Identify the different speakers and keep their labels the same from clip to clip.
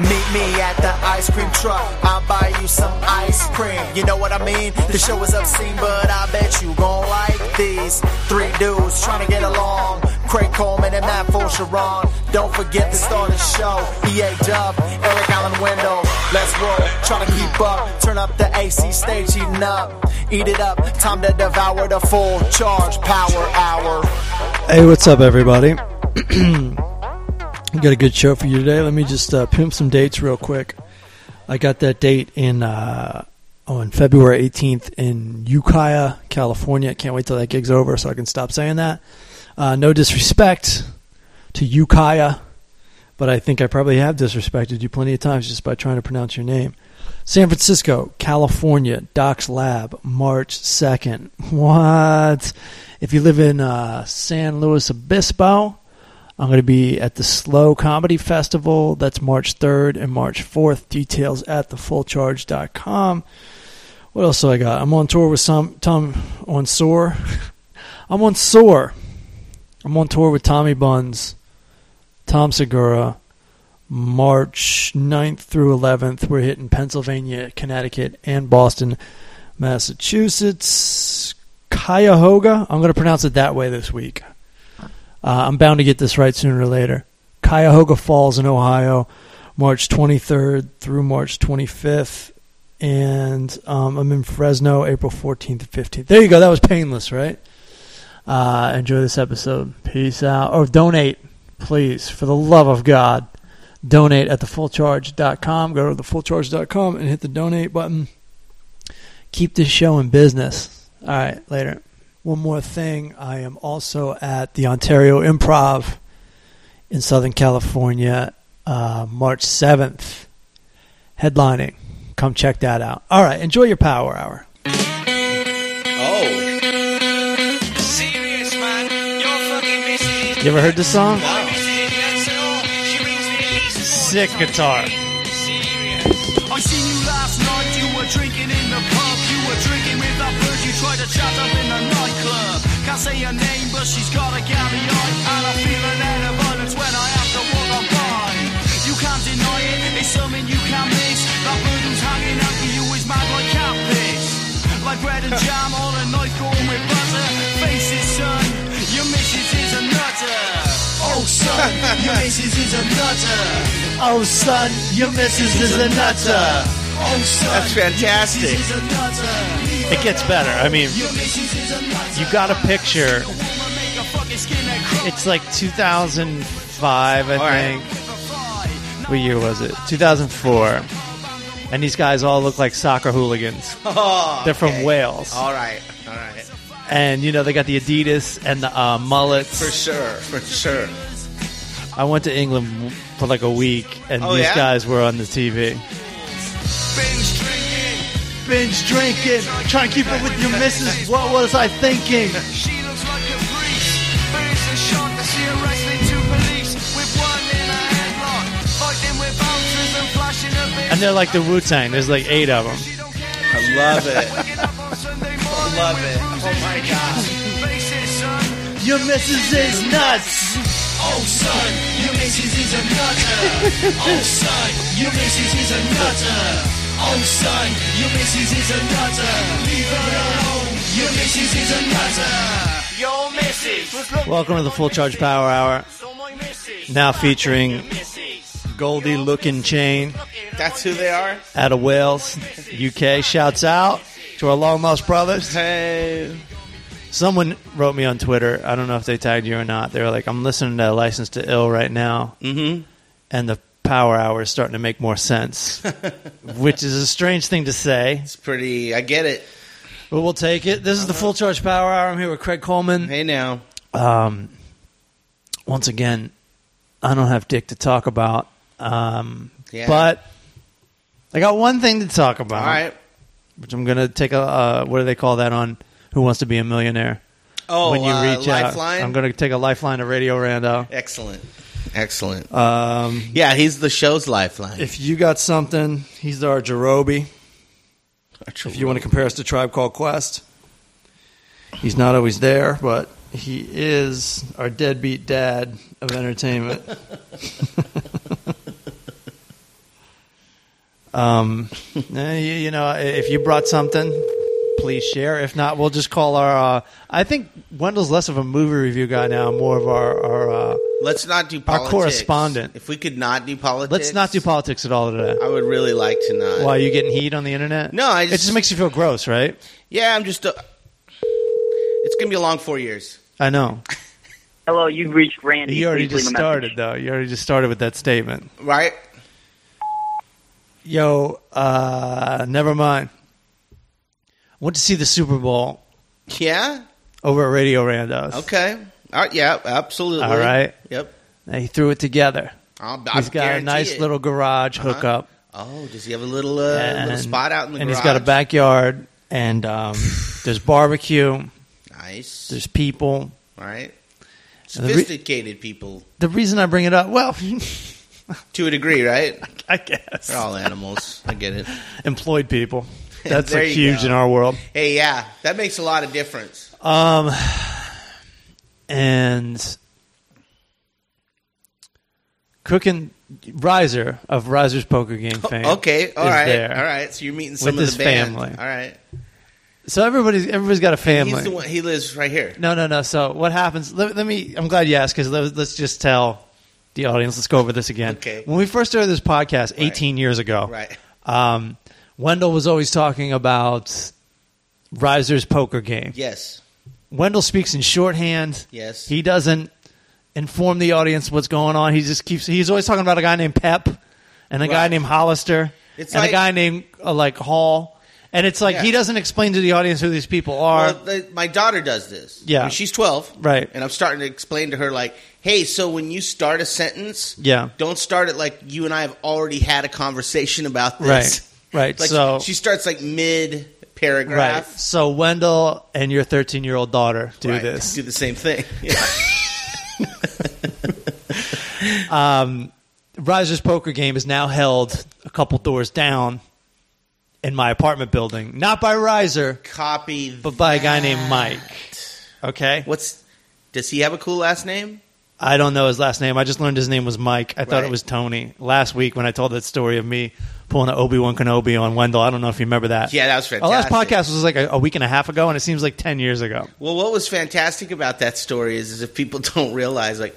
Speaker 1: Meet me at the ice cream truck. I'll buy you some ice cream. You know what I mean? The show is obscene, but I bet you gon' like these three dudes trying to get along. Craig Coleman and Matt Sharon. Don't forget to start the show. EA Dub, Eric Allen Wendell. Let's roll. Trying to keep up. Turn up the AC stage, eating up. Eat it up. Time to devour the full charge power hour.
Speaker 2: Hey, what's up, everybody? got a good show for you today. Let me just uh, pimp some dates real quick. I got that date in uh, on February 18th in Ukiah, California. Can't wait till that gig's over so I can stop saying that. Uh, no disrespect to Ukiah, but I think I probably have disrespected you plenty of times just by trying to pronounce your name. San Francisco, California, Docs Lab, March 2nd. What? If you live in uh, San Luis Obispo, I'm going to be at the Slow Comedy Festival. That's March 3rd and March 4th. Details at thefullcharge.com. What else do I got? I'm on tour with some Tom on Soar. I'm on Soar. I'm on tour with Tommy Buns, Tom Segura, March 9th through 11th. We're hitting Pennsylvania, Connecticut, and Boston, Massachusetts. Cuyahoga. I'm going to pronounce it that way this week. Uh, I'm bound to get this right sooner or later. Cuyahoga Falls in Ohio, March 23rd through March 25th. And um, I'm in Fresno, April 14th and 15th. There you go. That was painless, right? Uh, enjoy this episode. Peace out. Or donate, please, for the love of God. Donate at thefullcharge.com. Go to thefullcharge.com and hit the donate button. Keep this show in business. All right, later. One more thing. I am also at the Ontario Improv in Southern California, uh, March 7th, headlining. Come check that out. All right, enjoy your power hour.
Speaker 3: Oh,
Speaker 4: Serious man, you're fucking missing
Speaker 2: You ever heard this song? Sick
Speaker 4: Sick
Speaker 2: guitar.
Speaker 1: I seen you last night, you were drinking in the pub. You were drinking with that bird, you tried to chat up in the nightclub. Can't say her name, but she's got a galley eye. And I feel an air of violence when I have to walk on by. You can't deny it, it's something you can't miss. That bird who's hanging out for you is mad like cat piss. Like bread and jam on a knife going with butter. Faces, son, your missus is a nutter. Oh, son, your missus is a nutter.
Speaker 2: Oh, son, your missus is a nutter.
Speaker 1: Oh, son,
Speaker 3: That's fantastic.
Speaker 1: your missus is a nutter.
Speaker 5: It gets better. I mean,
Speaker 1: Your missus is a nutter.
Speaker 5: you got a picture.
Speaker 1: A woman make a fucking skinhead cry.
Speaker 5: It's like 2005, I
Speaker 3: All right.
Speaker 5: think. What year was it? 2004. And these guys all look like soccer hooligans.
Speaker 3: oh
Speaker 5: They're from
Speaker 3: okay.
Speaker 5: Wales.
Speaker 3: All right, all right,
Speaker 5: And, you know, they got the Adidas and the uh, mullets.
Speaker 3: for sure, for sure.
Speaker 5: I went to England for like a week, and
Speaker 3: Oh,
Speaker 5: these
Speaker 3: yeah?
Speaker 5: guys were on the TV.
Speaker 1: Binge drinking.
Speaker 5: Binge drinking, trying to keep it with your missus. What was I thinking?
Speaker 1: She looks like a priest. But it's a shock to see her wrestling two police with one in a headlock. Fighting with bouncers and flashing her bitch.
Speaker 5: And they're like the Wu Tang. There's like eight of them.
Speaker 1: She don't care
Speaker 3: I love it.
Speaker 1: waking up on Sunday morning.
Speaker 3: Love
Speaker 1: with
Speaker 3: it. Oh my god.
Speaker 1: bruises. Faces, son.
Speaker 5: Your missus is nuts.
Speaker 1: Oh, son, your missus is a nutter. Oh, son, your missus is a nutter. Oh, son, your missus is a nutter. Leave her alone. Your missus is a nutter. Your missus was looking
Speaker 5: Welcome to the Full Charge Power Hour.
Speaker 1: so my missus.
Speaker 5: Now featuring
Speaker 1: Missus.
Speaker 5: Goldie Looking Chain
Speaker 3: That's who they are.
Speaker 5: out of Wales, UK. Shouts out to our long lost brothers.
Speaker 3: Hey,
Speaker 5: Someone wrote me on Twitter. I don't know if they tagged you or not. They were like, I'm listening to License to Ill right now.
Speaker 3: Mhm.
Speaker 5: And the Power Hour is starting to make more sense, which is a strange thing to say,
Speaker 3: it's pretty. I get it.
Speaker 5: but we'll take it. This is the Full Charge Power Hour. I'm here with Craig Coleman.
Speaker 3: Hey now.
Speaker 5: um, once again, I don't have dick to talk about. Um,
Speaker 3: Yeah.
Speaker 5: But I got one thing to talk about,
Speaker 3: All right.
Speaker 5: which I'm going to take a, uh, what do they call that on Who Wants to Be a Millionaire?
Speaker 3: Oh,
Speaker 5: when you
Speaker 3: uh,
Speaker 5: reach
Speaker 3: lifeline.
Speaker 5: out, I'm going to take a lifeline to Radio Rando.
Speaker 3: Excellent, excellent.
Speaker 5: Um,
Speaker 3: Yeah, he's the show's lifeline.
Speaker 5: if you got something, he's our Jerobi. If you want to compare us to Tribe Called Quest, he's not always there, but he is our deadbeat dad of entertainment. Um, eh, you, you know, if you brought something, please share. If not, we'll just call our. Uh, I think Wendell's less of a movie review guy now, more of our. our uh,
Speaker 3: Let's not do
Speaker 5: Our
Speaker 3: politics.
Speaker 5: correspondent.
Speaker 3: If we could not do politics,
Speaker 5: let's not do politics at all today.
Speaker 3: I would really like to not.
Speaker 5: Why are you getting heat on the internet?
Speaker 3: No, I
Speaker 5: it just
Speaker 3: just-
Speaker 5: makes you feel gross, right?
Speaker 3: Yeah, I'm just. Uh, it's gonna be a long four years.
Speaker 5: I know.
Speaker 6: Hello, you've reached Randy.
Speaker 5: You already
Speaker 6: Please leave
Speaker 5: just
Speaker 6: a message.
Speaker 5: started though. You already just started with that statement.
Speaker 3: Right?
Speaker 5: Yo, uh, never mind. Went to see the Super Bowl
Speaker 3: Yeah.
Speaker 5: over at Radio Randos.
Speaker 3: Okay. All right. Yeah. Absolutely.
Speaker 5: All right.
Speaker 3: Yep.
Speaker 5: And he threw it together.
Speaker 3: I'll,
Speaker 5: He's
Speaker 3: I
Speaker 5: got a
Speaker 3: guarantee
Speaker 5: nice
Speaker 3: it.
Speaker 5: little garage
Speaker 3: Uh-huh.
Speaker 5: hookup,
Speaker 3: Oh, does he have a little uh, little spot out in the
Speaker 5: and
Speaker 3: garage?
Speaker 5: he's got a backyard, and um, there's barbecue,
Speaker 3: Nice.
Speaker 5: there's people.
Speaker 3: All right.
Speaker 5: And the re-
Speaker 3: Sophisticated people,
Speaker 5: The reason I bring it up, well,
Speaker 3: to a degree, right?
Speaker 5: I guess
Speaker 3: They're all animals. I get it.
Speaker 5: employed people. That's
Speaker 3: There
Speaker 5: like
Speaker 3: you
Speaker 5: huge
Speaker 3: go.
Speaker 5: in our world.
Speaker 3: Hey, yeah, that makes a lot of difference.
Speaker 5: Um, and cooking riser of riser's poker game fame.
Speaker 3: Oh, Okay, all
Speaker 5: is
Speaker 3: right,
Speaker 5: there.
Speaker 3: all right. So you're meeting some
Speaker 5: With
Speaker 3: of the
Speaker 5: his
Speaker 3: band.
Speaker 5: family.
Speaker 3: All right,
Speaker 5: So everybody's everybody's got a family.
Speaker 3: he's the one. He lives right here.
Speaker 5: No, no, no. So what happens? Let, let me. I'm glad you asked because let, us just tell the audience. Let's go over this again.
Speaker 3: Okay.
Speaker 5: When we first started this podcast 18 years ago,
Speaker 3: Right.
Speaker 5: Um, Wendell was always talking about riser's poker game.
Speaker 3: Yes.
Speaker 5: Wendell speaks in shorthand.
Speaker 3: Yes.
Speaker 5: He doesn't inform the audience what's going on. He just keeps. He's always talking about a guy named Pep, and a guy
Speaker 3: Right.
Speaker 5: named Hollister,
Speaker 3: It's
Speaker 5: and a
Speaker 3: like-
Speaker 5: guy named uh, like Hall. And it's like
Speaker 3: Yeah.
Speaker 5: he doesn't explain to the audience who these people are.
Speaker 3: well, the, my daughter does this.
Speaker 5: Yeah.
Speaker 3: When she's 12.
Speaker 5: Right.
Speaker 3: And I'm starting to explain to her, like, hey, so when you start a sentence,
Speaker 5: Yeah.
Speaker 3: don't start it like you and I have already had a conversation about
Speaker 5: right. Right.
Speaker 3: this. Like,
Speaker 5: so
Speaker 3: she starts like mid
Speaker 5: right.
Speaker 3: paragraph.
Speaker 5: So Wendell and your 13 year old daughter do
Speaker 3: Right,
Speaker 5: this.
Speaker 3: Do the same thing. Yeah.
Speaker 5: Riser's poker game is now held a couple doors down in my apartment building, not by Riser,
Speaker 3: Copy.
Speaker 5: but by a guy named Mike. Okay.
Speaker 3: What's. Does he have a cool last name?
Speaker 5: I don't know his last name. I just learned his name was Mike. I thought it
Speaker 3: Right.
Speaker 5: was Tony last week when I told that story of me pulling an Obi Wan Kenobi on Wendell. I don't know if you remember that.
Speaker 3: Yeah, that was
Speaker 5: Our last
Speaker 3: fantastic.
Speaker 5: podcast was like a, a week and a half ago, and it seems like ten years ago.
Speaker 3: Well, what was fantastic about that story is, is if people don't realize, like,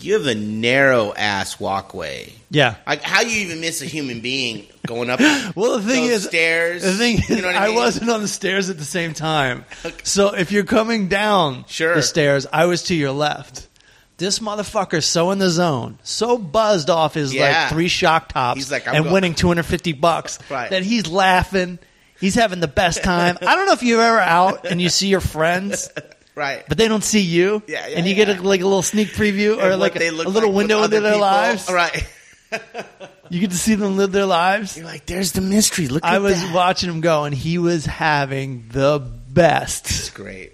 Speaker 3: you have a narrow ass walkway.
Speaker 5: Yeah.
Speaker 3: Like, how you even miss a human being going up? well,
Speaker 5: Well, the thing
Speaker 3: Those
Speaker 5: is,
Speaker 3: stairs,
Speaker 5: The thing is,
Speaker 3: you know what
Speaker 5: I,
Speaker 3: I mean?
Speaker 5: wasn't on the stairs at the same time.
Speaker 3: Okay.
Speaker 5: So if you're coming down
Speaker 3: Sure.
Speaker 5: the stairs, I was to your left. This motherfucker so in the zone, so buzzed off his
Speaker 3: Yeah.
Speaker 5: like three shock tops
Speaker 3: He's like, I'm
Speaker 5: and
Speaker 3: go-
Speaker 5: winning 250 bucks
Speaker 3: Right.
Speaker 5: that he's laughing. He's having the best time. I don't know if you're ever out and you see your friends,
Speaker 3: right?
Speaker 5: but they don't see you.
Speaker 3: Yeah, yeah,
Speaker 5: and you get
Speaker 3: yeah.
Speaker 5: a, like a little sneak preview
Speaker 3: And
Speaker 5: or
Speaker 3: what
Speaker 5: like a,
Speaker 3: they look
Speaker 5: a little
Speaker 3: like with
Speaker 5: window into
Speaker 3: other
Speaker 5: their
Speaker 3: people.
Speaker 5: lives.
Speaker 3: right?
Speaker 5: You get to see them live their lives.
Speaker 3: You're like, there's the mystery. Look,
Speaker 5: I
Speaker 3: at
Speaker 5: was
Speaker 3: that.
Speaker 5: watching him go, and he was having the best
Speaker 3: It's great.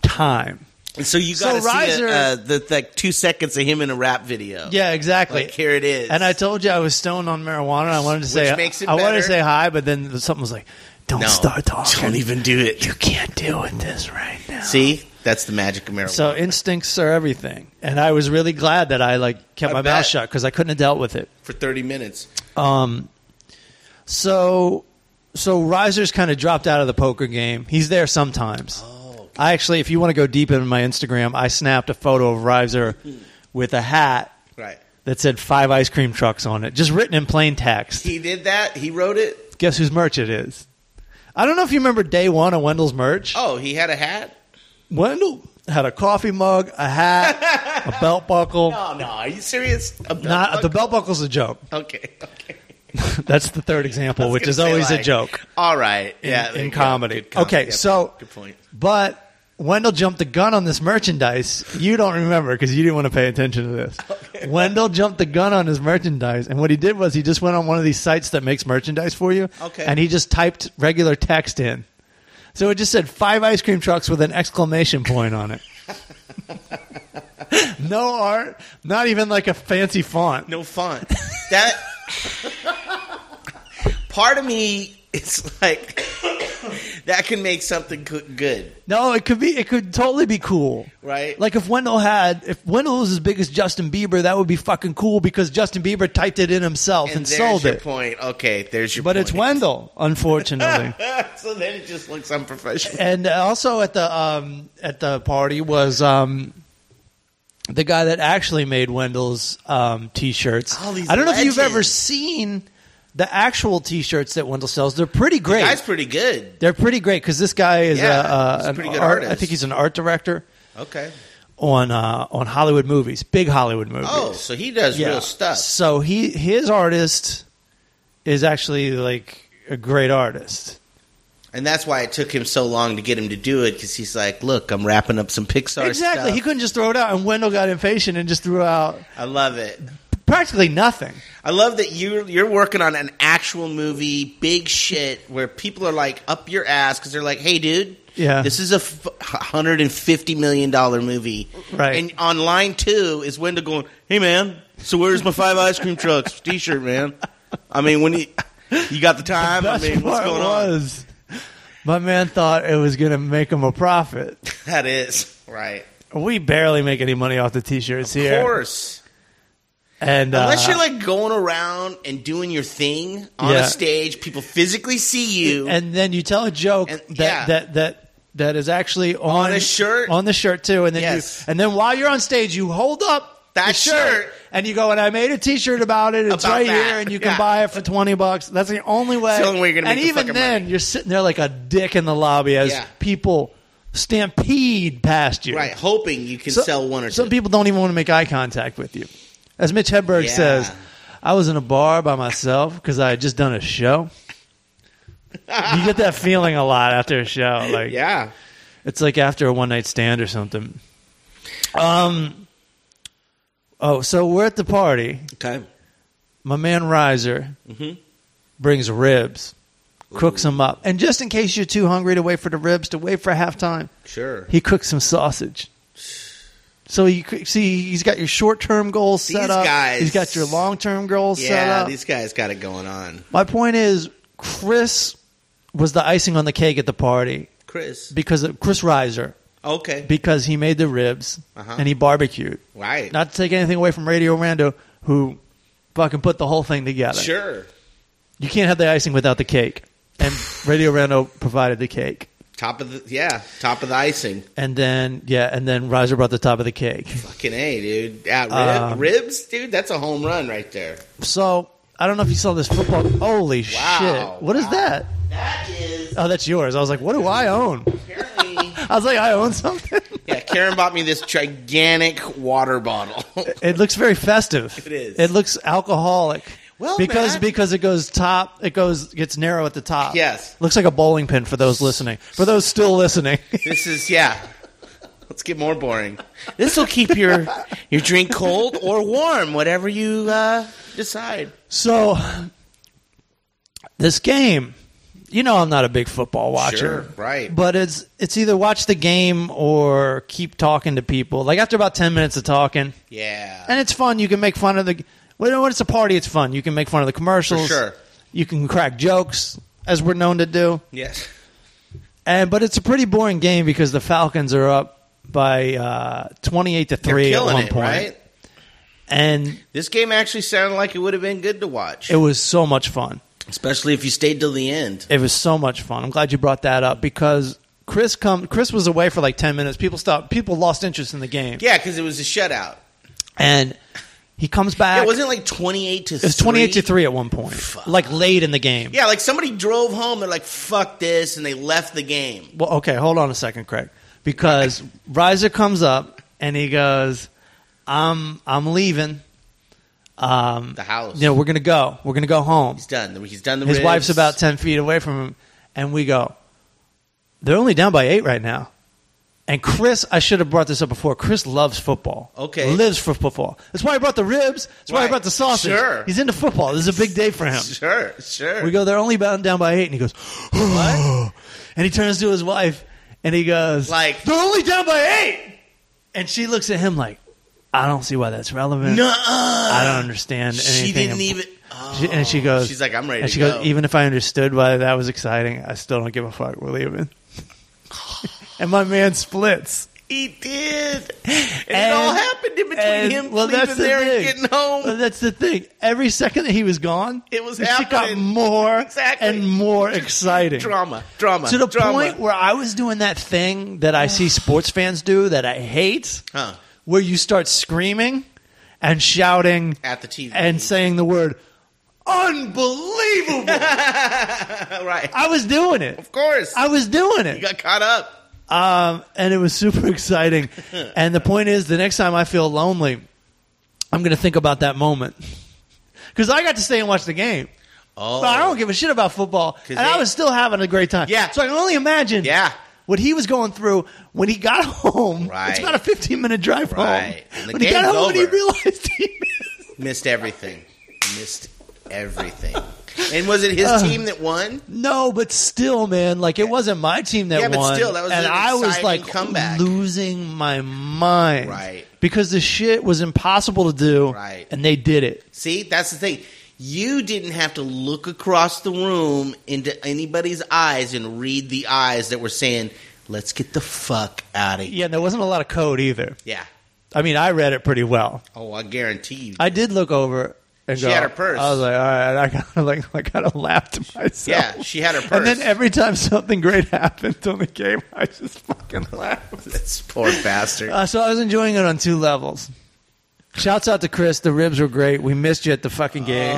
Speaker 5: time.
Speaker 3: And so you
Speaker 5: So
Speaker 3: got to see
Speaker 5: Riser-
Speaker 3: the, uh, the, the two seconds of him in a rap video.
Speaker 5: Yeah, exactly.
Speaker 3: like here it is.
Speaker 5: and I told you I was stoned on marijuana. And I wanted to say
Speaker 3: makes it
Speaker 5: I wanted to
Speaker 3: better.
Speaker 5: say hi, but then something was like, "Don't
Speaker 3: No.
Speaker 5: start talking.
Speaker 3: don't even do it.
Speaker 5: You can't deal with this right now."
Speaker 3: See, that's the magic of marijuana.
Speaker 5: So instincts are everything, and I was really glad that I like kept
Speaker 3: I
Speaker 5: my mouth
Speaker 3: bet.
Speaker 5: shut because I couldn't have dealt with it.
Speaker 3: for 30 minutes,
Speaker 5: Um, so so Riser's kind of dropped out of the poker game. He's there sometimes.
Speaker 3: Oh,
Speaker 5: I actually, if you want to go deep into my Instagram, I snapped a photo of Riser with a hat
Speaker 3: right?
Speaker 5: that said five ice cream trucks on it, just written in plain text.
Speaker 3: He did that. He wrote it.
Speaker 5: Guess whose merch it is? I don't know if you remember day one of Wendell's merch.
Speaker 3: Oh, he had a hat.
Speaker 5: Wendell had a coffee mug, a hat, a belt buckle.
Speaker 3: Oh no, are you serious? A belt
Speaker 5: Not the
Speaker 3: buckle?
Speaker 5: belt buckle's a joke.
Speaker 3: Okay, okay.
Speaker 5: That's the third example, which
Speaker 3: gonna
Speaker 5: is
Speaker 3: say,
Speaker 5: always a
Speaker 3: like,
Speaker 5: joke.
Speaker 3: All right.
Speaker 5: in,
Speaker 3: yeah. there
Speaker 5: in
Speaker 3: you go.
Speaker 5: comedy.
Speaker 3: Good com-
Speaker 5: okay,
Speaker 3: yeah,
Speaker 5: so
Speaker 3: good point.
Speaker 5: But Wendell jumped the gun on this merchandise. You don't remember because you didn't want to pay attention to this. Wendell jumped the gun on his merchandise, and what he did was he just went on one of these sites that makes merchandise for you.
Speaker 3: Okay.
Speaker 5: and he just typed regular text in. So it just said five ice cream trucks with an exclamation point on it. no art, not even like a fancy font.
Speaker 3: No fun. That part of me it's like That can make something co- good,
Speaker 5: No, it could be. It could totally be cool.
Speaker 3: right?
Speaker 5: Like if Wendell had, if Wendell was as big as Justin Bieber, that would be fucking cool because Justin Bieber typed it in himself and,
Speaker 3: and there's
Speaker 5: sold
Speaker 3: your
Speaker 5: it.
Speaker 3: point. Okay, there's your
Speaker 5: But
Speaker 3: point.
Speaker 5: it's Wendell, unfortunately.
Speaker 3: so then it just looks unprofessional.
Speaker 5: and also at the um, at the party was um, the guy that actually made Wendell's um, t-shirts.
Speaker 3: All these
Speaker 5: I don't know if you've ever
Speaker 3: legends.
Speaker 5: seen the actual t-shirts that Wendell sells. They're pretty great.
Speaker 3: Guy's pretty good.
Speaker 5: They're pretty great because this guy is
Speaker 3: Yeah,
Speaker 5: a, uh,
Speaker 3: he's a
Speaker 5: an
Speaker 3: pretty good
Speaker 5: art, I
Speaker 3: artist.
Speaker 5: think he's an art director
Speaker 3: Okay.
Speaker 5: on uh, on Hollywood movies, big Hollywood movies.
Speaker 3: Oh, so he does real stuff.
Speaker 5: So he his artist is actually like a great artist.
Speaker 3: And that's why it took him so long to get him to do it because he's like, look, I'm wrapping up some Pixar
Speaker 5: exactly.
Speaker 3: stuff.
Speaker 5: He couldn't just throw it out, and Wendell got impatient and just threw out
Speaker 3: I love it.
Speaker 5: practically nothing.
Speaker 3: I love that you you're working on an actual movie, big shit, where people are like up your ass because they're like, "Hey, dude,
Speaker 5: Yeah.
Speaker 3: this is a f- hundred and fifty million dollar movie."
Speaker 5: Right.
Speaker 3: And on line two is Wendell going, "Hey, man, so where's my five ice cream trucks T-shirt, man? I mean, when you you got the time? I
Speaker 5: That's
Speaker 3: mean, what's going on?
Speaker 5: was, my man thought it was going to make him a profit.
Speaker 3: That is right.
Speaker 5: We barely make any money off the t-shirts
Speaker 3: Of
Speaker 5: here,
Speaker 3: course."
Speaker 5: and uh,
Speaker 3: Unless you're like going around and doing your thing on
Speaker 5: Yeah.
Speaker 3: a stage, people physically see you.
Speaker 5: and then you tell a joke
Speaker 3: And-
Speaker 5: that,
Speaker 3: yeah.
Speaker 5: that that that is actually on,
Speaker 3: a shirt?
Speaker 5: on the shirt too, and then
Speaker 3: Yes.
Speaker 5: you, and then while you're on stage, you hold up
Speaker 3: That
Speaker 5: the
Speaker 3: shirt.
Speaker 5: and you go, and I made a T-shirt about it. It's
Speaker 3: About
Speaker 5: right
Speaker 3: that.
Speaker 5: here, and you can
Speaker 3: Yeah.
Speaker 5: buy it for twenty bucks. That's the only way.
Speaker 3: It's the only way you're gonna
Speaker 5: and
Speaker 3: make the
Speaker 5: even
Speaker 3: fucking
Speaker 5: then,
Speaker 3: money.
Speaker 5: you're sitting there like a dick in the lobby as
Speaker 3: Yeah.
Speaker 5: people stampede past you.
Speaker 3: right, hoping you can
Speaker 5: So-
Speaker 3: sell one or
Speaker 5: some
Speaker 3: two.
Speaker 5: people don't even want to make eye contact with you. As Mitch Hedberg
Speaker 3: Yeah.
Speaker 5: says, I was in a bar by myself because I had just done a show. you get that feeling a lot after a show. Like
Speaker 3: yeah.
Speaker 5: it's like after a one night stand or something. Um Oh, so we're at the party.
Speaker 3: Okay.
Speaker 5: My man Riser
Speaker 3: Mm-hmm.
Speaker 5: brings ribs, cooks them up. And just in case you're too hungry to wait for the ribs, to wait for halftime,
Speaker 3: Sure.
Speaker 5: he cooked some sausage. So you c- see, he's got your short-term goals set
Speaker 3: These
Speaker 5: up.
Speaker 3: guys-
Speaker 5: he's got your long-term goals set
Speaker 3: yeah,
Speaker 5: up.
Speaker 3: these guys got it going on.
Speaker 5: My point is, Chris was the icing on the cake at the party
Speaker 3: Chris.
Speaker 5: because of Chris Reiser
Speaker 3: Okay.
Speaker 5: because he made the ribs
Speaker 3: Uh-huh.
Speaker 5: and he barbecued.
Speaker 3: right.
Speaker 5: Not to take anything away from Radio Rando, who fucking put the whole thing together.
Speaker 3: sure.
Speaker 5: You can't have the icing without the cake, and Radio Rando provided the cake.
Speaker 3: Top of the yeah, top of the icing.
Speaker 5: And then yeah, and then Reiser brought the top of the cake.
Speaker 3: Fucking A, dude. Yeah, rib,
Speaker 5: Um,
Speaker 3: ribs, dude, that's a home run right there.
Speaker 5: So I don't know if you saw this football. Holy shit! What is
Speaker 3: Wow.
Speaker 5: that?
Speaker 3: That is
Speaker 5: Oh, that's yours. I was like, what do I own?
Speaker 3: apparently
Speaker 5: I was like, I own something.
Speaker 3: Yeah, Karen bought me this gigantic water bottle.
Speaker 5: It looks very festive.
Speaker 3: It is.
Speaker 5: It looks alcoholic.
Speaker 3: Well,
Speaker 5: because
Speaker 3: man.
Speaker 5: because it goes top, it goes gets narrow at the top.
Speaker 3: Yes.
Speaker 5: looks like a bowling pin for those listening. For those still listening,
Speaker 3: this is yeah. Let's get more boring. This will keep your your drink cold or warm, whatever you uh, decide.
Speaker 5: so this game, you know, I'm not a big football watcher,
Speaker 3: Sure, right.
Speaker 5: But it's it's either watch the game or keep talking to people. Like after about ten minutes of talking,
Speaker 3: Yeah.
Speaker 5: and it's fun. You can make fun of the. Well, you know, when it's a party, it's fun. You can make fun of the commercials.
Speaker 3: For sure.
Speaker 5: You can crack jokes, as we're known to do.
Speaker 3: yes.
Speaker 5: And but it's a pretty boring game because the Falcons are up by uh, twenty-eight to
Speaker 3: They're
Speaker 5: three at
Speaker 3: killing
Speaker 5: one
Speaker 3: it,
Speaker 5: point.
Speaker 3: right?
Speaker 5: and
Speaker 3: This game actually sounded like it would have been good to watch,
Speaker 5: it was so much fun.
Speaker 3: especially if you stayed till the end.
Speaker 5: It was so much fun. I'm glad you brought that up because Chris come Chris was away for like ten minutes. People stopped. People lost interest in the game,
Speaker 3: Yeah, because it was a shutout.
Speaker 5: and he comes back.
Speaker 3: Yeah, wasn't it like twenty eight to?
Speaker 5: It was twenty-eight to three at one point, like late in the game.
Speaker 3: Yeah, like somebody drove home. They're like, "Fuck this," and they left the game.
Speaker 5: Well, okay, hold on a second, Craig, because Riser comes up and he goes, "I'm I'm leaving. Um,
Speaker 3: The house.
Speaker 5: you know, we're gonna go. We're gonna go home."
Speaker 3: he's done. He's done the.
Speaker 5: His
Speaker 3: ribs.
Speaker 5: wife's about ten feet away from him, and we go. They're only down by eight right now. And Chris, I should have brought this up before. Chris loves football.
Speaker 3: Okay.
Speaker 5: lives for football. That's why he brought the ribs. That's why he
Speaker 3: Right.
Speaker 5: brought the sausage.
Speaker 3: Sure.
Speaker 5: he's into football. This is a big day for him.
Speaker 3: Sure, sure.
Speaker 5: We go, they're only bound down by eight. And he goes, And he turns to his wife and he goes,
Speaker 3: Like-
Speaker 5: they're only down by eight. And she looks at him like, I don't see why that's relevant.
Speaker 3: Nuh
Speaker 5: I don't understand anything.
Speaker 3: She didn't
Speaker 5: ab-
Speaker 3: even.
Speaker 5: She- and she goes,
Speaker 3: Oh, She's like, I'm ready
Speaker 5: And
Speaker 3: to
Speaker 5: she
Speaker 3: go.
Speaker 5: goes, even if I understood why that was exciting, I still don't give a fuck. We're leaving. and my man splits.
Speaker 3: Oh, he did. And, it
Speaker 5: And-
Speaker 3: all happened in between
Speaker 5: and-
Speaker 3: him
Speaker 5: well,
Speaker 3: leaving
Speaker 5: that's the
Speaker 3: there
Speaker 5: thing.
Speaker 3: and getting home.
Speaker 5: But that's the thing. Every second that he was gone,
Speaker 3: It was
Speaker 5: she got
Speaker 3: happening.
Speaker 5: more
Speaker 3: Exactly.
Speaker 5: and more exciting.
Speaker 3: drama, drama,
Speaker 5: to the
Speaker 3: drama.
Speaker 5: point where I was doing that thing that I see sports fans do that I hate,
Speaker 3: Huh.
Speaker 5: where you start screaming and shouting
Speaker 3: at the TV
Speaker 5: and saying the word unbelievable.
Speaker 3: right.
Speaker 5: I was doing it.
Speaker 3: Of course,
Speaker 5: I was doing
Speaker 3: you
Speaker 5: it.
Speaker 3: got caught up.
Speaker 5: Um, and it was super exciting. and the point is, the next time I feel lonely, I'm going to think about that moment. Because I got to stay and watch the game.
Speaker 3: Oh,
Speaker 5: So I don't give a shit about football. And I
Speaker 3: they-
Speaker 5: was still having a great time.
Speaker 3: Yeah.
Speaker 5: So I can only imagine
Speaker 3: Yeah.
Speaker 5: what he was going through when he got home.
Speaker 3: Right.
Speaker 5: It's about a 15 minute drive
Speaker 3: Right.
Speaker 5: home.
Speaker 3: And the
Speaker 5: When he got
Speaker 3: game's
Speaker 5: home and he
Speaker 3: over.
Speaker 5: realized he
Speaker 3: missed everything. Missed everything. And was it his
Speaker 5: Uh.
Speaker 3: team that won?
Speaker 5: No, but still, man, like it wasn't my team that
Speaker 3: Yeah, but
Speaker 5: won.
Speaker 3: still, that was
Speaker 5: and
Speaker 3: an
Speaker 5: I was
Speaker 3: exciting
Speaker 5: like
Speaker 3: comeback.
Speaker 5: losing my mind,
Speaker 3: Right.
Speaker 5: Because the shit was impossible to do,
Speaker 3: Right.
Speaker 5: And they did it.
Speaker 3: See, that's the thing. You didn't have to look across the room into anybody's eyes and read the eyes that were saying, "Let's get the fuck out of here."
Speaker 5: Yeah, and there wasn't a lot of code either.
Speaker 3: Yeah.
Speaker 5: I mean, I read it pretty well.
Speaker 3: Oh, I guarantee you.
Speaker 5: I did look over and
Speaker 3: She
Speaker 5: go.
Speaker 3: had her purse.
Speaker 5: I was like, all right, I gotta like, I gotta laugh to myself.
Speaker 3: yeah, she had her purse.
Speaker 5: And then every time something great happened on the game, I just fucking laughed.
Speaker 3: this poor bastard.
Speaker 5: Uh, so I was enjoying it on two levels. Shouts out to Chris. The ribs were great. We missed you at the fucking
Speaker 3: Oh,
Speaker 5: game.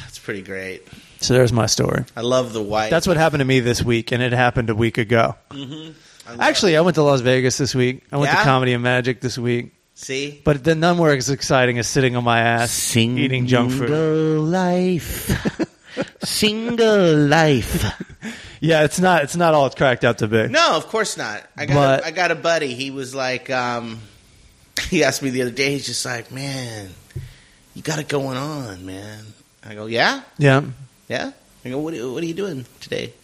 Speaker 3: That's pretty great.
Speaker 5: So there's my story.
Speaker 3: I love the white.
Speaker 5: That's what happened to me this week, and it happened a week ago.
Speaker 3: I love-
Speaker 5: Actually, I went to Las Vegas this week. I went
Speaker 3: Mm-hmm.
Speaker 5: to
Speaker 3: Yeah?
Speaker 5: Comedy and Magic this week,
Speaker 3: see,
Speaker 5: but then none were as exciting as sitting on my ass eating junk food.
Speaker 3: Single life. Single life.
Speaker 5: Yeah, it's not. It's not all it's cracked up to be.
Speaker 3: No, of course not. I got
Speaker 5: But-
Speaker 3: a, I got a buddy. He was like, um, he asked me the other day. He's just like, man, you got it going on, man. I go, yeah,
Speaker 5: Yeah,
Speaker 3: yeah. I go, what, are- what are you doing today?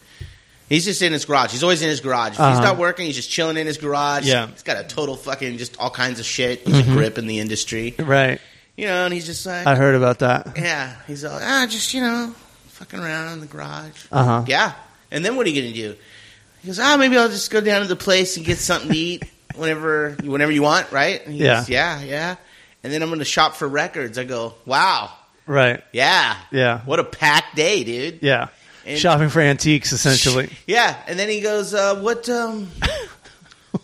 Speaker 3: He's just in his garage. He's always in his garage. If
Speaker 5: Uh-huh.
Speaker 3: he's not working, he's just chilling in his garage.
Speaker 5: Yeah.
Speaker 3: he's got a total fucking just all kinds of shit. He's a grip in the industry,
Speaker 5: right.
Speaker 3: you know. And he's just like,
Speaker 5: I heard about that.
Speaker 3: yeah, he's all ah, just you know, fucking around in the garage.
Speaker 5: Uh huh.
Speaker 3: Yeah. And then what are you going to do? He goes, ah, maybe I'll just go down to the place and get something to eat whenever, whenever you want, right? And he
Speaker 5: Yeah.
Speaker 3: Goes, yeah, yeah. And then I'm going to shop for records. I go, wow,
Speaker 5: Right.
Speaker 3: yeah,
Speaker 5: Yeah.
Speaker 3: what a packed day, dude.
Speaker 5: Yeah.
Speaker 3: And-
Speaker 5: Shopping for antiques, essentially.
Speaker 3: Yeah. And then he goes, uh, what? Um,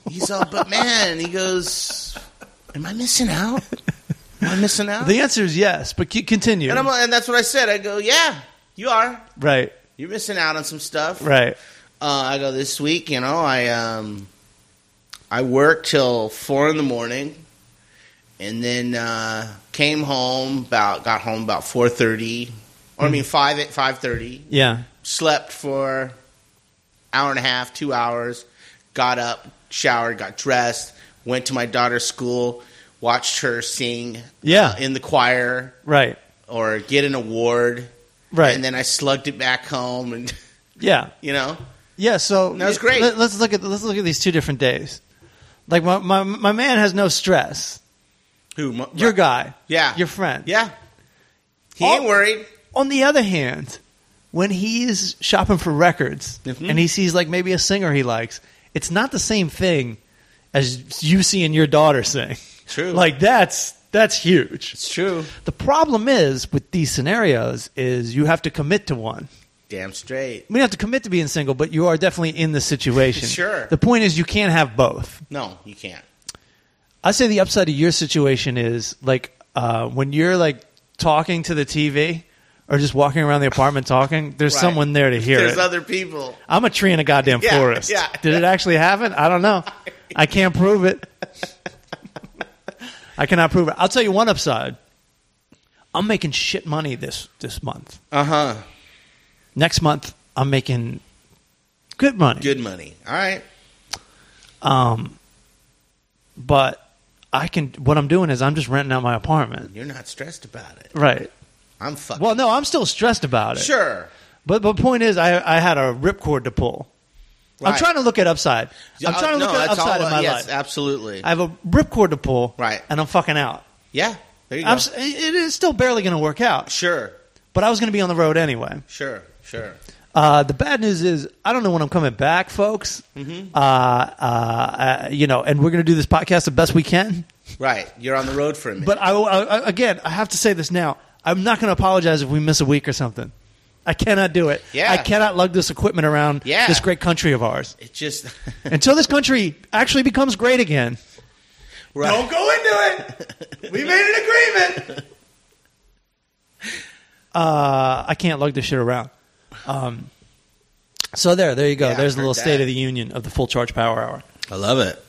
Speaker 3: he's all, but man, he goes, am I missing out? Am I missing out?
Speaker 5: The answer is yes, but c- continue.
Speaker 3: and I'm, and that's what I said. I go, yeah, you are.
Speaker 5: right.
Speaker 3: You're missing out on some stuff,
Speaker 5: Right.
Speaker 3: Uh, I go this week. You know, I um, I worked till four in the morning, and then uh, came home about got home about four thirty, or I mean five at five thirty.
Speaker 5: Yeah.
Speaker 3: Slept for hour and a half, two hours. Got up, showered, got dressed, went to my daughter's school, watched her sing
Speaker 5: Yeah.
Speaker 3: in the choir
Speaker 5: Right.
Speaker 3: or get an award,
Speaker 5: Right.
Speaker 3: and then I slugged it back home, and
Speaker 5: yeah.
Speaker 3: you know,
Speaker 5: Yeah, so
Speaker 3: That was great.
Speaker 5: Let, us look at let's look at these two different days. Like my my, my man has no stress.
Speaker 3: who my-
Speaker 5: Your guy,
Speaker 3: yeah,
Speaker 5: your friend.
Speaker 3: Ah. Yeah. He
Speaker 5: All-
Speaker 3: ain't worried.
Speaker 5: On the other hand, when he is shopping for records
Speaker 3: Mhm.
Speaker 5: and he sees like maybe a singer he likes, it's not the same thing as you seeing your daughter sing.
Speaker 3: True.
Speaker 5: Like that's that's huge.
Speaker 3: it's true.
Speaker 5: The problem is with these scenarios is you have to commit to one.
Speaker 3: Damn straight.
Speaker 5: We have to commit to being single, but you are definitely in the situation.
Speaker 3: Sure.
Speaker 5: The point is you can't have both.
Speaker 3: No, you can't.
Speaker 5: I say the upside of your situation is like uh, when you're like talking to the TV or just walking around the apartment talking. There's
Speaker 3: Right.
Speaker 5: someone there to hear
Speaker 3: There's
Speaker 5: it.
Speaker 3: other people.
Speaker 5: I'm a tree in a goddamn
Speaker 3: Yeah,
Speaker 5: forest.
Speaker 3: yeah.
Speaker 5: Did it actually happen? I don't know. I can't prove it. I cannot prove it. I'll tell you one upside. I'm making shit money this this month.
Speaker 3: Uh
Speaker 5: Uh-huh.
Speaker 3: huh.
Speaker 5: Next month, I'm making good money.
Speaker 3: Good money. All right.
Speaker 5: Um, but I can. What I'm doing is I'm just renting out my apartment.
Speaker 3: You're not stressed about it.
Speaker 5: Right.
Speaker 3: I'm fucking.
Speaker 5: Well, no, I'm still stressed about it.
Speaker 3: sure.
Speaker 5: But the point is, I, I had a ripcord to pull.
Speaker 3: Right.
Speaker 5: I'm trying to look at upside. I'm
Speaker 3: Uh,
Speaker 5: trying to
Speaker 3: no,
Speaker 5: look at
Speaker 3: that's
Speaker 5: upside
Speaker 3: all-
Speaker 5: in my
Speaker 3: yes,
Speaker 5: life.
Speaker 3: Absolutely.
Speaker 5: I have a ripcord to pull,
Speaker 3: Right.
Speaker 5: And I'm fucking out.
Speaker 3: yeah. There you go.
Speaker 5: I'm, s- it is still barely going to work out,
Speaker 3: sure.
Speaker 5: but I was going to be on the road anyway.
Speaker 3: Sure. Sure.
Speaker 5: Uh, the bad news is I don't know when I'm coming back, folks.
Speaker 3: Mm-hmm.
Speaker 5: Uh, uh, uh, you know, and we're going to do this podcast the best we can.
Speaker 3: Right. You're on the road for a minute.
Speaker 5: But I, I, I- again, I have to say this now. I'm not going to apologize if we miss a week or something. I cannot do it.
Speaker 3: Yeah.
Speaker 5: I cannot lug this equipment around
Speaker 3: Yeah.
Speaker 5: this great country of ours
Speaker 3: it just
Speaker 5: until this country actually becomes great again.
Speaker 3: right.
Speaker 7: Don't go into it. We made an agreement.
Speaker 5: Uh, I can't lug this shit around. Um, so there, there you go.
Speaker 3: Yeah, I
Speaker 5: There's a
Speaker 3: heard
Speaker 5: little
Speaker 3: that.
Speaker 5: State of the Union of the Full Charge Power Hour.
Speaker 3: I love it.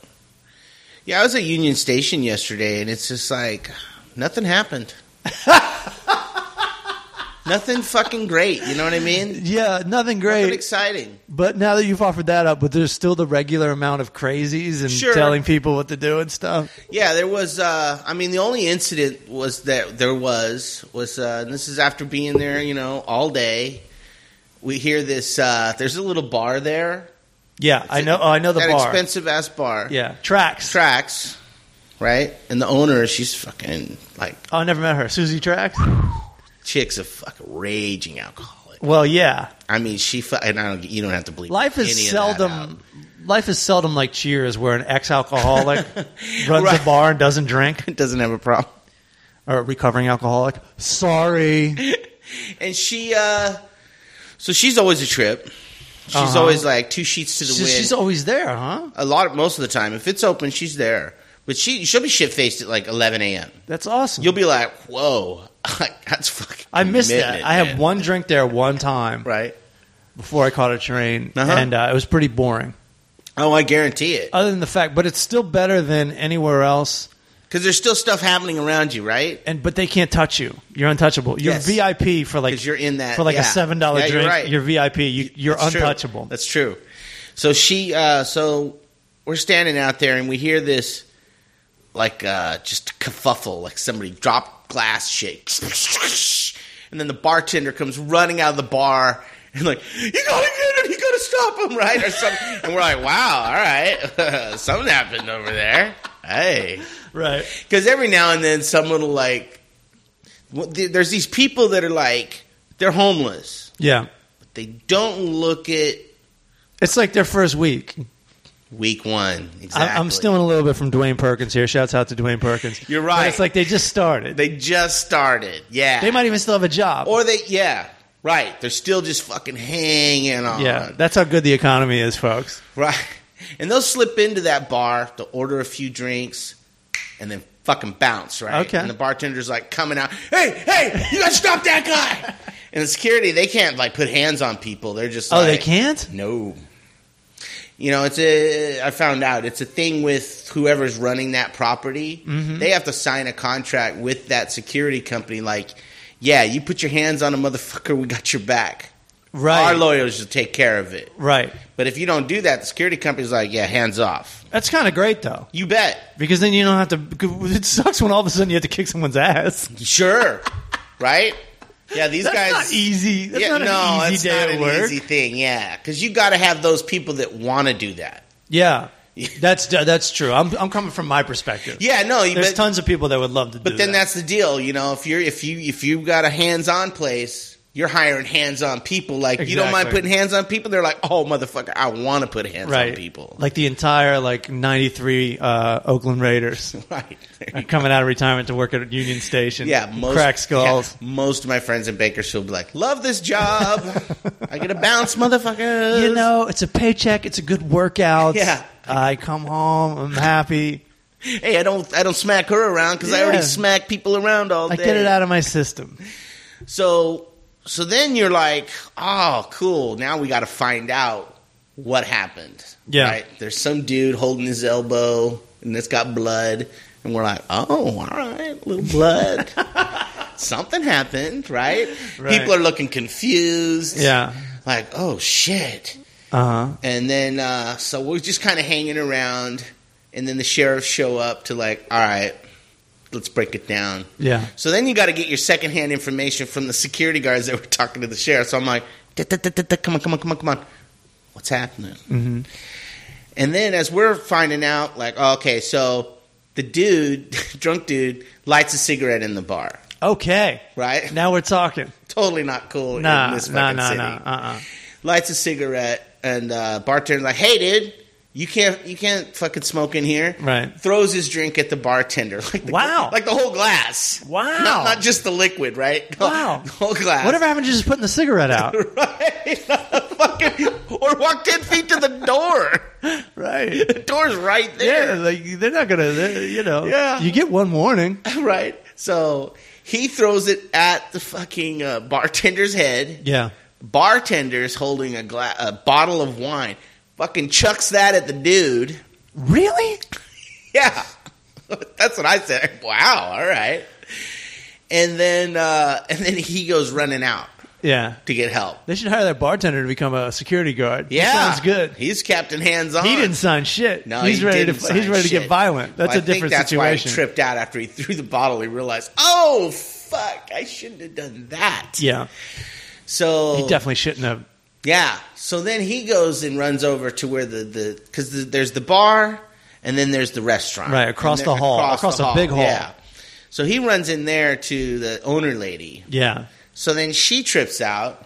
Speaker 3: Yeah, I was at Union Station yesterday, and it's just like nothing happened. nothing fucking great. You know what I mean?
Speaker 5: Yeah, nothing
Speaker 3: Nothing
Speaker 5: great.
Speaker 3: exciting.
Speaker 5: But now that you've offered that up, but there's still the regular amount of crazies and
Speaker 3: Sure.
Speaker 5: telling people what to do and stuff.
Speaker 3: Yeah, there was. Uh, I mean, the only incident was that there was was. Uh, and this is after being there, you know, all day. We hear this. Uh, there's a little bar there.
Speaker 5: Yeah, I know. Oh, I know the
Speaker 3: that
Speaker 5: bar.
Speaker 3: expensive ass bar.
Speaker 5: yeah, tracks.
Speaker 3: Tracks, right? And the owner, she's fucking like
Speaker 5: oh, I never met her. Susie Tracks.
Speaker 3: chicks a fucking raging alcoholic.
Speaker 5: Well, yeah.
Speaker 3: I mean, she fu- and I don't. You don't have to believe
Speaker 5: Life is
Speaker 3: any of that out.
Speaker 5: seldom. Life is seldom like Cheers, where an ex-alcoholic runs
Speaker 3: Right.
Speaker 5: a bar and doesn't drink,
Speaker 3: It doesn't have a problem.
Speaker 5: or a recovering alcoholic. Sorry.
Speaker 3: And she, uh so she's always a trip. She's
Speaker 5: Uh-huh.
Speaker 3: always like two sheets to the
Speaker 5: She's,
Speaker 3: wind.
Speaker 5: she's always there, huh?
Speaker 3: a lot, most of the time, if it's open, she's there. But she she'll be shit faced at like 11 a.m.
Speaker 5: That's awesome.
Speaker 3: You'll be like, whoa, that's fucking.
Speaker 5: I missed that.
Speaker 3: commitment,
Speaker 5: I had
Speaker 3: man.
Speaker 5: one drink there one time
Speaker 3: right.
Speaker 5: before I caught a train,
Speaker 3: Uh-huh.
Speaker 5: and uh, it was pretty boring.
Speaker 3: Oh, I guarantee it.
Speaker 5: Other than the fact, but it's still better than anywhere else.
Speaker 3: Because there's still stuff happening around you, right?
Speaker 5: And but they can't touch you. You're untouchable. You're
Speaker 3: Yes.
Speaker 5: VIP for like
Speaker 3: 'Cause you're in that-
Speaker 5: for like
Speaker 3: yeah.
Speaker 5: a seven dollar
Speaker 3: Yeah, you're
Speaker 5: drink. You're,
Speaker 3: right.
Speaker 5: VIP. You, you're
Speaker 3: That's true.
Speaker 5: untouchable.
Speaker 3: That's true. So she, uh, so we're standing out there and we hear this, like, uh, just kerfuffle, like somebody dropped glass shit. And then the bartender comes running out of the bar and, like, you gotta get him, you gotta stop him, right? Or something. And we're like, wow, all right. something happened over there. Hey.
Speaker 5: Right.
Speaker 3: Because every now and then someone will, like, w- th- there's these people that are like, they're homeless.
Speaker 5: Yeah.
Speaker 3: They don't look at
Speaker 5: It's like their first week.
Speaker 3: Week one, exactly.
Speaker 5: I, I'm stealing a little bit from Dwayne Perkins here. Shouts out to Dwayne Perkins.
Speaker 3: You're
Speaker 5: But
Speaker 3: right.
Speaker 5: it's like they just started. They,
Speaker 3: They just started, yeah.
Speaker 5: might even still have a job.
Speaker 3: or they, yeah, right. They're still just fucking hanging on,
Speaker 5: yeah. That's how good the economy is, folks.
Speaker 3: right. And they'll slip into that bar, they'll order a few drinks, and then fucking bounce, right?
Speaker 5: Okay.
Speaker 3: And the bartender's like coming out, hey, hey, you gotta stop that guy. And the security, they can't like put hands on people. They're just
Speaker 5: Oh, they
Speaker 3: like,
Speaker 5: can't.
Speaker 3: No. You know, it's a. I found out it's a thing with whoever's running that property.
Speaker 5: Mm-hmm.
Speaker 3: They have to sign a contract with that security company. Like, yeah, you put your hands on a motherfucker, we got your back.
Speaker 5: Right.
Speaker 3: Our lawyers will take care of it.
Speaker 5: right.
Speaker 3: But if you don't do that, the security company's like, yeah, hands off.
Speaker 5: That's kind of great though,
Speaker 3: You bet.
Speaker 5: because then you don't have to. because It sucks when all of a sudden you have to kick someone's ass.
Speaker 3: Sure. right. Yeah, these
Speaker 5: That's
Speaker 3: guys.
Speaker 5: not easy. That's not an easy
Speaker 3: it's
Speaker 5: day
Speaker 3: not
Speaker 5: at
Speaker 3: an
Speaker 5: work.
Speaker 3: easy thing. Yeah, because you got to have those people that want to do that.
Speaker 5: Yeah, that's uh, that's true. I'm I'm coming from my perspective.
Speaker 3: Yeah, no, you
Speaker 5: There's
Speaker 3: bet-
Speaker 5: tons of people that would love to do
Speaker 3: But then
Speaker 5: that.
Speaker 3: that's the deal, you know. If you're if you if you got a hands-on place, you're hiring hands-on people. Like you don't mind
Speaker 5: Exactly.
Speaker 3: putting hands on people. They're like, oh motherfucker, I want to put hands
Speaker 5: right.
Speaker 3: on people.
Speaker 5: Like the entire like 93 uh, Oakland Raiders
Speaker 3: right.
Speaker 5: are coming out of retirement to work at Union Station.
Speaker 3: Yeah,
Speaker 5: and
Speaker 3: most,
Speaker 5: crack skulls.
Speaker 3: yeah, most of my friends in Bakersfield be like, "Love this job. I get a bounce, motherfuckers."
Speaker 5: You know, it's a paycheck. It's a good workout.
Speaker 3: Yeah.
Speaker 5: I come home. I'm happy.
Speaker 3: hey, I don't, I don't smack her around because I
Speaker 5: Yeah.
Speaker 3: already smack people around all
Speaker 5: I
Speaker 3: day.
Speaker 5: get it out of my system.
Speaker 3: So so then you're like, oh, cool. Now we got to find out what happened.
Speaker 5: Yeah.
Speaker 3: There's some dude holding his elbow and it's got blood. And we're like, oh, all right, a little blood. Something happened, right?
Speaker 5: Right.
Speaker 3: People are looking confused.
Speaker 5: Yeah.
Speaker 3: Like, oh, shit.
Speaker 5: Uh huh.
Speaker 3: And then, uh, so we're just kind of hanging around. And then the sheriffs show up to, like, all right, let's break it down.
Speaker 5: Yeah.
Speaker 3: So then you got to get your secondhand information from the security guards that were talking to the sheriff. So I'm like, "Da, da, da, da, da, come on, come on, come on, come on. what's happening?
Speaker 2: Mm-hmm.
Speaker 3: And then as we're finding out, like, oh, okay, so the dude, drunk dude, lights a cigarette in the bar,
Speaker 5: Okay.
Speaker 3: right?
Speaker 5: Now we're talking.
Speaker 3: totally not cool in
Speaker 5: Nah,
Speaker 3: this
Speaker 5: nah,
Speaker 3: fucking
Speaker 5: nah,
Speaker 3: city.
Speaker 5: nah. Uh-uh.
Speaker 3: Lights a cigarette, and uh, bartender's like, "Hey, dude, you can't, you can't fucking smoke in here."
Speaker 5: Right.
Speaker 3: Throws his drink at the bartender. Like the,
Speaker 5: Wow.
Speaker 3: Like the whole glass.
Speaker 5: Wow.
Speaker 3: Not, not just the liquid, right? The-
Speaker 5: Wow.
Speaker 3: The whole glass.
Speaker 5: Whatever happened to just putting the cigarette out?
Speaker 3: Right. fucking, or walk ten feet to the door.
Speaker 5: right.
Speaker 3: The door's right
Speaker 5: Yeah,
Speaker 3: there.
Speaker 5: like they're not gonna, they're- you know.
Speaker 3: Yeah.
Speaker 5: You get one warning.
Speaker 3: Right. So he throws it at the fucking uh, bartender's head.
Speaker 5: Yeah.
Speaker 3: bartender's holding a, gla- a bottle of wine, fucking chucks that at the dude.
Speaker 5: Really?
Speaker 3: Yeah, that's what I said. Wow, all right. And then uh, and then he goes running out
Speaker 5: Yeah.
Speaker 3: to get help.
Speaker 5: They should hire that bartender to become a security guard. He
Speaker 3: Yeah,
Speaker 5: sounds good.
Speaker 3: He's Captain Hands On.
Speaker 5: He didn't sign shit.
Speaker 3: No,
Speaker 5: he's
Speaker 3: he
Speaker 5: ready
Speaker 3: didn't
Speaker 5: to.
Speaker 3: sign
Speaker 5: he's ready to
Speaker 3: shit.
Speaker 5: get violent. That's
Speaker 3: Well,
Speaker 5: a different
Speaker 3: I think that's
Speaker 5: situation.
Speaker 3: why he tripped out after he threw the bottle. He realized, oh fuck, I shouldn't have done that.
Speaker 5: Yeah,
Speaker 3: So
Speaker 5: he
Speaker 3: Oh.
Speaker 5: definitely shouldn't have.
Speaker 3: Yeah. So then he goes and runs over to where the the because the, there's the bar and then there's the restaurant
Speaker 5: Right, across
Speaker 3: And they're
Speaker 5: the hall, across a big hall.
Speaker 3: Yeah. So he runs in there to the owner lady.
Speaker 5: Yeah,
Speaker 3: So then she trips out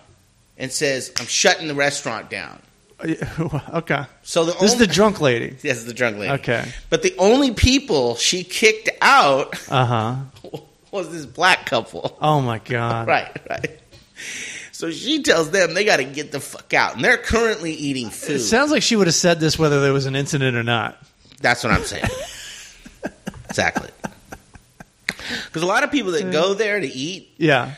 Speaker 3: and says, "I'm shutting the restaurant down."
Speaker 5: okay.
Speaker 3: So the
Speaker 5: This is
Speaker 3: only,
Speaker 5: the drunk lady.
Speaker 3: yes, it's the drunk lady.
Speaker 5: Okay.
Speaker 3: But the only people she kicked out
Speaker 5: Uh huh.
Speaker 3: was this black couple.
Speaker 5: Oh my god.
Speaker 3: Right. Right. So she tells them they got to get the fuck out, and they're currently eating food.
Speaker 5: It sounds like she would have said this whether there was an incident or not.
Speaker 3: That's what I'm saying. exactly. Because a lot of people that go there to eat,
Speaker 5: Yeah,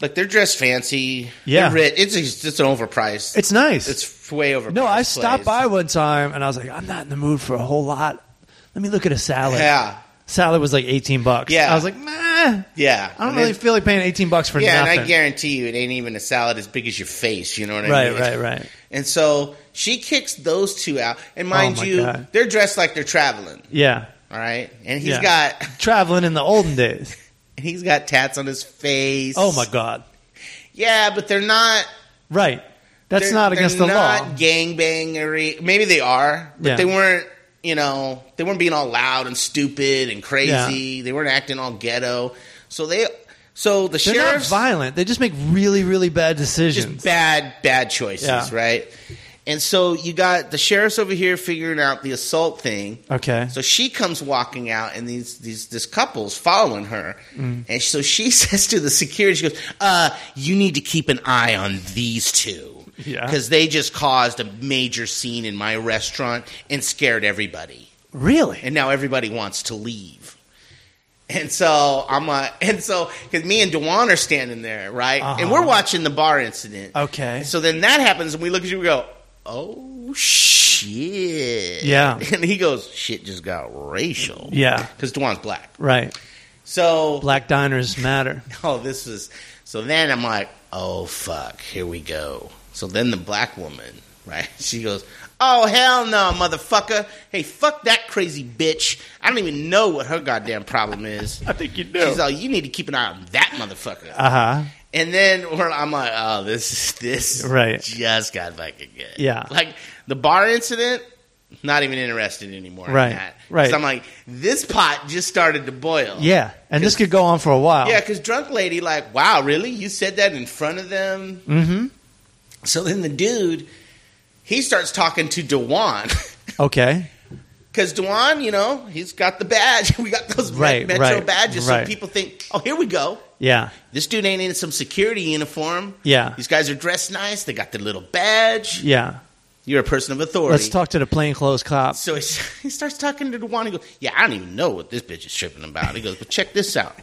Speaker 3: like they're dressed fancy.
Speaker 5: Yeah.
Speaker 3: They're rich. It's it's it's an overpriced.
Speaker 5: it's nice.
Speaker 3: it's way overpriced.
Speaker 5: no, I stopped by
Speaker 3: place.
Speaker 5: one time and I was like, I'm not in the mood for a whole lot. Let me look at a salad.
Speaker 3: Yeah,
Speaker 5: Salad was like 18 bucks.
Speaker 3: Yeah.
Speaker 5: I was like, nah, I
Speaker 3: yeah.
Speaker 5: don't
Speaker 3: And
Speaker 5: really
Speaker 3: it-
Speaker 5: feel like paying 18 bucks for
Speaker 3: yeah,
Speaker 5: nothing.
Speaker 3: and I guarantee you, it ain't even a salad as big as your face. You know what I
Speaker 5: right,
Speaker 3: mean?
Speaker 5: right, right.
Speaker 3: And so she kicks those two out, and mind
Speaker 5: Oh my
Speaker 3: you,
Speaker 5: God.
Speaker 3: they're dressed like they're traveling.
Speaker 5: Yeah,
Speaker 3: All right, and he's
Speaker 5: Yeah.
Speaker 3: got
Speaker 5: traveling in the olden days.
Speaker 3: he's got tats on his face.
Speaker 5: Oh my god.
Speaker 3: Yeah, but they're not.
Speaker 5: Right. That's
Speaker 3: They're-
Speaker 5: not against the
Speaker 3: they're
Speaker 5: law.
Speaker 3: Not gangbangery. Maybe they are, but
Speaker 5: Yeah.
Speaker 3: they weren't. You know, they weren't being all loud and stupid and crazy. They weren't acting all ghetto. So they, so the
Speaker 5: They're not
Speaker 3: sheriff's
Speaker 5: violent. They just make really, really bad decisions.
Speaker 3: just bad, bad choices,
Speaker 5: Yeah.
Speaker 3: right? And so you got the sheriff's over here figuring out the assault thing.
Speaker 5: okay.
Speaker 3: So she comes walking out, and these these this couple's following her,
Speaker 5: Mm.
Speaker 3: and so she says to the security, "She goes, uh, you need to keep an eye on these two,
Speaker 5: Yeah.
Speaker 3: because they just caused a major scene in my restaurant and scared everybody,
Speaker 5: really?
Speaker 3: and now everybody wants to leave." And so I'm uh, and so because me and Dewan are standing there, right, and we're watching the bar incident.
Speaker 5: Uh-huh. Okay.
Speaker 3: So then that happens, and we look at you and go, oh, shit.
Speaker 5: Yeah.
Speaker 3: And he goes, shit just got racial.
Speaker 5: Yeah.
Speaker 3: Because Dwan's black.
Speaker 5: Right.
Speaker 3: So,
Speaker 5: Black diners matter.
Speaker 3: oh, this was. So then I'm like, oh, fuck, here we go. So then the black woman, right? She goes, oh, hell no, motherfucker. Hey, fuck that crazy bitch. I don't even know what her goddamn problem is. I think you do. She's like, you need to keep an eye on that motherfucker.
Speaker 5: Uh huh.
Speaker 3: And then we're, I'm like, oh, this is this
Speaker 5: Right.
Speaker 3: just got fucking good.
Speaker 5: Yeah.
Speaker 3: like the bar incident. Not even interested anymore. in
Speaker 5: Right,
Speaker 3: that. 'Cause
Speaker 5: right.
Speaker 3: I'm like, this pot just started to boil.
Speaker 5: Yeah. And this could go on for a while.
Speaker 3: Yeah. Because drunk lady, like, wow, really? You said that in front of them?
Speaker 5: Mm
Speaker 3: So then the dude, he starts talking to Dewan.
Speaker 5: hmm. Okay.
Speaker 3: Because Dewan, you know, he's got the badge. we got those red
Speaker 5: Right,
Speaker 3: Metro
Speaker 5: right,
Speaker 3: badges.
Speaker 5: right.
Speaker 3: So people think, oh, here we go.
Speaker 5: Yeah.
Speaker 3: This dude ain't in some security uniform.
Speaker 5: Yeah.
Speaker 3: These guys are dressed nice. They got their little badge.
Speaker 5: Yeah.
Speaker 3: You're a person of authority.
Speaker 5: Let's talk to the plainclothes cop.
Speaker 3: So he, he starts talking to Dewan. He goes, "Yeah, I don't even know what this bitch is tripping about." He goes, "But check this out."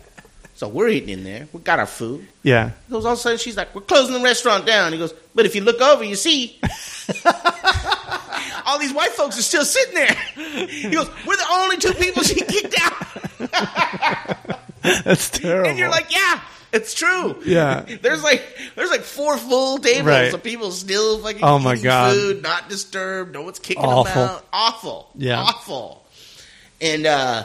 Speaker 3: So we're eating in there. We got our food.
Speaker 5: Yeah.
Speaker 3: He goes, all of a sudden, she's like, "We're closing the restaurant down." He goes, "But if you look over, you see." All these white folks are still sitting there. He goes, We're the only two people she kicked out.
Speaker 5: That's terrible.
Speaker 3: And you're like, Yeah, it's true.
Speaker 5: Yeah.
Speaker 3: There's like there's like four full tables
Speaker 5: Right.
Speaker 3: of people still fucking
Speaker 5: Oh, my
Speaker 3: eating
Speaker 5: God.
Speaker 3: food, not disturbed, no one's kicking
Speaker 5: Awful.
Speaker 3: them out. Awful.
Speaker 5: Yeah.
Speaker 3: Awful. And uh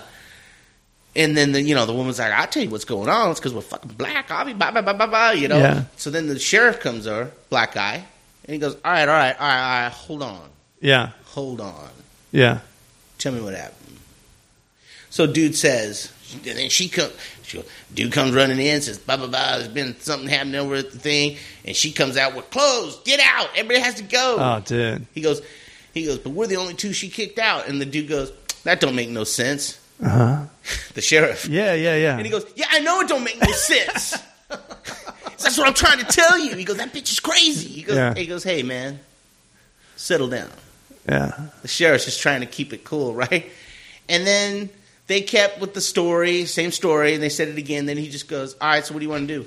Speaker 3: and then the you know the woman's like, I'll tell you what's going on, it's because we're fucking black, I'll be blah blah blah blah blah, you know.
Speaker 5: Yeah.
Speaker 3: So then the sheriff comes over, black guy, And he goes, all right, all right, all right, all right, hold on,
Speaker 5: Yeah.
Speaker 3: hold on.
Speaker 5: Yeah.
Speaker 3: Tell me what happened. So dude says, and then she comes. She goes, dude comes running in, says, "Blah blah blah." There's been something happening over at the thing, and she comes out. We're closed. Get out. Everybody has to go.
Speaker 5: Oh, dude.
Speaker 3: He goes, he goes, but we're the only two she kicked out. And the dude goes, that don't make no sense.
Speaker 5: Uh huh.
Speaker 3: The sheriff.
Speaker 5: Yeah. Yeah. Yeah.
Speaker 3: And he goes, yeah, I know it don't make no sense. That's what I'm trying to tell you. He goes, that bitch is crazy. He goes,
Speaker 5: Yeah.
Speaker 3: he goes, hey man, settle down.
Speaker 5: yeah.
Speaker 3: The sheriff's just trying to keep it cool, right? And then they kept with the story, same story, and they said it again. Then he just goes, all right, so what do you want to do?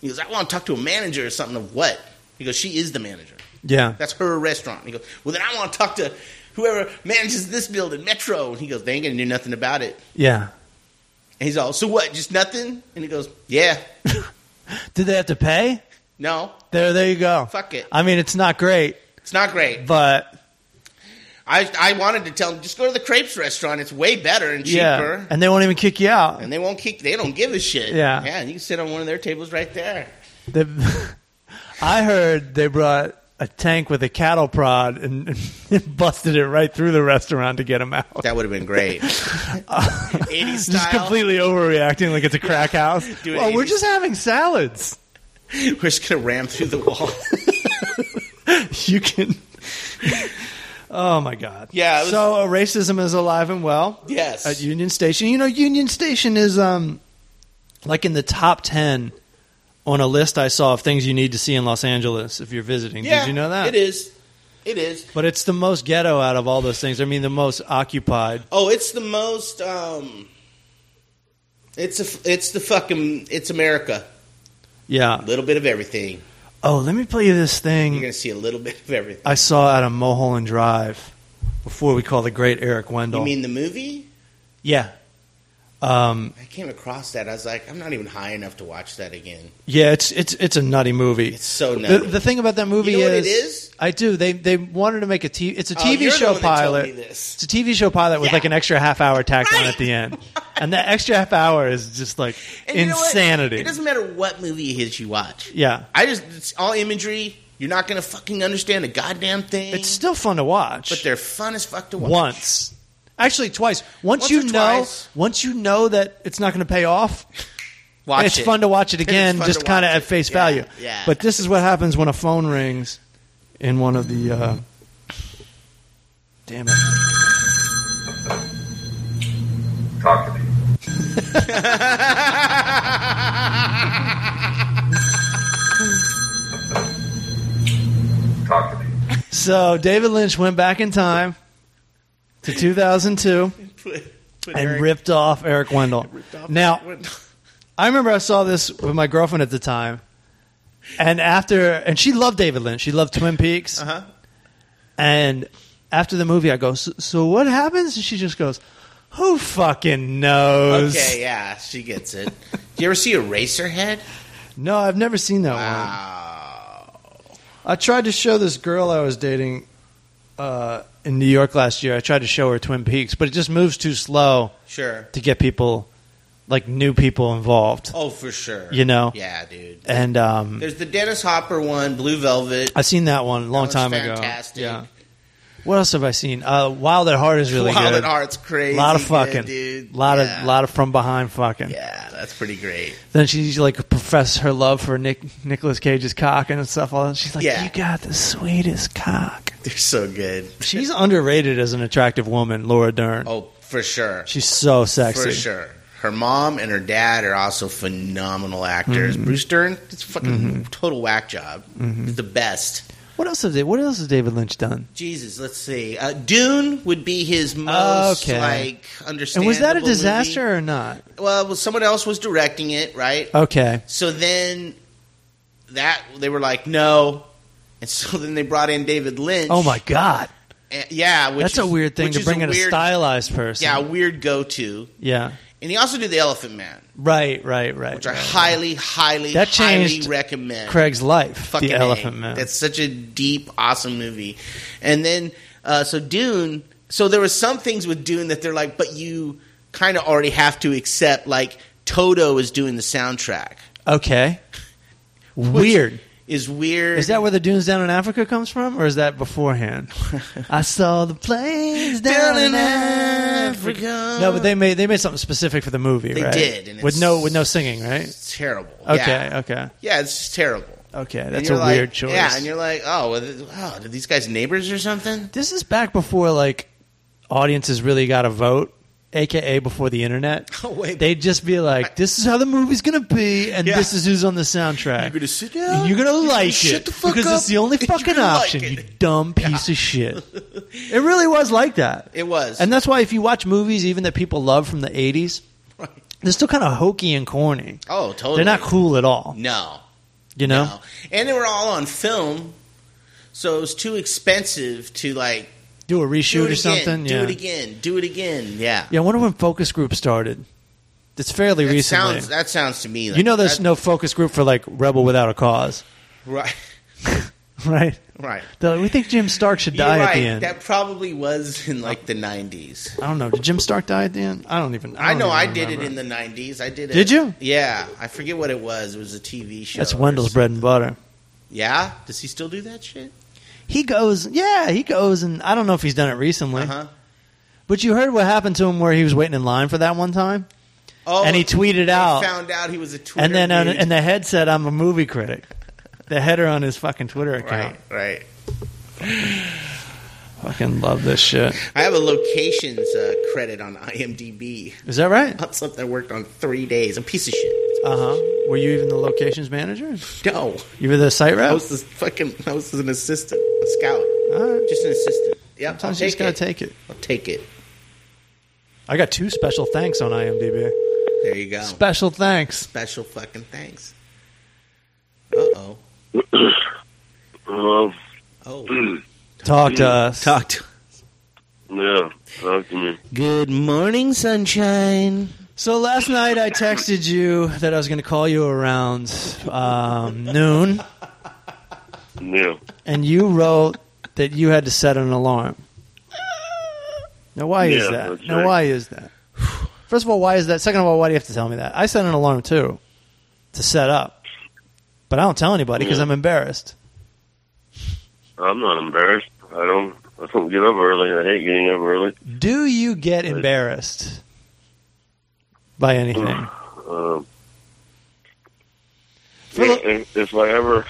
Speaker 3: He goes, I want to talk to a manager or something of what? He goes, she is the manager.
Speaker 5: Yeah.
Speaker 3: That's her restaurant. He goes, Well, then I want to talk to whoever manages this building, Metro. And he goes, They ain't going to do nothing about it.
Speaker 5: Yeah.
Speaker 3: And he's all, So what? Just nothing? And he goes, Yeah.
Speaker 5: Did they have to pay?
Speaker 3: No,
Speaker 5: There. There you go.
Speaker 3: fuck it.
Speaker 5: I mean, it's not great,
Speaker 3: It's not great.
Speaker 5: but
Speaker 3: I, I wanted to tell him, Just go to the crepes restaurant. It's way better and cheaper.
Speaker 5: yeah. And they won't even kick you out.
Speaker 3: And they won't kick, they don't give a shit.
Speaker 5: Yeah.
Speaker 3: Yeah, you can sit on one of their tables right there.
Speaker 5: They, I heard they brought a tank with a cattle prod and, and busted it right through the restaurant to get him out.
Speaker 3: That would have been great. 80s style.
Speaker 5: Uh, Just completely overreacting like it's a crack house.
Speaker 3: Do it
Speaker 5: well, we're
Speaker 3: 80s.
Speaker 5: just having salads.
Speaker 3: We're just going to ram through the wall.
Speaker 5: You can. Oh my God!
Speaker 3: Yeah, it was-
Speaker 5: so uh, racism is alive and well
Speaker 3: yes.
Speaker 5: at Union Station. Uh, You know, Union Station is um like in the top ten on a list I saw of things you need to see in Los Angeles if you're visiting.
Speaker 3: yeah,
Speaker 5: Did you know that?
Speaker 3: It is. It is.
Speaker 5: But it's the most ghetto out of all those things. I mean, the most occupied.
Speaker 3: Oh, it's the most. Um, it's a, it's the fucking it's America. A
Speaker 5: Yeah.
Speaker 3: little bit of everything.
Speaker 5: Oh, let me play you this
Speaker 3: You're
Speaker 5: thing
Speaker 3: gonna see a little bit of everything.
Speaker 5: I saw out of Mulholland Drive before we call the great Eric Wendell.
Speaker 3: You mean the movie?
Speaker 5: yeah. Um,
Speaker 3: I came across that. I was like, I'm not even high enough to watch that again.
Speaker 5: yeah, it's it's it's a nutty movie.
Speaker 3: It's so
Speaker 5: the,
Speaker 3: nutty.
Speaker 5: the thing about that movie
Speaker 3: you know
Speaker 5: is,
Speaker 3: what it is?
Speaker 5: I do. They they wanted to make a TV. It's a
Speaker 3: Oh,
Speaker 5: TV
Speaker 3: you're the
Speaker 5: show
Speaker 3: one that told
Speaker 5: pilot.
Speaker 3: me this.
Speaker 5: It's a TV show pilot with
Speaker 3: Yeah.
Speaker 5: like an extra half hour tacked on
Speaker 3: Right.
Speaker 5: at the end, and that extra half hour is just like
Speaker 3: And you know what?
Speaker 5: insanity.
Speaker 3: it doesn't matter what movie it is you watch.
Speaker 5: yeah,
Speaker 3: I just it's all imagery. You're not gonna fucking understand a goddamn thing.
Speaker 5: it's still fun to watch.
Speaker 3: but they're fun as fuck to watch.
Speaker 5: once. Actually, twice. Once,
Speaker 3: Once
Speaker 5: you
Speaker 3: or
Speaker 5: know,
Speaker 3: twice.
Speaker 5: once you know that it's not going to pay off,
Speaker 3: Watch
Speaker 5: it's
Speaker 3: it.
Speaker 5: fun to watch it again,
Speaker 3: fun
Speaker 5: just
Speaker 3: to
Speaker 5: kind of
Speaker 3: watch
Speaker 5: at
Speaker 3: it.
Speaker 5: face
Speaker 3: Yeah,
Speaker 5: value.
Speaker 3: yeah.
Speaker 5: But this is what happens when a phone rings in one of the. Uh, damn it!
Speaker 8: Talk to me. Talk to me.
Speaker 5: So David Lynch went back in time to 2002 and ripped off Eric Wendell. now, I remember I saw this with my girlfriend at the time, and after, and she loved David Lynch. She loved Twin Peaks.
Speaker 3: Uh-huh.
Speaker 5: And after the movie, I go, "So, so what happens?" And she just goes, "Who fucking knows?"
Speaker 3: Okay, yeah, she gets it. Do you ever see Eraserhead?
Speaker 5: No, I've never seen that one.
Speaker 3: Wow.
Speaker 5: I tried to show this girl I was dating uh, in New York last year. I tried to show her Twin Peaks, but it just moves too slow
Speaker 3: Sure.
Speaker 5: to get people, like new people involved.
Speaker 3: Oh, for sure.
Speaker 5: You know?
Speaker 3: Yeah, dude.
Speaker 5: And um,
Speaker 3: There's the Dennis Hopper one, Blue Velvet.
Speaker 5: I've seen that one a long
Speaker 3: That was
Speaker 5: time
Speaker 3: fantastic.
Speaker 5: ago. Yeah. What else have I seen? Uh, Wild at Heart is really
Speaker 3: Wild
Speaker 5: good.
Speaker 3: at Heart's crazy.
Speaker 5: a lot of
Speaker 3: good,
Speaker 5: fucking,
Speaker 3: dude.
Speaker 5: lot
Speaker 3: Yeah.
Speaker 5: of lot of from behind fucking.
Speaker 3: Yeah, that's pretty great.
Speaker 5: Then she's like profess her love for Nick Nicolas Cage's cock and stuff. All that. she's like,
Speaker 3: Yeah.
Speaker 5: "You got the sweetest cock."
Speaker 3: They're so good.
Speaker 5: She's underrated as an attractive woman, Laura Dern.
Speaker 3: Oh, for sure.
Speaker 5: She's so sexy.
Speaker 3: For sure. Her mom and her dad are also phenomenal actors.
Speaker 5: Mm-hmm.
Speaker 3: Bruce Dern, it's a fucking total whack job. He's the best.
Speaker 5: What else have they, What else has David Lynch done?
Speaker 3: Jesus, let's see. Uh, Dune would be his most
Speaker 5: Okay.
Speaker 3: like understandable.
Speaker 5: And was that a
Speaker 3: movie.
Speaker 5: disaster or not?
Speaker 3: Well, someone else was directing it, right?
Speaker 5: Okay.
Speaker 3: So then that they were like, no. And so then they brought in David Lynch.
Speaker 5: Oh my God,
Speaker 3: And- yeah, which
Speaker 5: that's
Speaker 3: is-
Speaker 5: a weird thing
Speaker 3: which
Speaker 5: to
Speaker 3: is
Speaker 5: bring in a
Speaker 3: weird-
Speaker 5: stylized person.
Speaker 3: Yeah, a weird go-to.
Speaker 5: Yeah.
Speaker 3: And he also did the Elephant Man,
Speaker 5: Right. Right. Right.
Speaker 3: which I
Speaker 5: right.
Speaker 3: highly, highly,
Speaker 5: That
Speaker 3: highly
Speaker 5: changed
Speaker 3: recommend.
Speaker 5: Craig's life.
Speaker 3: Fucking
Speaker 5: the
Speaker 3: A.
Speaker 5: Elephant Man.
Speaker 3: That's such a deep, awesome movie. And then uh, so Dune. So there were some things with Dune that they're like, but you kind of already have to accept. Like Toto is doing the soundtrack.
Speaker 5: okay.
Speaker 3: Which-
Speaker 5: Weird.
Speaker 3: is weird.
Speaker 5: Is that where the dunes down in Africa comes from, or is that beforehand? I saw the planes down in Africa. No, but they made they made something specific for the movie.
Speaker 3: They
Speaker 5: right?
Speaker 3: did, and
Speaker 5: with
Speaker 3: it's-
Speaker 5: no with no singing, right?
Speaker 3: It's terrible.
Speaker 5: Okay,
Speaker 3: Yeah,
Speaker 5: okay,
Speaker 3: yeah it's just terrible.
Speaker 5: okay.
Speaker 3: And
Speaker 5: That's a
Speaker 3: you're like-
Speaker 5: weird choice.
Speaker 3: Yeah, and you're like, oh, well, th- wow, are these guys neighbors or something?
Speaker 5: this is back before like audiences really got a vote, aka before the internet.
Speaker 3: Oh, wait.
Speaker 5: They'd just be like, "This is how the movie's gonna be, and
Speaker 3: Yeah.
Speaker 5: this is who's on the soundtrack."
Speaker 3: You're gonna sit down?
Speaker 5: And You're gonna
Speaker 3: You're gonna
Speaker 5: like
Speaker 3: shut
Speaker 5: it
Speaker 3: the fuck
Speaker 5: because
Speaker 3: up?
Speaker 5: it's the only
Speaker 3: You're
Speaker 5: fucking
Speaker 3: gonna like
Speaker 5: option.
Speaker 3: it.
Speaker 5: you dumb piece of shit. It really was like that.
Speaker 3: It was.
Speaker 5: and that's why if you watch movies even that people love from the '80s,
Speaker 3: Right.
Speaker 5: they're still kind of hokey and corny.
Speaker 3: Oh, totally.
Speaker 5: They're not cool at all.
Speaker 3: No,
Speaker 5: You know.
Speaker 3: no. And they were all on film, so it was too expensive to like
Speaker 5: Do a reshoot
Speaker 3: do it
Speaker 5: or
Speaker 3: again,
Speaker 5: something.
Speaker 3: Do
Speaker 5: yeah.
Speaker 3: it again. Do it again. Yeah.
Speaker 5: Yeah, I wonder when focus group started. It's fairly
Speaker 3: That
Speaker 5: recently.
Speaker 3: sounds. That sounds to me. Like
Speaker 5: you know, there's
Speaker 3: that-
Speaker 5: no focus group for like Rebel Without a Cause,
Speaker 3: right.
Speaker 5: right?
Speaker 3: Right.
Speaker 5: They're like, we think Jim Stark should
Speaker 3: You're
Speaker 5: die
Speaker 3: right.
Speaker 5: at the end.
Speaker 3: That probably was in like the '90s.
Speaker 5: I don't know. Did Jim Stark die at the end? I don't even.
Speaker 3: I, know
Speaker 5: don't
Speaker 3: I
Speaker 5: even
Speaker 3: did it
Speaker 5: remember.
Speaker 3: in the '90s. I did it.
Speaker 5: Did you?
Speaker 3: Yeah, I forget what it was. It was a TV show.
Speaker 5: That's
Speaker 3: or
Speaker 5: Wendell's
Speaker 3: something.
Speaker 5: bread and butter.
Speaker 3: Yeah. Does he still do that shit?
Speaker 5: He goes, yeah, he goes, and I don't know if he's done it recently,
Speaker 3: Uh huh.
Speaker 5: but you heard what happened to him where he was waiting in line for that one time,
Speaker 3: Oh,
Speaker 5: and he tweeted
Speaker 3: they
Speaker 5: out,
Speaker 3: Found out he was a Twitter.
Speaker 5: and then on,
Speaker 3: dude.
Speaker 5: and the head said, "I'm a movie critic." The header on his fucking Twitter account.
Speaker 3: right, right.
Speaker 5: Fucking love this shit.
Speaker 3: I have a locations uh, credit on IMDb.
Speaker 5: Is that right?
Speaker 3: That's something I worked on three days. A piece of shit.
Speaker 5: Uh huh. Were you even the locations manager?
Speaker 3: No,
Speaker 5: You were the site
Speaker 3: I
Speaker 5: rep.
Speaker 3: was this fucking. I was an assistant, a scout,
Speaker 5: All right.
Speaker 3: just an assistant. Yeah, I'll
Speaker 5: Sometimes you just
Speaker 3: take
Speaker 5: gotta
Speaker 3: it.
Speaker 5: take it.
Speaker 3: I'll take it.
Speaker 5: I got two special thanks on IMDb.
Speaker 3: There you go.
Speaker 5: Special thanks.
Speaker 3: Special fucking thanks. Uh oh.
Speaker 9: Hello.
Speaker 3: Oh.
Speaker 5: Talk to us.
Speaker 3: Talked.
Speaker 9: Yeah. Talk to me.
Speaker 3: Good morning, sunshine.
Speaker 5: So last night I texted you that I was going to call you around um, noon,
Speaker 9: Yeah.
Speaker 5: and you wrote that you had to set an alarm. Now why is
Speaker 9: Yeah,
Speaker 5: that?
Speaker 9: that's
Speaker 5: Now
Speaker 9: right.
Speaker 5: why is that? First of all, why is that? Second of all, why do you have to tell me that? I set an alarm too to set up, but I don't tell anybody because
Speaker 9: Yeah.
Speaker 5: I'm embarrassed.
Speaker 9: I'm not embarrassed. I don't. I don't get up early. I hate getting up early.
Speaker 5: Do you get embarrassed by anything?
Speaker 9: Um,
Speaker 5: For the-
Speaker 9: if, if I ever,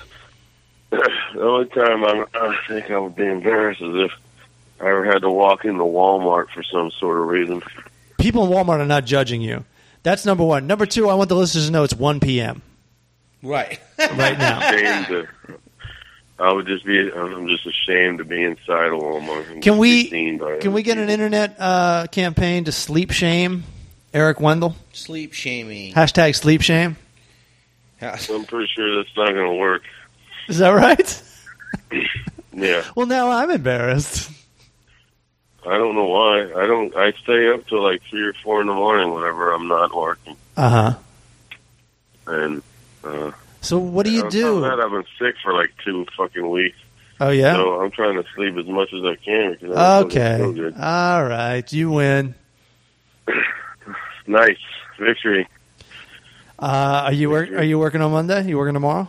Speaker 9: the only time I, I think I would be embarrassed is if I ever had to walk into Walmart for some sort of reason.
Speaker 5: people in Walmart are not judging you. That's number one. Number two, I want the listeners to know it's 1 p.m.
Speaker 3: Right.
Speaker 5: right now.
Speaker 9: Ashamed to, I would just be. I'm just ashamed to be inside a Walmart. and
Speaker 5: Can
Speaker 9: be
Speaker 5: we-
Speaker 9: seen by
Speaker 5: Can we get an
Speaker 9: other people.
Speaker 5: internet uh, campaign to sleep shame Eric Wendell?
Speaker 3: Sleep shaming.
Speaker 5: Hashtag sleep shame.
Speaker 9: I'm pretty sure that's not going to work.
Speaker 5: Is that right?
Speaker 9: Yeah.
Speaker 5: Well, now I'm embarrassed.
Speaker 9: I don't know why. I don't. I stay up till like three or four in the morning whenever I'm not working,
Speaker 5: Uh huh.
Speaker 9: and uh,
Speaker 5: So what do you
Speaker 9: I'm so mad
Speaker 5: do?
Speaker 9: I've been sick for like two fucking weeks,
Speaker 5: Oh yeah.
Speaker 9: so I'm trying to sleep as much as I can. Because I don't
Speaker 5: Okay.
Speaker 9: feel good.
Speaker 5: All right. You win.
Speaker 9: Nice victory.
Speaker 5: Uh, are you work? Are you working on Monday? You working tomorrow?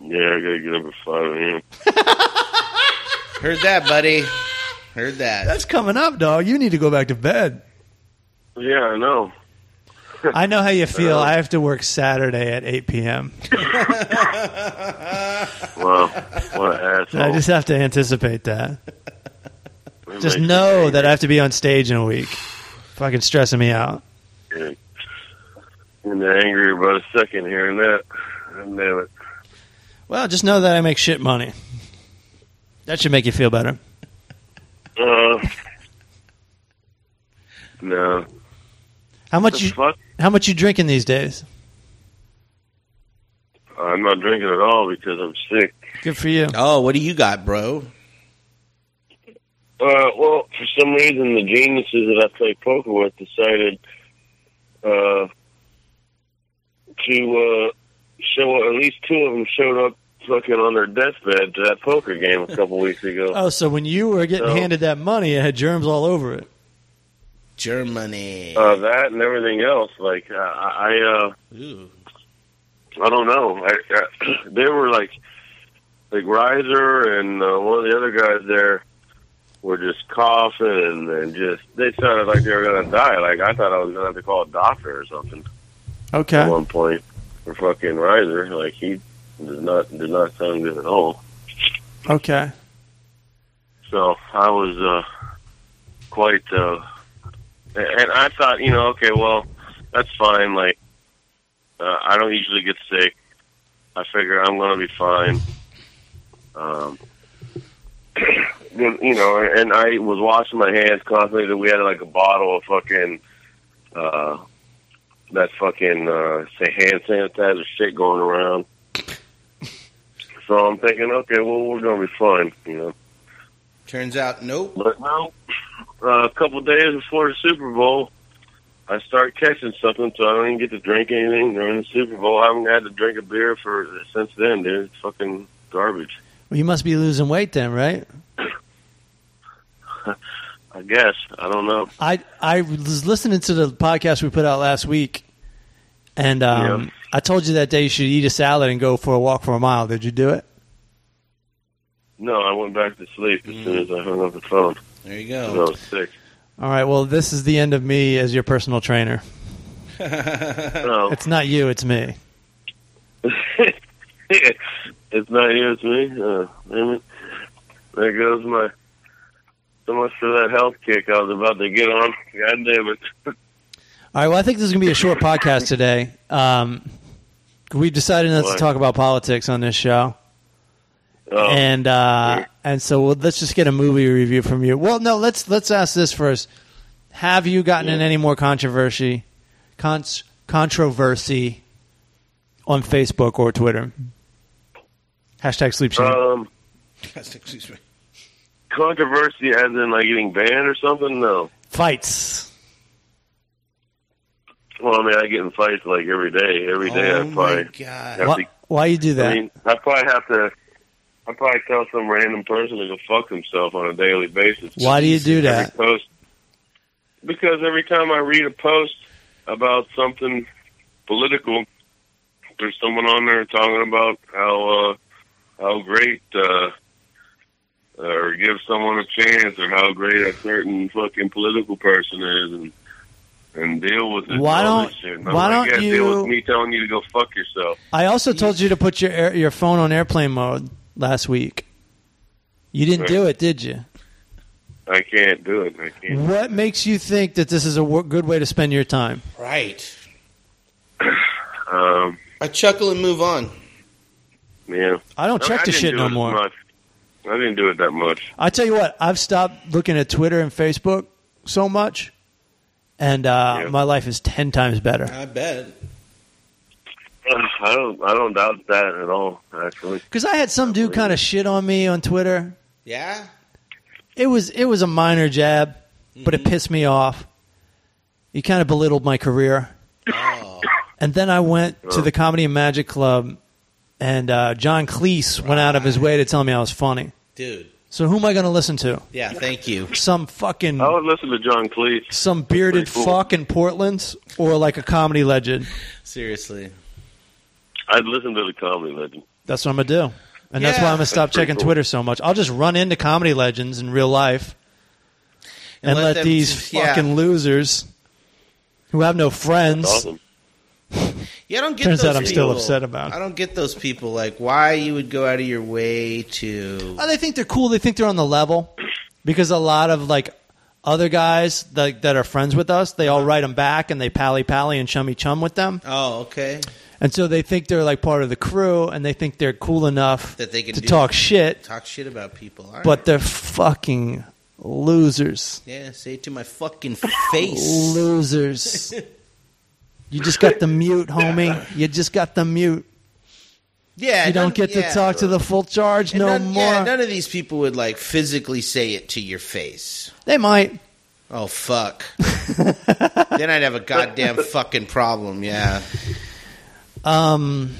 Speaker 9: Yeah, I gotta get up at five a.m.
Speaker 3: Heard that, buddy. Heard that.
Speaker 5: That's coming up, dog. You need to go back to bed.
Speaker 9: Yeah, I know.
Speaker 5: I know how you feel.
Speaker 9: Uh.
Speaker 5: I have to work Saturday at 8 p.m.
Speaker 9: Wow, what an asshole!
Speaker 5: I just have to anticipate that.
Speaker 9: It
Speaker 5: Just
Speaker 9: makes
Speaker 5: know
Speaker 9: me
Speaker 5: that I have to be on stage in a week. Fucking stressing me out.
Speaker 9: angry. And angry about a second here and that. God Damn it.
Speaker 5: Well, just know that I make shit money. That should make you feel better.
Speaker 9: Uh, no.
Speaker 5: How
Speaker 9: Uh, The
Speaker 5: much you
Speaker 9: fuck?
Speaker 5: how much you drinking these days?
Speaker 9: I'm not drinking at all because I'm sick.
Speaker 5: Good for you.
Speaker 3: Oh, what do you got, bro?
Speaker 9: Uh, well, for some reason, the geniuses that I play poker with decided uh, to uh, show up. At least two of them showed up fucking on their deathbed to that poker game a couple weeks ago.
Speaker 5: Oh, so when you were getting
Speaker 9: No.
Speaker 5: handed that money, it had germs all over it.
Speaker 3: Germany.
Speaker 9: Uh, that and everything else. Like, I, I uh,
Speaker 3: Ooh.
Speaker 9: I don't know. I, I, they were like, like Riser and uh, one of the other guys there were just coughing and, and just they sounded like they were gonna die. Like I thought I was gonna have to call a doctor or something
Speaker 5: Okay.
Speaker 9: at one point for fucking Riser. Like he does not did not sound good at all.
Speaker 5: Okay.
Speaker 9: So I was uh, quite, uh, and I thought, you know, okay, well, that's fine. Like, uh, I don't usually get sick. I figure I'm gonna be fine. Um, then, you know, and I was washing my hands constantly. That we had like a bottle of fucking uh, that fucking uh, say hand sanitizer shit going around. So I'm thinking, okay, well, we're gonna be fine, you know.
Speaker 3: Turns out, nope.
Speaker 9: But no, uh, a couple days before the Super Bowl, I start catching something, so I don't even get to drink anything during the Super Bowl. I haven't had to drink a beer for since then, dude. It's fucking garbage,
Speaker 5: Well, you must be losing weight then, right?
Speaker 9: I guess. I don't know.
Speaker 5: I I was listening to the podcast we put out last week, and um,
Speaker 9: Yeah.
Speaker 5: I told you that day you should eat a salad and go for a walk for a mile. Did you do it?
Speaker 9: No, I went back to sleep as soon as I hung up the phone.
Speaker 3: There you
Speaker 9: 'cause
Speaker 3: go.
Speaker 9: I was sick.
Speaker 5: All right. Well, this is the end of me as your personal trainer.
Speaker 9: No,
Speaker 5: It's not you. It's me.
Speaker 9: it's not you, it's me. Uh, damn it. There goes my so much for that health kick I was about to get on. God damn it.
Speaker 5: All right. Well, I think this is going to be a short podcast today. Um, we've decided not to
Speaker 9: Why?
Speaker 5: talk about politics on this show,
Speaker 9: Oh.
Speaker 5: and uh, and so well, let's just get a movie review from you. Well, no, let's let's ask this first. Have you gotten in any more controversy, cons- controversy on Facebook or Twitter? Hashtag sleep shame.
Speaker 9: um,
Speaker 3: Excuse me.
Speaker 9: controversy as in like getting banned or something? No.
Speaker 5: Fights.
Speaker 9: Well, I mean, I get in fights like every day. Every day,
Speaker 3: Oh
Speaker 9: I
Speaker 3: my
Speaker 9: probably
Speaker 3: god.
Speaker 9: have
Speaker 5: Why, why you do
Speaker 9: to.
Speaker 5: that?
Speaker 9: I mean, I probably have to. I probably tell some random person to go fuck himself on a daily basis.
Speaker 5: why do you do
Speaker 9: Every
Speaker 5: that?
Speaker 9: post, because every time I read a post about something political, there's someone on there talking about how uh, how great uh, or give someone a chance or how great a certain fucking political person is and and deal with it.
Speaker 5: Why
Speaker 9: and all this
Speaker 5: don't-
Speaker 9: shit. And I'm
Speaker 5: why
Speaker 9: like,
Speaker 5: don't
Speaker 9: yeah, deal
Speaker 5: you-
Speaker 9: with me telling you to go fuck yourself?
Speaker 5: I also told you to put your air, your phone on airplane mode last week. You didn't do it, did you?
Speaker 9: I can't do it. I can't.
Speaker 5: What makes you think that this is a wor- good way to spend your time?
Speaker 3: Right.
Speaker 9: Um,
Speaker 3: I chuckle and move on.
Speaker 9: yeah,
Speaker 5: I don't check
Speaker 9: I
Speaker 5: the
Speaker 9: didn't
Speaker 5: shit
Speaker 9: do
Speaker 5: no
Speaker 9: it
Speaker 5: more.
Speaker 9: much. I didn't do it that much.
Speaker 5: I tell you what, I've stopped looking at Twitter and Facebook so much, and uh,
Speaker 9: Yeah.
Speaker 5: my life is ten times better.
Speaker 3: I bet.
Speaker 9: I don't. I don't doubt that at all. Actually,
Speaker 5: Because I had some dude kind of shit on me on Twitter.
Speaker 3: Yeah.
Speaker 5: It was it was a minor jab, but it pissed me off. He kind of belittled my career.
Speaker 3: Oh.
Speaker 5: And then I went to the Comedy and Magic Club, and uh, John Cleese went out of his way to tell me I was funny.
Speaker 3: Dude.
Speaker 5: So who am I going to listen to?
Speaker 3: Yeah, thank you.
Speaker 5: Some fucking
Speaker 9: I would listen to John Cleese.
Speaker 5: some bearded
Speaker 9: Pretty cool.
Speaker 5: fuck in Portland, or like a comedy legend.
Speaker 3: Seriously.
Speaker 9: I'd listen to the comedy legend.
Speaker 5: That's what I'm gonna do, and that's why
Speaker 3: Yeah.
Speaker 5: I'm gonna stop
Speaker 9: That's pretty
Speaker 5: checking
Speaker 9: cool.
Speaker 5: Twitter so much. I'll just run into comedy legends in real life, and,
Speaker 3: let
Speaker 5: let,
Speaker 3: them
Speaker 5: these
Speaker 3: just- yeah.
Speaker 5: fucking losers who have no friends.
Speaker 9: Awesome.
Speaker 3: Yeah, I don't get
Speaker 5: Turns
Speaker 3: those
Speaker 5: out I'm still
Speaker 3: people.
Speaker 5: upset about it.
Speaker 3: I don't get those people. Like, why you would go out of your way to.
Speaker 5: Oh, they think they're cool. They think they're on the level because a lot of like other guys that, that are friends with us, they all write them back and they pally pally and chummy chum with them,
Speaker 3: Oh, okay.
Speaker 5: and so they think they're like part of the crew and they think they're cool enough
Speaker 3: That they can
Speaker 5: to
Speaker 3: do-
Speaker 5: talk shit,
Speaker 3: Talk shit about people. All right.
Speaker 5: but they're fucking losers.
Speaker 3: Yeah, say it to my fucking face.
Speaker 5: Losers. you just got the mute, homie. You just got the mute.
Speaker 3: Yeah,
Speaker 5: You don't
Speaker 3: none-
Speaker 5: get to
Speaker 3: yeah.
Speaker 5: talk to the full charge
Speaker 3: And
Speaker 5: no
Speaker 3: none,
Speaker 5: more.
Speaker 3: Yeah, none of these people would like physically say it to your face.
Speaker 5: They might.
Speaker 3: Oh fuck. then I'd have a goddamn fucking problem. Yeah.
Speaker 5: Um.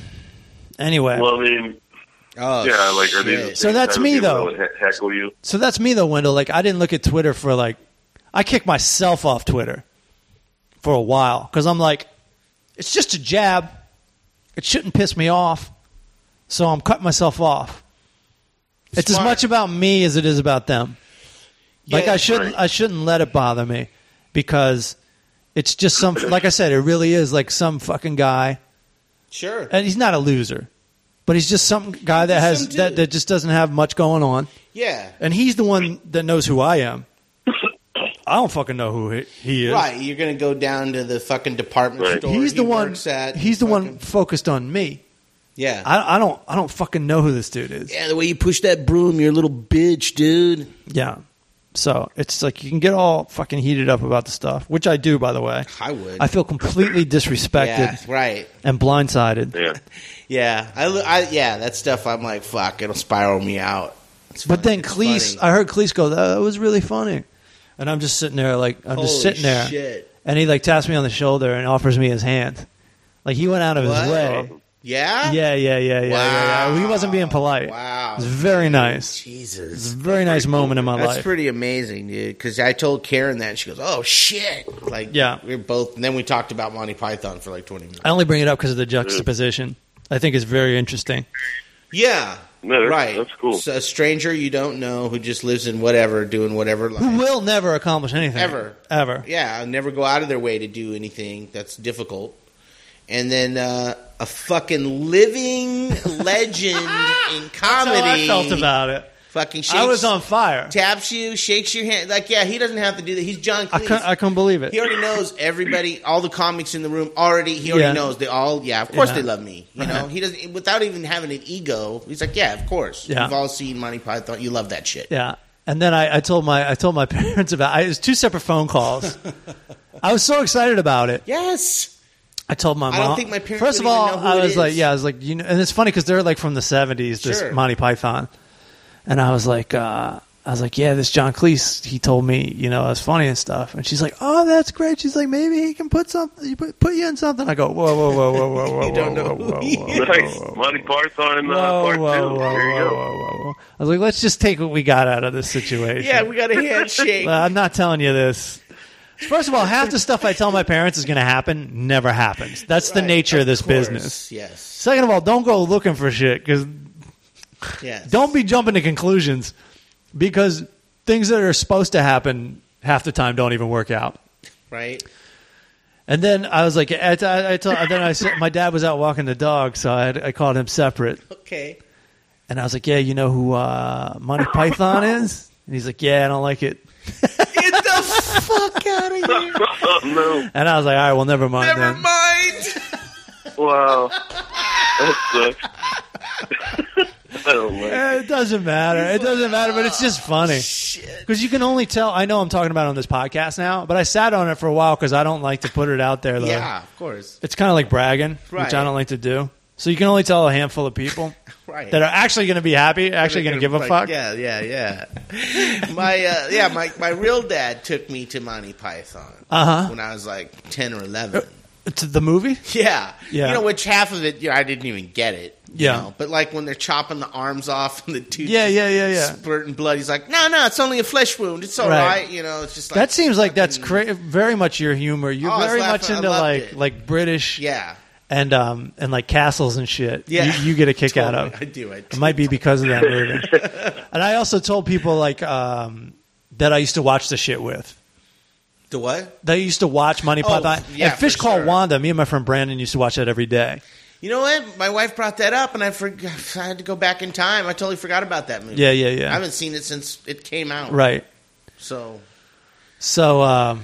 Speaker 5: Anyway,
Speaker 9: Well, I mean,
Speaker 3: Oh
Speaker 9: yeah, like are
Speaker 3: shit.
Speaker 9: these the
Speaker 5: So
Speaker 9: same
Speaker 5: that's
Speaker 9: kind of
Speaker 5: me,
Speaker 9: people
Speaker 5: though.
Speaker 9: that would he- heckle you.
Speaker 5: So that's me though, Wendell. Like I didn't look at Twitter for like I kicked myself off Twitter for a while because I'm like, it's just a jab. It shouldn't piss me off, so I'm cutting myself off. It's as
Speaker 3: Smart.
Speaker 5: much about me as it is about them. Like
Speaker 3: Yeah.
Speaker 5: I shouldn't I shouldn't let it bother me because it's just some like I said, it really is like some fucking guy
Speaker 3: Sure.
Speaker 5: and he's not a loser. But he's just some guy that
Speaker 3: Just
Speaker 5: has
Speaker 3: some
Speaker 5: that,
Speaker 3: dude.
Speaker 5: that just doesn't have much going on.
Speaker 3: Yeah.
Speaker 5: And he's the one that knows who I am. I don't fucking know who he, he is.
Speaker 3: Right. You're gonna go down to the fucking department
Speaker 9: Right.
Speaker 3: store.
Speaker 5: He's
Speaker 3: he
Speaker 5: the one.
Speaker 3: works at,
Speaker 5: He's the one
Speaker 3: fucking-
Speaker 5: focused on me.
Speaker 3: Yeah.
Speaker 5: I, I don't. I don't fucking know who this dude is.
Speaker 3: yeah. The way you push that broom, you're a little bitch, dude.
Speaker 5: Yeah. So it's like you can get all fucking heated up about the stuff, which I do, by the way.
Speaker 3: I would.
Speaker 5: I feel completely
Speaker 3: yeah.
Speaker 5: disrespected
Speaker 3: Right.
Speaker 5: and blindsided.
Speaker 9: Yeah.
Speaker 3: Yeah. I, li- I. Yeah. That stuff. I'm like, fuck. It'll spiral me out. It's
Speaker 5: But
Speaker 3: funny.
Speaker 5: then
Speaker 3: It's
Speaker 5: Cleese,
Speaker 3: funny.
Speaker 5: I heard Cleese go, "That was really funny," and I'm just sitting there, like I'm
Speaker 3: Holy
Speaker 5: just sitting there,
Speaker 3: Shit.
Speaker 5: and he like taps me on the shoulder and offers me his hand, like he went out of
Speaker 3: What? Oh.
Speaker 5: his way.
Speaker 3: Yeah.
Speaker 5: Yeah, yeah, yeah, yeah, yeah, yeah. He wasn't being polite.
Speaker 3: Wow.
Speaker 5: It was very nice. It was
Speaker 3: Jesus.
Speaker 5: a very nice moment in my
Speaker 3: That's
Speaker 5: life.
Speaker 3: pretty amazing, dude. Because I told Karen that, and she goes, "Oh shit!" Like,
Speaker 5: Yeah.
Speaker 3: we are both. And then we talked about Monty Python for like twenty minutes.
Speaker 5: I only bring it up because of the juxtaposition. I think it's very interesting.
Speaker 3: Yeah,
Speaker 9: No, that's,
Speaker 3: right.
Speaker 9: That's cool.
Speaker 3: So a stranger you don't know who just lives in whatever, doing whatever.
Speaker 5: Who
Speaker 3: Life.
Speaker 5: will never accomplish anything
Speaker 3: Ever.
Speaker 5: ever?
Speaker 3: Yeah, I'll never go out of their way to do anything that's difficult. And then uh, a fucking living legend in
Speaker 5: That's how
Speaker 3: comedy.
Speaker 5: I felt about it.
Speaker 3: fucking. Shakes,
Speaker 5: I was on fire.
Speaker 3: Taps you, shakes your hand. Like, yeah, he doesn't have to do that. He's John
Speaker 5: I
Speaker 3: Cleese.
Speaker 5: couldn't, I couldn't believe it.
Speaker 3: He already knows everybody, all the comics in the room. Already, he already
Speaker 5: Yeah.
Speaker 3: knows they all. Yeah, of course
Speaker 5: Yeah.
Speaker 3: they love me. You know, he doesn't without even having an ego. He's like, yeah, of course.
Speaker 5: Yeah.
Speaker 3: You've all seen Monty Python. You love that shit.
Speaker 5: Yeah. And then I, I told my I told my parents about I, it was two separate phone calls. I was so excited about it.
Speaker 3: Yes.
Speaker 5: I told my mom.
Speaker 3: I don't think my parents
Speaker 5: First of
Speaker 3: would even
Speaker 5: all,
Speaker 3: know who
Speaker 5: I
Speaker 3: it
Speaker 5: was
Speaker 3: is.
Speaker 5: like, yeah, I was like, you know, and it's funny because they're like from the '70s, this
Speaker 3: Sure.
Speaker 5: Monty Python, and I was like, uh, I was like, yeah, this John Cleese, he told me, you know, it's funny and stuff, and she's like, oh, that's great. She's like, maybe he can put something, you put, put you in something. I go, whoa, whoa, whoa, whoa, whoa, whoa, whoa,
Speaker 3: don't
Speaker 5: whoa,
Speaker 3: know
Speaker 5: whoa, whoa,
Speaker 3: who he
Speaker 5: whoa,
Speaker 3: is.
Speaker 9: Nice. Monty Python and uh,
Speaker 5: whoa,
Speaker 9: part
Speaker 5: whoa,
Speaker 9: two.
Speaker 5: whoa,
Speaker 9: there you
Speaker 5: whoa,
Speaker 9: go.
Speaker 5: whoa, whoa. I was like, let's just take what we got out of this situation.
Speaker 3: Yeah, we got a handshake.
Speaker 5: Well, I'm not telling you this. First of all, half the stuff I tell my parents is going to happen never happens. That's the
Speaker 3: Right,
Speaker 5: nature of this
Speaker 3: course.
Speaker 5: business.
Speaker 3: Yes.
Speaker 5: Second of all, don't go looking for shit because
Speaker 3: Yes.
Speaker 5: don't be jumping to conclusions because things that are supposed to happen half the time don't even work out.
Speaker 3: Right.
Speaker 5: And then I was like, I, I, I told, then I said, my dad was out walking the dog, so I, I called him separate.
Speaker 3: Okay.
Speaker 5: And I was like, yeah, you know who uh, Monty Python is? And he's like, yeah, I don't like it.
Speaker 3: Get the fuck out of here.
Speaker 9: Oh, no.
Speaker 5: And I was like, all right, well, never mind.
Speaker 3: Never
Speaker 5: then.
Speaker 3: mind.
Speaker 9: Wow. That sucks. I don't like
Speaker 5: Eh, It doesn't matter. It doesn't matter, but it's just funny. Because you can only tell. I know I'm talking about it on this podcast now, but I sat on it for a while because I don't like to put it out there. Though
Speaker 3: Yeah, of course.
Speaker 5: it's kind of like bragging, which
Speaker 3: Right.
Speaker 5: I don't like to do. So you can only tell a handful of people
Speaker 3: Right.
Speaker 5: that are actually going to be happy, actually going to
Speaker 3: They're
Speaker 5: give a
Speaker 3: like,
Speaker 5: fuck.
Speaker 3: Yeah, yeah, yeah. my uh, yeah, my my real dad took me to Monty Python
Speaker 5: Uh-huh.
Speaker 3: when I was like ten or eleven.
Speaker 5: To the movie,
Speaker 3: Yeah.
Speaker 5: Yeah.
Speaker 3: You know, which half of it, you know, I didn't even get it. you
Speaker 5: Yeah.
Speaker 3: know. But like when they're chopping the arms off and the tooth
Speaker 5: Yeah, yeah, yeah, yeah.
Speaker 3: spurting blood, he's like, no, no, it's only a flesh wound. It's all
Speaker 5: Right.
Speaker 3: right. You know, it's just like.
Speaker 5: that seems like that's
Speaker 3: fucking-
Speaker 5: cra- very much your humor. You're
Speaker 3: Oh, I was
Speaker 5: very
Speaker 3: laughing.
Speaker 5: much
Speaker 3: I
Speaker 5: into
Speaker 3: loved
Speaker 5: like
Speaker 3: it.
Speaker 5: like British
Speaker 3: Yeah.
Speaker 5: and um and like castles and shit.
Speaker 3: Yeah.
Speaker 5: you, you get a kick out
Speaker 3: Totally.
Speaker 5: of.
Speaker 3: I do. I do.
Speaker 5: It might be because of that movie. and I also told people like um, that I used to watch the shit with.
Speaker 3: The what?
Speaker 5: That I used to watch Monty
Speaker 3: Oh,
Speaker 5: Python
Speaker 3: yeah,
Speaker 5: and Fish
Speaker 3: for
Speaker 5: Call
Speaker 3: sure.
Speaker 5: Wanda. Me and my friend Brandon used to watch that every day.
Speaker 3: You know what? My wife brought that up and I forgot. I had to go back in time. I totally forgot about that movie.
Speaker 5: Yeah, yeah, yeah.
Speaker 3: I haven't seen it since it came out.
Speaker 5: right.
Speaker 3: So,
Speaker 5: So um,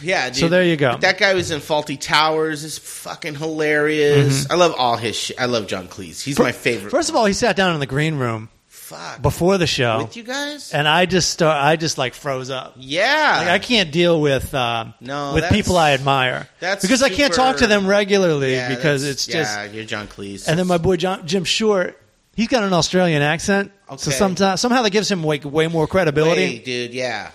Speaker 3: yeah. Dude.
Speaker 5: So there you go.
Speaker 3: But that guy was in Faulty Towers. Is fucking hilarious. I love all his shit. I love John Cleese. He's my favorite.
Speaker 5: Mm-hmm. first of all, he sat down in the green room
Speaker 3: Fuck.
Speaker 5: before the show,
Speaker 3: With you guys?
Speaker 5: Oh. and I just start. I just like froze up.
Speaker 3: Yeah.
Speaker 5: Like, I can't deal with um,
Speaker 3: No,
Speaker 5: with
Speaker 3: that's-
Speaker 5: people I admire.
Speaker 3: that's
Speaker 5: because I can't talk to
Speaker 3: super-
Speaker 5: them regularly
Speaker 3: Yeah,
Speaker 5: because it's
Speaker 3: that's-
Speaker 5: just
Speaker 3: yeah, you're John Cleese.
Speaker 5: And then my boy John, Jim Short, he's got an Australian accent, so
Speaker 3: Okay.
Speaker 5: sometimes somehow that gives him way, way more credibility.
Speaker 3: Hey, dude, yeah,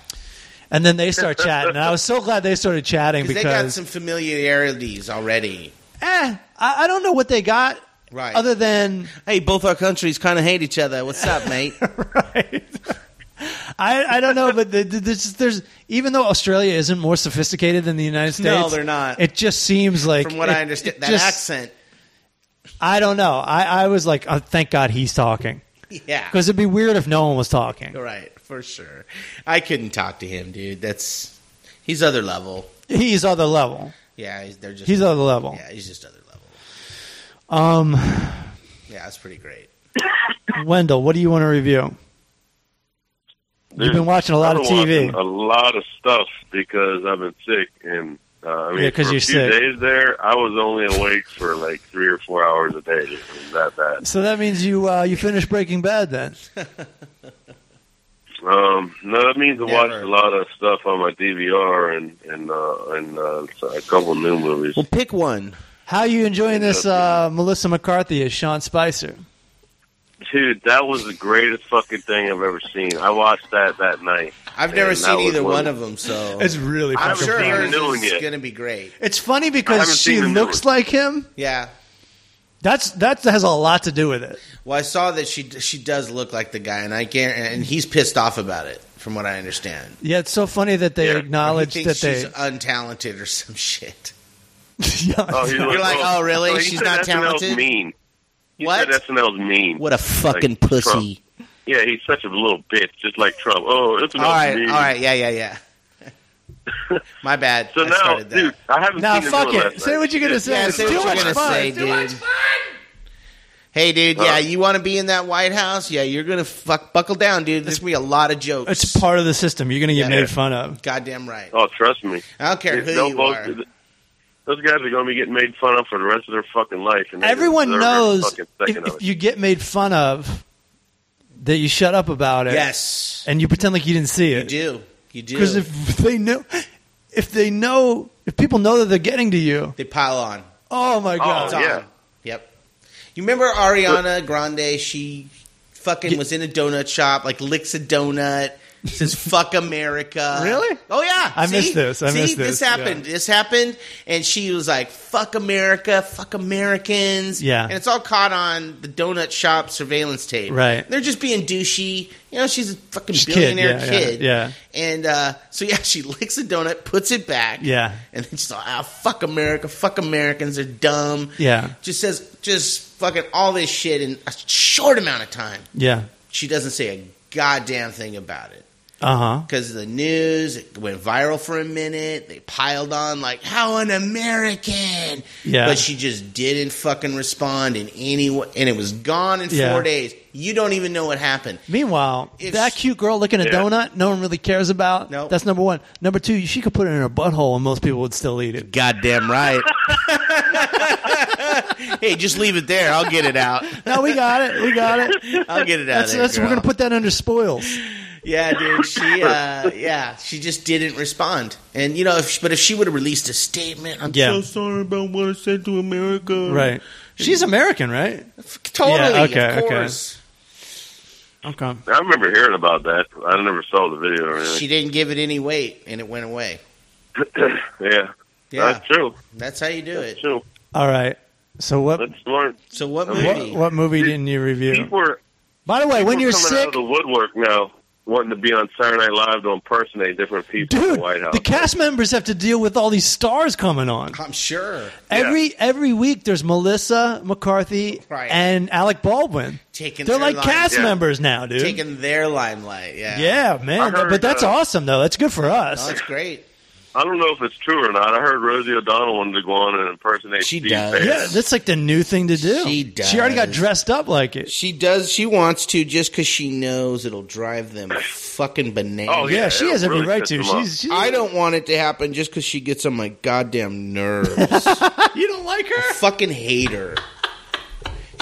Speaker 5: And then they start chatting. And I was so glad they started chatting
Speaker 3: because they got
Speaker 5: because
Speaker 3: some familiarities already.
Speaker 5: eh, I, I don't know what they got
Speaker 3: Right.
Speaker 5: other than
Speaker 3: hey, both our countries kind of hate each other. What's up, mate?
Speaker 5: right. I, I don't know, but the, the, this, there's even though Australia isn't more sophisticated than the United States,
Speaker 3: No, they're not.
Speaker 5: It just seems like
Speaker 3: From what
Speaker 5: it-
Speaker 3: I understand,
Speaker 5: it
Speaker 3: that
Speaker 5: just-
Speaker 3: accent.
Speaker 5: I don't know. I, I was like, oh, thank God he's talking.
Speaker 3: Yeah.
Speaker 5: Because it'd be weird if no one was talking.
Speaker 3: Right, for sure. I couldn't talk to him, dude. That's he's other level.
Speaker 5: He's other level.
Speaker 3: Yeah, he's, they're just
Speaker 5: He's other level.
Speaker 3: Yeah, he's just other level.
Speaker 5: Um,
Speaker 3: Yeah, that's pretty great.
Speaker 5: Wendell, what do you want to review? You've been watching a lot
Speaker 9: I've
Speaker 5: of
Speaker 9: been
Speaker 5: TV.
Speaker 9: watching A lot of stuff because I've been sick, and uh, I mean,
Speaker 5: Yeah, 'cause
Speaker 9: for
Speaker 5: you're
Speaker 9: a few
Speaker 5: sick.
Speaker 9: days there, I was only awake for like three or four hours a day. It was that bad.
Speaker 5: So that means you uh, you finished Breaking Bad then.
Speaker 9: Um, no, that means I watched
Speaker 3: Never.
Speaker 9: a lot of stuff on my DVR and and uh, and uh, a couple new movies.
Speaker 3: Well, pick one.
Speaker 5: How are you enjoying this uh, Melissa McCarthy as Sean Spicer?
Speaker 9: Dude, that was the greatest fucking thing I've ever seen. I watched that that night.
Speaker 3: I've never
Speaker 9: And that
Speaker 3: seen
Speaker 9: was
Speaker 3: either
Speaker 9: one-
Speaker 3: one of them, so
Speaker 5: really
Speaker 3: I'm sure
Speaker 9: seen
Speaker 3: hers
Speaker 9: the new one
Speaker 3: is
Speaker 9: yet.
Speaker 3: going to be great.
Speaker 5: It's funny
Speaker 9: I
Speaker 5: because
Speaker 9: haven't
Speaker 5: she
Speaker 9: seen the new
Speaker 5: looks like him.
Speaker 3: Yeah.
Speaker 5: That's that has a lot to do with it.
Speaker 3: Well, I saw that she she does look like the guy, and I can and he's pissed off about it, from what I understand.
Speaker 5: Yeah, it's so funny that they
Speaker 9: Yeah.
Speaker 5: acknowledge
Speaker 3: he
Speaker 5: that
Speaker 3: thinks
Speaker 5: they.
Speaker 3: she's untalented or some shit.
Speaker 5: Yeah.
Speaker 9: Oh, he's
Speaker 3: You're like, oh, really?
Speaker 9: he
Speaker 3: She's
Speaker 9: said
Speaker 3: not
Speaker 9: SNL's
Speaker 3: talented?
Speaker 9: Mean. He
Speaker 3: What?
Speaker 9: said SNL's mean.
Speaker 3: What a fucking
Speaker 9: Like
Speaker 3: pussy!
Speaker 9: Trump. Yeah, he's such a little bitch, just like Trump. Oh, SNL's
Speaker 3: All right,
Speaker 9: mean.
Speaker 3: all right, yeah, yeah, yeah. My bad.
Speaker 9: So
Speaker 3: I
Speaker 9: now,
Speaker 3: started that.
Speaker 9: dude, I haven't
Speaker 5: Now
Speaker 9: seen
Speaker 5: fuck
Speaker 9: the new one
Speaker 5: it.
Speaker 9: last
Speaker 5: Say
Speaker 9: night.
Speaker 5: what you're gonna say.
Speaker 3: Yeah,
Speaker 5: It's
Speaker 3: say what
Speaker 5: too
Speaker 3: you're
Speaker 5: much
Speaker 3: gonna
Speaker 5: fun.
Speaker 3: say, dude. Hey, dude. Yeah,
Speaker 9: Huh?
Speaker 3: you want to be in that White House? Yeah, you're gonna fuck buckle down, dude. There's gonna be a lot of jokes.
Speaker 5: It's part of the system. You're gonna get
Speaker 3: Yeah.
Speaker 5: made fun of.
Speaker 3: Goddamn right.
Speaker 9: Oh, trust me.
Speaker 3: I don't care
Speaker 9: Dude,
Speaker 3: who
Speaker 9: they'll
Speaker 3: you
Speaker 9: both-
Speaker 3: are.
Speaker 9: Those guys are going to be getting made fun of for the rest of their fucking life. And they
Speaker 5: Everyone
Speaker 9: deserve
Speaker 5: knows
Speaker 9: Every fucking
Speaker 5: if,
Speaker 9: second of
Speaker 5: if
Speaker 9: it.
Speaker 5: you get made fun of, that you shut up about it.
Speaker 3: Yes,
Speaker 5: and you pretend like you didn't see
Speaker 3: you
Speaker 5: it.
Speaker 3: do. You do.
Speaker 5: Because if they know, if they know, if people know that they're getting to you,
Speaker 3: they pile on.
Speaker 5: oh my god,
Speaker 3: It's on.
Speaker 9: yeah.
Speaker 3: Yep. You remember Ariana Grande? She fucking was in a donut shop, like licks a donut. Says "fuck America."
Speaker 5: Really?
Speaker 3: Oh yeah.
Speaker 5: I
Speaker 3: See?
Speaker 5: missed this. I
Speaker 3: See?
Speaker 5: missed this.
Speaker 3: This happened. This happened, and she was like, "Fuck America, fuck Americans."
Speaker 5: Yeah.
Speaker 3: And it's all caught on the donut shop surveillance tape.
Speaker 5: Right.
Speaker 3: They're just being douchey. You know, she's a fucking
Speaker 5: She's a kid,
Speaker 3: billionaire
Speaker 5: yeah,
Speaker 3: kid.
Speaker 5: yeah, yeah.
Speaker 3: And uh, so yeah, she licks a donut, puts it back.
Speaker 5: Yeah.
Speaker 3: And then she's like, "Ah, fuck America, fuck Americans, they're dumb."
Speaker 5: yeah,
Speaker 3: just says just fucking all this shit in a short amount of time.
Speaker 5: yeah,
Speaker 3: She doesn't say a goddamn thing about it
Speaker 5: uh huh,
Speaker 3: because of the news. It went viral for a minute. They piled on like how un-American,
Speaker 5: Yeah.
Speaker 3: But she just didn't fucking respond in any way, and it was gone in
Speaker 5: Yeah.
Speaker 3: four days. You don't even know what happened.
Speaker 5: Meanwhile,
Speaker 3: If
Speaker 5: that
Speaker 3: she-
Speaker 5: cute girl looking at a
Speaker 9: Yeah.
Speaker 5: donut, no one really cares about.
Speaker 3: Nope.
Speaker 5: That's number one. Number two, she could put it in her butthole and most people would still eat it.
Speaker 3: Goddamn right. hey, just leave it there. I'll get it out.
Speaker 5: No, we got it. We got it.
Speaker 3: I'll get it out.
Speaker 5: That's,
Speaker 3: of there,
Speaker 5: that's, we're
Speaker 3: girl.
Speaker 5: gonna put that under spoils.
Speaker 3: Yeah, dude. She, uh, yeah, she just didn't respond. And you know, if but if she would have released a statement, I'm
Speaker 5: Yeah.
Speaker 3: so sorry about what I said to America.
Speaker 5: Right. She's American, right?
Speaker 3: F- Totally.
Speaker 5: Yeah, okay,
Speaker 3: of
Speaker 5: okay.
Speaker 3: course.
Speaker 5: Okay.
Speaker 9: I remember hearing about that. I never saw the video or anything.
Speaker 3: She didn't give it any weight, and it went away.
Speaker 9: yeah.
Speaker 3: Yeah,
Speaker 9: That's true.
Speaker 3: that's how you do it.
Speaker 9: True.
Speaker 5: All right. So what?
Speaker 9: That's smart.
Speaker 3: So what
Speaker 9: Okay.
Speaker 5: What,
Speaker 3: movie?
Speaker 5: what movie didn't you review?
Speaker 9: People are,
Speaker 5: By the way, when you're
Speaker 9: people coming out
Speaker 5: sick,
Speaker 9: of the woodwork now wanting to be on Saturday Night Live to impersonate different people in
Speaker 5: dude
Speaker 9: the White House.
Speaker 5: the cast members have to deal with all these stars coming on
Speaker 3: I'm sure.
Speaker 5: every every week there's melissa mccarthy
Speaker 3: Right.
Speaker 5: and alec baldwin
Speaker 3: Taking
Speaker 5: they're
Speaker 3: their
Speaker 5: like
Speaker 3: line-
Speaker 5: cast
Speaker 9: Yeah.
Speaker 5: members now dude
Speaker 3: taking their limelight. Yeah.
Speaker 5: yeah
Speaker 9: I
Speaker 5: man
Speaker 9: heard,
Speaker 5: but that's
Speaker 9: uh,
Speaker 5: awesome though that's good for
Speaker 3: Oh,
Speaker 5: us
Speaker 3: that's great.
Speaker 9: I don't know if it's true or not. I heard Rosie O'Donnell wanted to go on and impersonate
Speaker 3: She
Speaker 9: Steve
Speaker 3: does.
Speaker 9: Bannon.
Speaker 5: yeah that's like the new thing to do
Speaker 3: She
Speaker 5: already got
Speaker 3: does.
Speaker 5: dressed up like it
Speaker 3: She does. She wants to just because she knows it'll drive them fucking bananas.
Speaker 9: Oh,
Speaker 5: yeah,
Speaker 9: Yeah,
Speaker 5: she
Speaker 9: it
Speaker 5: has every
Speaker 9: really
Speaker 5: right
Speaker 9: sets
Speaker 5: to
Speaker 9: them up.
Speaker 5: she's, she's
Speaker 3: I don't want it to happen just because she gets on my goddamn nerves.
Speaker 5: you don't like her
Speaker 3: fucking hate her.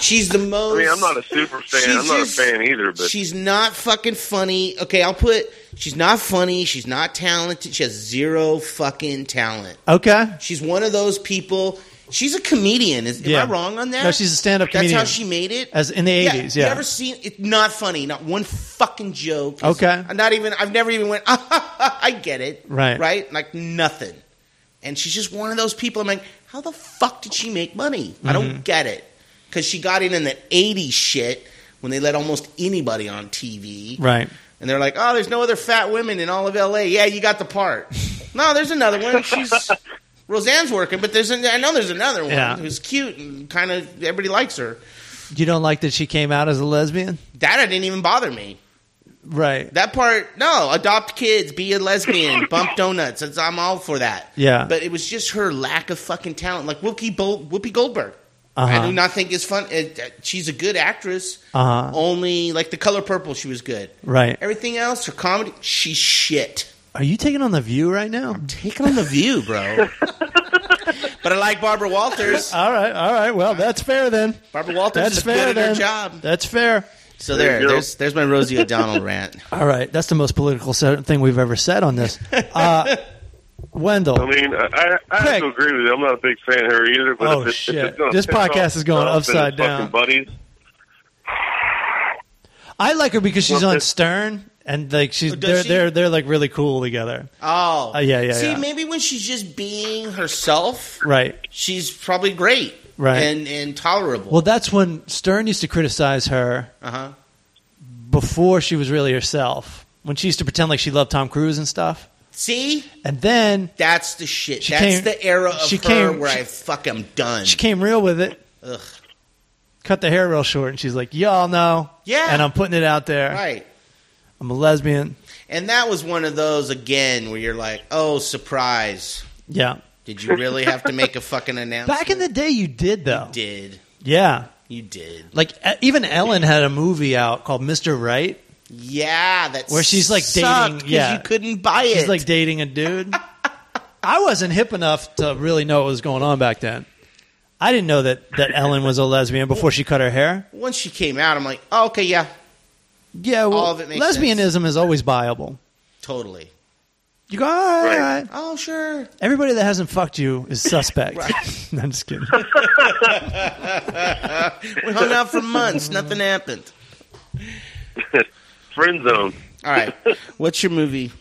Speaker 3: She's the most.
Speaker 9: I mean, I'm not a super fan.
Speaker 3: She's
Speaker 9: I'm not
Speaker 3: just-
Speaker 9: a fan either, but
Speaker 3: She's not fucking funny. Okay, I'll put. She's not funny. She's not talented. She has zero fucking talent.
Speaker 5: okay
Speaker 3: She's one of those people. She's a comedian. Is,
Speaker 5: Yeah.
Speaker 3: Am I wrong on that?
Speaker 5: No, she's a stand-up comedian.
Speaker 3: That's how she made it.
Speaker 5: as in the 80s yeah,
Speaker 3: You ever seen it? Not funny. Not one fucking joke. is-
Speaker 5: Okay.
Speaker 3: I'm Not even. I've never even went. I get it.
Speaker 5: Right.
Speaker 3: Right. Like nothing. And she's just one of those people. I'm like, how the fuck did she make money?
Speaker 5: Mm-hmm.
Speaker 3: I don't get it. Because she got in in the '80s shit when they let almost anybody on TV.
Speaker 5: right
Speaker 3: And they're like, oh, there's no other fat women in all of LA. Yeah, you got the part. no, there's another one. She's Roseanne's working, but there's an, I know there's another one
Speaker 5: Yeah.
Speaker 3: who's cute and kind of everybody likes her.
Speaker 5: You don't like that she came out as a lesbian,
Speaker 3: That I didn't even bother me.
Speaker 5: right?
Speaker 3: That part, no. Adopt kids, be a lesbian, bump donuts. That's, I'm all for that.
Speaker 5: Yeah.
Speaker 3: but it was just her lack of fucking talent, like Whoopi, Bo- Whoopi Goldberg. I
Speaker 5: Uh-huh.
Speaker 3: do not think it's fun. It, uh, she's a good actress.
Speaker 5: Uh-huh.
Speaker 3: Only like The Color Purple, she was good.
Speaker 5: Right?
Speaker 3: Everything else, her comedy, she's shit.
Speaker 5: Are you taking on the View right now?
Speaker 3: Taking on the View, bro. but I like Barbara Walters.
Speaker 5: All right, all right. Well, that's fair then.
Speaker 3: Barbara Walters
Speaker 5: Uh, That's
Speaker 3: is
Speaker 5: fair
Speaker 3: good at her
Speaker 5: then.
Speaker 3: job.
Speaker 5: That's fair.
Speaker 3: So
Speaker 9: There you
Speaker 3: there,
Speaker 9: go.
Speaker 3: there's there's my Rosie O'Donnell rant.
Speaker 5: All right, that's the most political se- thing we've ever said on this. Uh,
Speaker 9: I
Speaker 5: Wendell.
Speaker 9: mean, I, I, I have
Speaker 5: Craig.
Speaker 9: to agree with you. I'm not a big fan of her either. But
Speaker 5: Oh,
Speaker 9: if it's,
Speaker 5: shit.
Speaker 9: If it's gonna
Speaker 5: This
Speaker 9: piss
Speaker 5: podcast
Speaker 9: off
Speaker 5: is going
Speaker 9: Trump and his
Speaker 5: upside
Speaker 9: fucking
Speaker 5: down.
Speaker 9: Buddies,
Speaker 5: I like her because she's
Speaker 9: Well,
Speaker 5: on
Speaker 9: this-
Speaker 5: Stern, and like she's
Speaker 3: Oh, does
Speaker 5: they're
Speaker 3: she?
Speaker 5: they're they're like really cool together.
Speaker 3: Oh,
Speaker 5: Uh, yeah, yeah,
Speaker 3: See,
Speaker 5: yeah.
Speaker 3: maybe when she's just being herself,
Speaker 5: Right.
Speaker 3: she's probably great,
Speaker 5: Right.
Speaker 3: and and tolerable.
Speaker 5: Well, that's when Stern used to criticize her
Speaker 3: uh huh.
Speaker 5: before she was really herself. When she used to pretend like she loved Tom Cruise and stuff,
Speaker 3: See,
Speaker 5: and then
Speaker 3: that's the shit.
Speaker 5: She
Speaker 3: that's
Speaker 5: came-
Speaker 3: the era of
Speaker 5: she
Speaker 3: her
Speaker 5: came-
Speaker 3: where
Speaker 5: she-
Speaker 3: I fuck I'm done.
Speaker 5: she came real with it.
Speaker 3: Ugh.
Speaker 5: Cut the hair real short, and she's like, "Y'all know."
Speaker 3: Yeah.
Speaker 5: And I'm putting it out there.
Speaker 3: right.
Speaker 5: I'm a lesbian.
Speaker 3: And that was one of those again where you're like, oh, surprise!
Speaker 5: Yeah.
Speaker 3: Did you really have to make a fucking announcement?
Speaker 5: Back in the day, you did though.
Speaker 3: did
Speaker 5: Yeah.
Speaker 3: you did?
Speaker 5: Like e- even Ellen had a movie out called Mr. Right.
Speaker 3: Yeah, that's
Speaker 5: Where she's, like, dating- yeah.
Speaker 3: you couldn't buy it.
Speaker 5: She's like dating a dude. I wasn't hip enough to really know what was going on back then. I didn't know that, that Ellen was a lesbian before she cut her hair.
Speaker 3: once she came out, I'm like, oh, okay, yeah,
Speaker 5: Yeah, well,
Speaker 3: All of it makes
Speaker 5: lesbianism is always viable.
Speaker 3: totally.
Speaker 5: You go, all right, all
Speaker 9: Right.
Speaker 5: right.
Speaker 3: Oh, sure.
Speaker 5: Everybody that hasn't fucked you is suspect. No, I'm just kidding.
Speaker 3: We hung out for months. Nothing happened.
Speaker 9: friend zone.
Speaker 3: All right. What's your movie?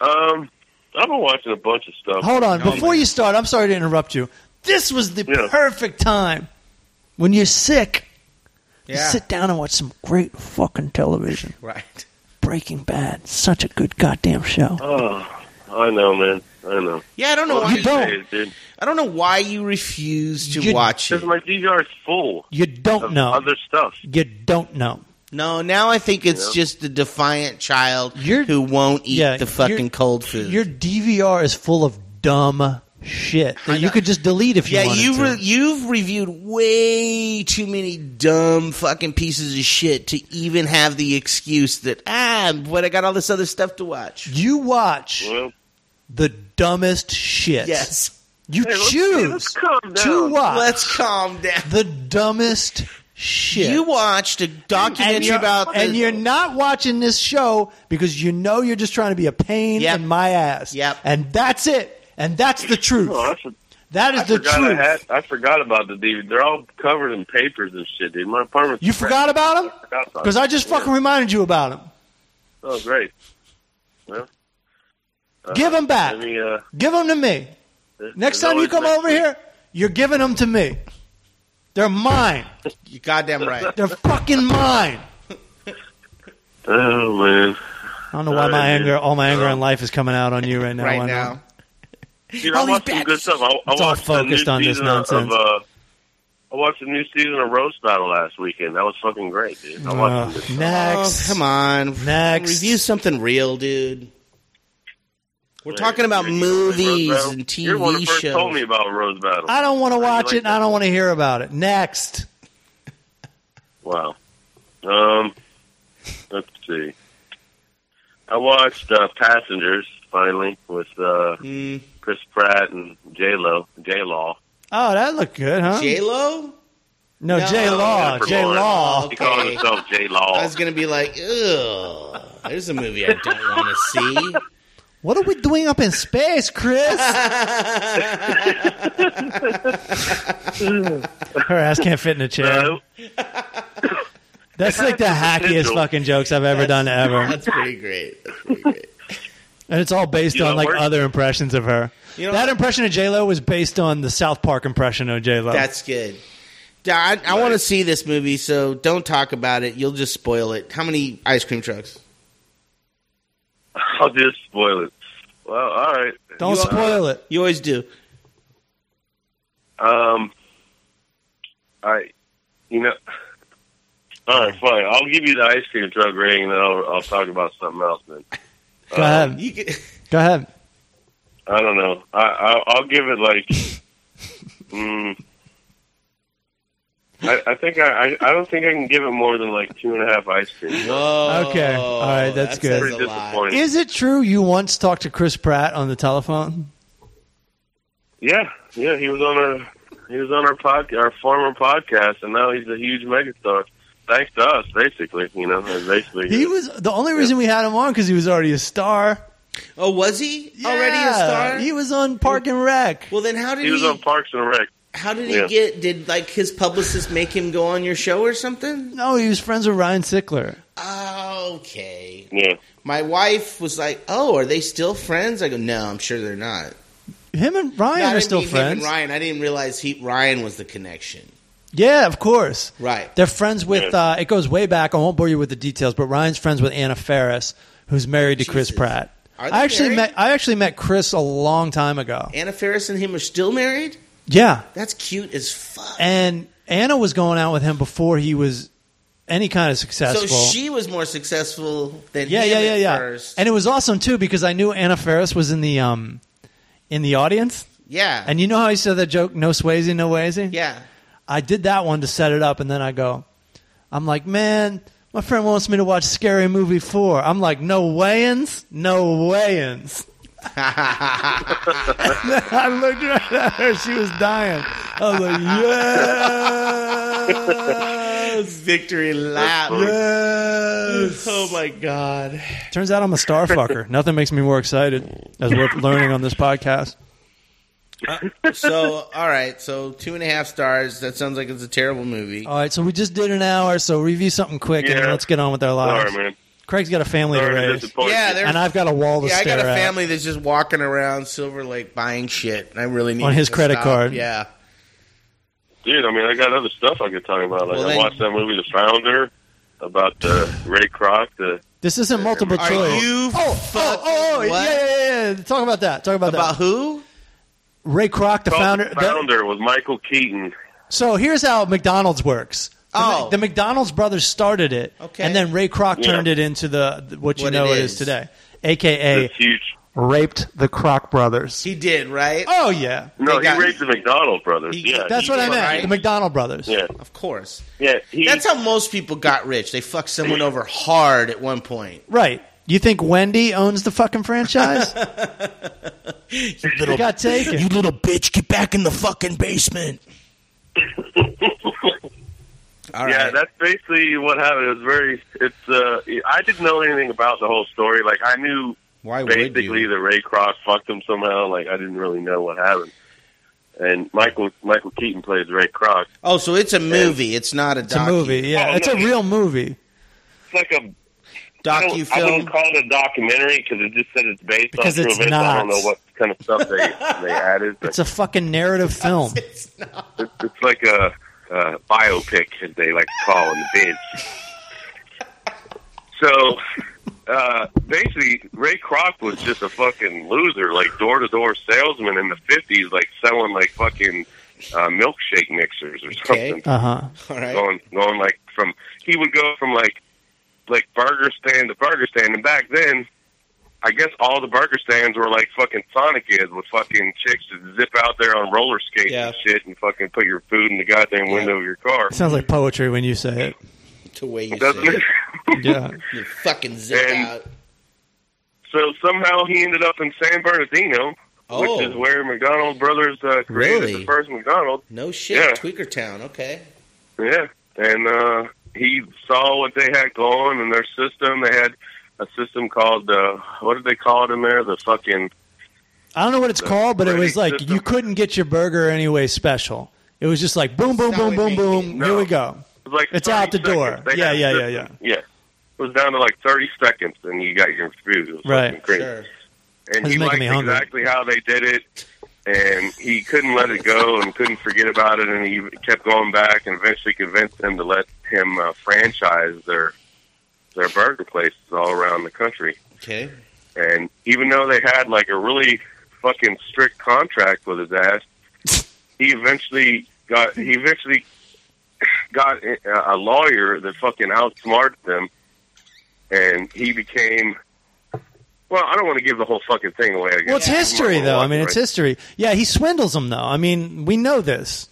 Speaker 9: Um, I've been watching a bunch of stuff.
Speaker 5: Hold on.
Speaker 3: No,
Speaker 5: Before
Speaker 3: Oh, man.
Speaker 5: you start, I'm sorry to interrupt you. This was the
Speaker 9: Yeah.
Speaker 5: perfect time when you're sick. you
Speaker 3: Yeah.
Speaker 5: Sit down and watch some great fucking television.
Speaker 3: Right.
Speaker 5: Breaking Bad, such a good goddamn show.
Speaker 3: Uh,
Speaker 9: Oh, I know, man. I know.
Speaker 3: Yeah, I don't know
Speaker 9: Well,
Speaker 3: why.
Speaker 9: these days, dude.
Speaker 3: I don't know why you refuse to
Speaker 5: You-
Speaker 3: watch it.
Speaker 9: Because my DVR is full
Speaker 5: You
Speaker 9: of
Speaker 3: uh,
Speaker 5: don't know.
Speaker 9: other stuff.
Speaker 5: you don't know.
Speaker 3: No, now I think it's
Speaker 9: Yeah.
Speaker 3: just the defiant child
Speaker 5: You're-
Speaker 3: who won't eat
Speaker 5: yeah,
Speaker 3: the
Speaker 5: you're-
Speaker 3: fucking cold food.
Speaker 5: Your DVR is full of dumb shit that you could just delete if you
Speaker 3: yeah,
Speaker 5: wanted
Speaker 3: you've
Speaker 5: to.
Speaker 3: re- you've reviewed way too many dumb fucking pieces of shit to even have the excuse that ah, but I got all this other stuff to watch.
Speaker 5: you watch
Speaker 9: Well,
Speaker 5: the dumbest shit.
Speaker 3: Yes,
Speaker 5: You
Speaker 9: hey, let's, hey, let's
Speaker 5: choose
Speaker 9: calm down.
Speaker 5: to watch
Speaker 3: let's calm down.
Speaker 5: the dumbest shit.
Speaker 3: You watched a
Speaker 5: and
Speaker 3: documentary
Speaker 5: you're,
Speaker 3: about
Speaker 5: and
Speaker 3: the-
Speaker 5: you're not watching this show because you know you're just trying to be a pain
Speaker 3: Yep.
Speaker 5: in my ass.
Speaker 3: Yep.
Speaker 5: And that's it. And that's the truth.
Speaker 9: Oh, I, for-
Speaker 5: that is
Speaker 9: I
Speaker 5: the
Speaker 9: forgot I
Speaker 5: truth.
Speaker 9: had. I forgot about the DVD. They're all covered in papers and shit, dude. My apartment.
Speaker 5: You forgot about him? Because I just fucking reminded you about him.
Speaker 9: Oh, great. Well, uh,
Speaker 5: Give 'em back.
Speaker 9: Let me, uh,
Speaker 5: Give them to me.
Speaker 9: there's
Speaker 5: Next time you
Speaker 9: always
Speaker 5: come
Speaker 9: next
Speaker 5: over
Speaker 9: week.
Speaker 5: here, you're giving them to me. They're mine.
Speaker 3: You're goddamn right.
Speaker 5: They're fucking mine.
Speaker 9: Oh man,
Speaker 5: I don't know why my anger, all my anger in life is coming out on you right now.
Speaker 3: right
Speaker 5: I know.
Speaker 3: now,
Speaker 9: dude,
Speaker 3: All
Speaker 9: I
Speaker 3: these
Speaker 9: watched some
Speaker 3: bad-
Speaker 9: good stuff. I, I
Speaker 5: It's all
Speaker 9: watched the new
Speaker 5: focused on this
Speaker 9: season of-
Speaker 5: nonsense.
Speaker 9: Of, uh, I watched the new season of Roast Battle last weekend. That was fucking great, dude. I
Speaker 5: Oh,
Speaker 9: watched it.
Speaker 5: next.
Speaker 3: Oh, come on,
Speaker 5: Next.
Speaker 3: review something real, dude. We're
Speaker 9: Wait,
Speaker 3: talking about
Speaker 9: you're doing Roast
Speaker 3: movies
Speaker 9: Battle?
Speaker 3: and TV
Speaker 9: You're the one who first
Speaker 3: shows.
Speaker 9: told me about Roast Battle.
Speaker 5: I don't want to watch
Speaker 9: like
Speaker 5: it and I don't want to hear about it. Next.
Speaker 9: Wow. Um, let's see. I watched uh, Passengers finally with uh,
Speaker 3: Mm.
Speaker 9: Chris Pratt and J Lo, J Law.
Speaker 5: Oh, that looked good, huh?
Speaker 3: J Lo.
Speaker 5: no,
Speaker 3: No.
Speaker 5: J Law.
Speaker 9: Jennifer
Speaker 5: J Law.
Speaker 9: Lawrence. He called
Speaker 3: Okay.
Speaker 9: himself J
Speaker 3: I
Speaker 9: Law.
Speaker 3: was gonna be like, ugh, there's a movie I don't want to see.
Speaker 5: What are we doing up in space, Chris? Her ass can't fit in a chair.
Speaker 9: So,
Speaker 5: That's like the hackiest
Speaker 9: potential.
Speaker 5: fucking jokes I've ever done ever.
Speaker 3: That's pretty great. That's pretty great.
Speaker 5: And it's all based
Speaker 9: You know
Speaker 5: on like
Speaker 9: what?
Speaker 5: other impressions of her.
Speaker 3: You know-
Speaker 5: that impression of J Lo was based on the South Park impression of J Lo.
Speaker 3: That's good. Yeah, I, I want to see this movie, so don't talk about it. You'll just spoil it. How many ice cream trucks?
Speaker 9: I'll just spoil it. Well, all right.
Speaker 5: Don't spoil it.
Speaker 3: You always do.
Speaker 9: Um, I, you know, all right, fine. I'll give you the ice cream truck rating, and then I'll, I'll talk about something else. Then
Speaker 5: Go
Speaker 3: Uh,
Speaker 5: ahead.
Speaker 3: You can,
Speaker 5: Go ahead.
Speaker 9: I don't know. I, I I'll give it like, mm, I, I think I, I I don't think I can give it more than like two and a half ice creams.
Speaker 3: Whoa.
Speaker 5: Okay. All right, that's
Speaker 3: that
Speaker 5: good.
Speaker 3: says
Speaker 9: Pretty
Speaker 3: Oh, a lot.
Speaker 9: disappointing.
Speaker 5: Is it true you once talked to Chris Pratt on the telephone?
Speaker 9: Yeah, yeah, he was on our he was on our pod, our former podcast, and now he's a huge megastar. Thanks to us, basically, you know, that's basically.
Speaker 5: He was the only reason we had him on because he was already a star.
Speaker 3: Oh, was he already a star?
Speaker 5: He was on Park and Rec.
Speaker 3: well, then how did
Speaker 9: he was on Parks and Rec.
Speaker 3: how did he
Speaker 9: yeah.
Speaker 3: get? Did like his publicist make him go on your show or something?
Speaker 5: No, he was friends with Ryan Sickler.
Speaker 3: Okay.
Speaker 9: Yeah,
Speaker 3: My wife was like, "Oh, are they still friends?" I go, "No, I'm sure they're not."
Speaker 5: Him and Ryan
Speaker 3: No, I
Speaker 5: are
Speaker 3: didn't
Speaker 5: still
Speaker 3: mean him and
Speaker 5: friends.
Speaker 3: Ryan, I didn't realize he Ryan was the connection.
Speaker 5: Yeah, of course.
Speaker 3: Right.
Speaker 5: They're friends with. Uh, it goes way back. I won't bore you with the details, but Ryan's friends with Anna Ferris, who's married to Chris
Speaker 3: Jesus.
Speaker 5: Pratt.
Speaker 3: Are they
Speaker 5: I actually
Speaker 3: married?
Speaker 5: met. I actually met Chris a long time ago.
Speaker 3: Anna Ferris and him are still married.
Speaker 5: Yeah,
Speaker 3: That's cute as fuck.
Speaker 5: and Anna was going out with him before he was any kind of
Speaker 3: so
Speaker 5: successful.
Speaker 3: she was more successful than
Speaker 5: yeah,
Speaker 3: him
Speaker 5: yeah, yeah,
Speaker 3: at
Speaker 5: yeah.
Speaker 3: first.
Speaker 5: And it was awesome too because I knew Anna Ferris was in the um, in the audience.
Speaker 3: yeah,
Speaker 5: And you know how I said that joke, no Swayze, no Wazy?
Speaker 3: yeah.
Speaker 5: I did that one to set it up, and then I go, I'm like, man, my friend wants me to watch Scary Movie 4. I'm like, no weigh-ins, no weigh-ins. And then I looked right at her. She was dying. I was like, yes.
Speaker 3: Victory lap.
Speaker 5: Yes.
Speaker 3: Oh my god.
Speaker 5: Turns out I'm a star fucker. Nothing makes me more excited as we're learning on this podcast.
Speaker 3: So all right, so two and a half stars. That sounds like it's a terrible movie.
Speaker 5: All right, so we just did an hour, so review something quick, and then
Speaker 9: Yeah.
Speaker 5: let's get on with our lives.
Speaker 9: sorry, man.
Speaker 5: Craig's got a family
Speaker 9: Sorry
Speaker 5: to
Speaker 9: to
Speaker 5: raise.
Speaker 9: disappoint
Speaker 3: Yeah,
Speaker 9: you.
Speaker 3: they're-
Speaker 5: and I've got a wall to
Speaker 3: yeah, I
Speaker 5: stare
Speaker 3: got a
Speaker 5: at.
Speaker 3: family that's just walking around Silver Lake buying shit. and I really need
Speaker 5: On his
Speaker 3: to
Speaker 5: credit
Speaker 3: stop.
Speaker 5: card.
Speaker 3: Yeah.
Speaker 9: dude. I mean, I got other stuff I could talk about. Like
Speaker 3: Well,
Speaker 9: I
Speaker 3: then-
Speaker 9: watched that movie, The Founder, about uh, Ray Kroc. The
Speaker 5: This isn't multiple
Speaker 3: Are
Speaker 5: choice.
Speaker 3: you
Speaker 5: oh, oh, oh, yeah,
Speaker 3: what?
Speaker 5: yeah, yeah, yeah. Talk about that. Talk about,
Speaker 3: About
Speaker 5: that.
Speaker 3: who?
Speaker 5: Ray Kroc, the founder.
Speaker 9: the
Speaker 5: the-
Speaker 9: founder was Michael Keaton.
Speaker 5: so here's how McDonald's works. The, Ma-
Speaker 3: Oh.
Speaker 5: the McDonald's brothers started it,
Speaker 3: Okay.
Speaker 5: and then Ray Kroc
Speaker 9: Yeah.
Speaker 5: turned it into the, the- what you
Speaker 3: What
Speaker 5: know
Speaker 3: it
Speaker 5: it is
Speaker 3: is.
Speaker 5: today, aka
Speaker 9: This huge.
Speaker 5: raped the Kroc brothers.
Speaker 3: He did right.
Speaker 5: Oh yeah,
Speaker 9: No,
Speaker 3: They
Speaker 9: he
Speaker 3: got-
Speaker 9: raped the McDonald brothers.
Speaker 3: He-
Speaker 9: yeah,
Speaker 5: that's
Speaker 9: he-
Speaker 5: what I meant.
Speaker 3: right?
Speaker 5: The McDonald brothers.
Speaker 9: Yeah,
Speaker 3: Of course.
Speaker 9: yeah. He,
Speaker 3: That's how most people got rich. They fucked someone over hard at one point.
Speaker 5: Right. You think Wendy owns the fucking franchise? It got taken.
Speaker 3: little bitch, get back in the fucking basement. All right.
Speaker 9: Yeah, that's basically what happened. It was very. It's. Uh, I didn't know anything about the whole story. Like I knew
Speaker 3: Why would
Speaker 9: basically
Speaker 3: you?
Speaker 9: that Ray Kroc fucked him somehow. Like I didn't really know what happened. And Michael Michael Keaton plays Ray Kroc.
Speaker 3: Oh, so it's a movie. It's not a
Speaker 5: It's a movie. Yeah,
Speaker 9: Oh,
Speaker 5: it's a
Speaker 9: no.
Speaker 5: real movie.
Speaker 9: It's like a. I,
Speaker 3: docu
Speaker 9: don't, I wouldn't
Speaker 3: film.
Speaker 9: call it a documentary because it just said it's based
Speaker 5: Because
Speaker 9: on true
Speaker 5: it's
Speaker 9: events. I don't
Speaker 5: not.
Speaker 9: know what kind of stuff they they added. But
Speaker 5: It's a fucking narrative film.
Speaker 9: it's, it's like a, a biopic, as they like to call in the biz. So uh, basically, Ray Kroc was just a fucking loser, like door to door salesman in the fifties, like selling like fucking uh, milkshake mixers or
Speaker 3: Okay.
Speaker 9: something.
Speaker 5: Uh huh.
Speaker 3: All right.
Speaker 9: Going, going like from he would go from like like burger stand to burger stand, and back then. I guess all the burger stands were like fucking Sonic is with fucking chicks that zip out there on roller skates and shit and fucking put your food in the goddamn window of your car.
Speaker 5: Sounds like poetry when you say it.
Speaker 3: To where you
Speaker 9: Doesn't
Speaker 3: sit.
Speaker 9: it?
Speaker 5: Yeah.
Speaker 3: You fucking zip
Speaker 9: And-
Speaker 3: out.
Speaker 9: So somehow he ended up in San Bernardino,
Speaker 3: Oh.
Speaker 9: which is where McDonald Brothers uh, created
Speaker 3: Really?
Speaker 9: the first McDonald's.
Speaker 3: No shit.
Speaker 9: Yeah.
Speaker 3: Tweakertown. Okay.
Speaker 9: Yeah, and uh, he saw what they had going in their system. They had a system called uh, what did they call it in there? The fucking
Speaker 5: I don't know what it's
Speaker 9: The
Speaker 5: called, but it was
Speaker 9: rating
Speaker 5: like
Speaker 9: system.
Speaker 5: you couldn't get your burger anyway special. It was just like boom, boom,
Speaker 3: That's
Speaker 5: boom,
Speaker 3: how we
Speaker 5: boom,
Speaker 3: make
Speaker 5: boom.
Speaker 9: it.
Speaker 5: Here we
Speaker 9: No.
Speaker 5: go.
Speaker 9: it was like
Speaker 5: It's out
Speaker 9: 30
Speaker 5: the door.
Speaker 9: seconds. They
Speaker 5: Yeah,
Speaker 9: had a
Speaker 5: yeah, yeah,
Speaker 9: system. yeah. It was down to like thirty seconds, and you got your food. It was
Speaker 5: Right.
Speaker 9: fucking crazy.
Speaker 3: Sure.
Speaker 9: and
Speaker 5: It's
Speaker 9: he liked
Speaker 5: making me hungry.
Speaker 9: exactly how they did it, and he couldn't let it go and couldn't forget about it, and he kept going back and eventually convinced them to let him uh, franchise their their burger places all around the country.
Speaker 3: Okay.
Speaker 9: And even though they had like a really fucking strict contract with his ass, he eventually got he eventually got a a lawyer that fucking outsmarted them, and he became. Well, I don't want to give the whole fucking thing away. I guess.
Speaker 5: Well, it's history, though. I mean, it's
Speaker 9: Right.
Speaker 5: history. Yeah, he swindles them, though. I mean, we know this.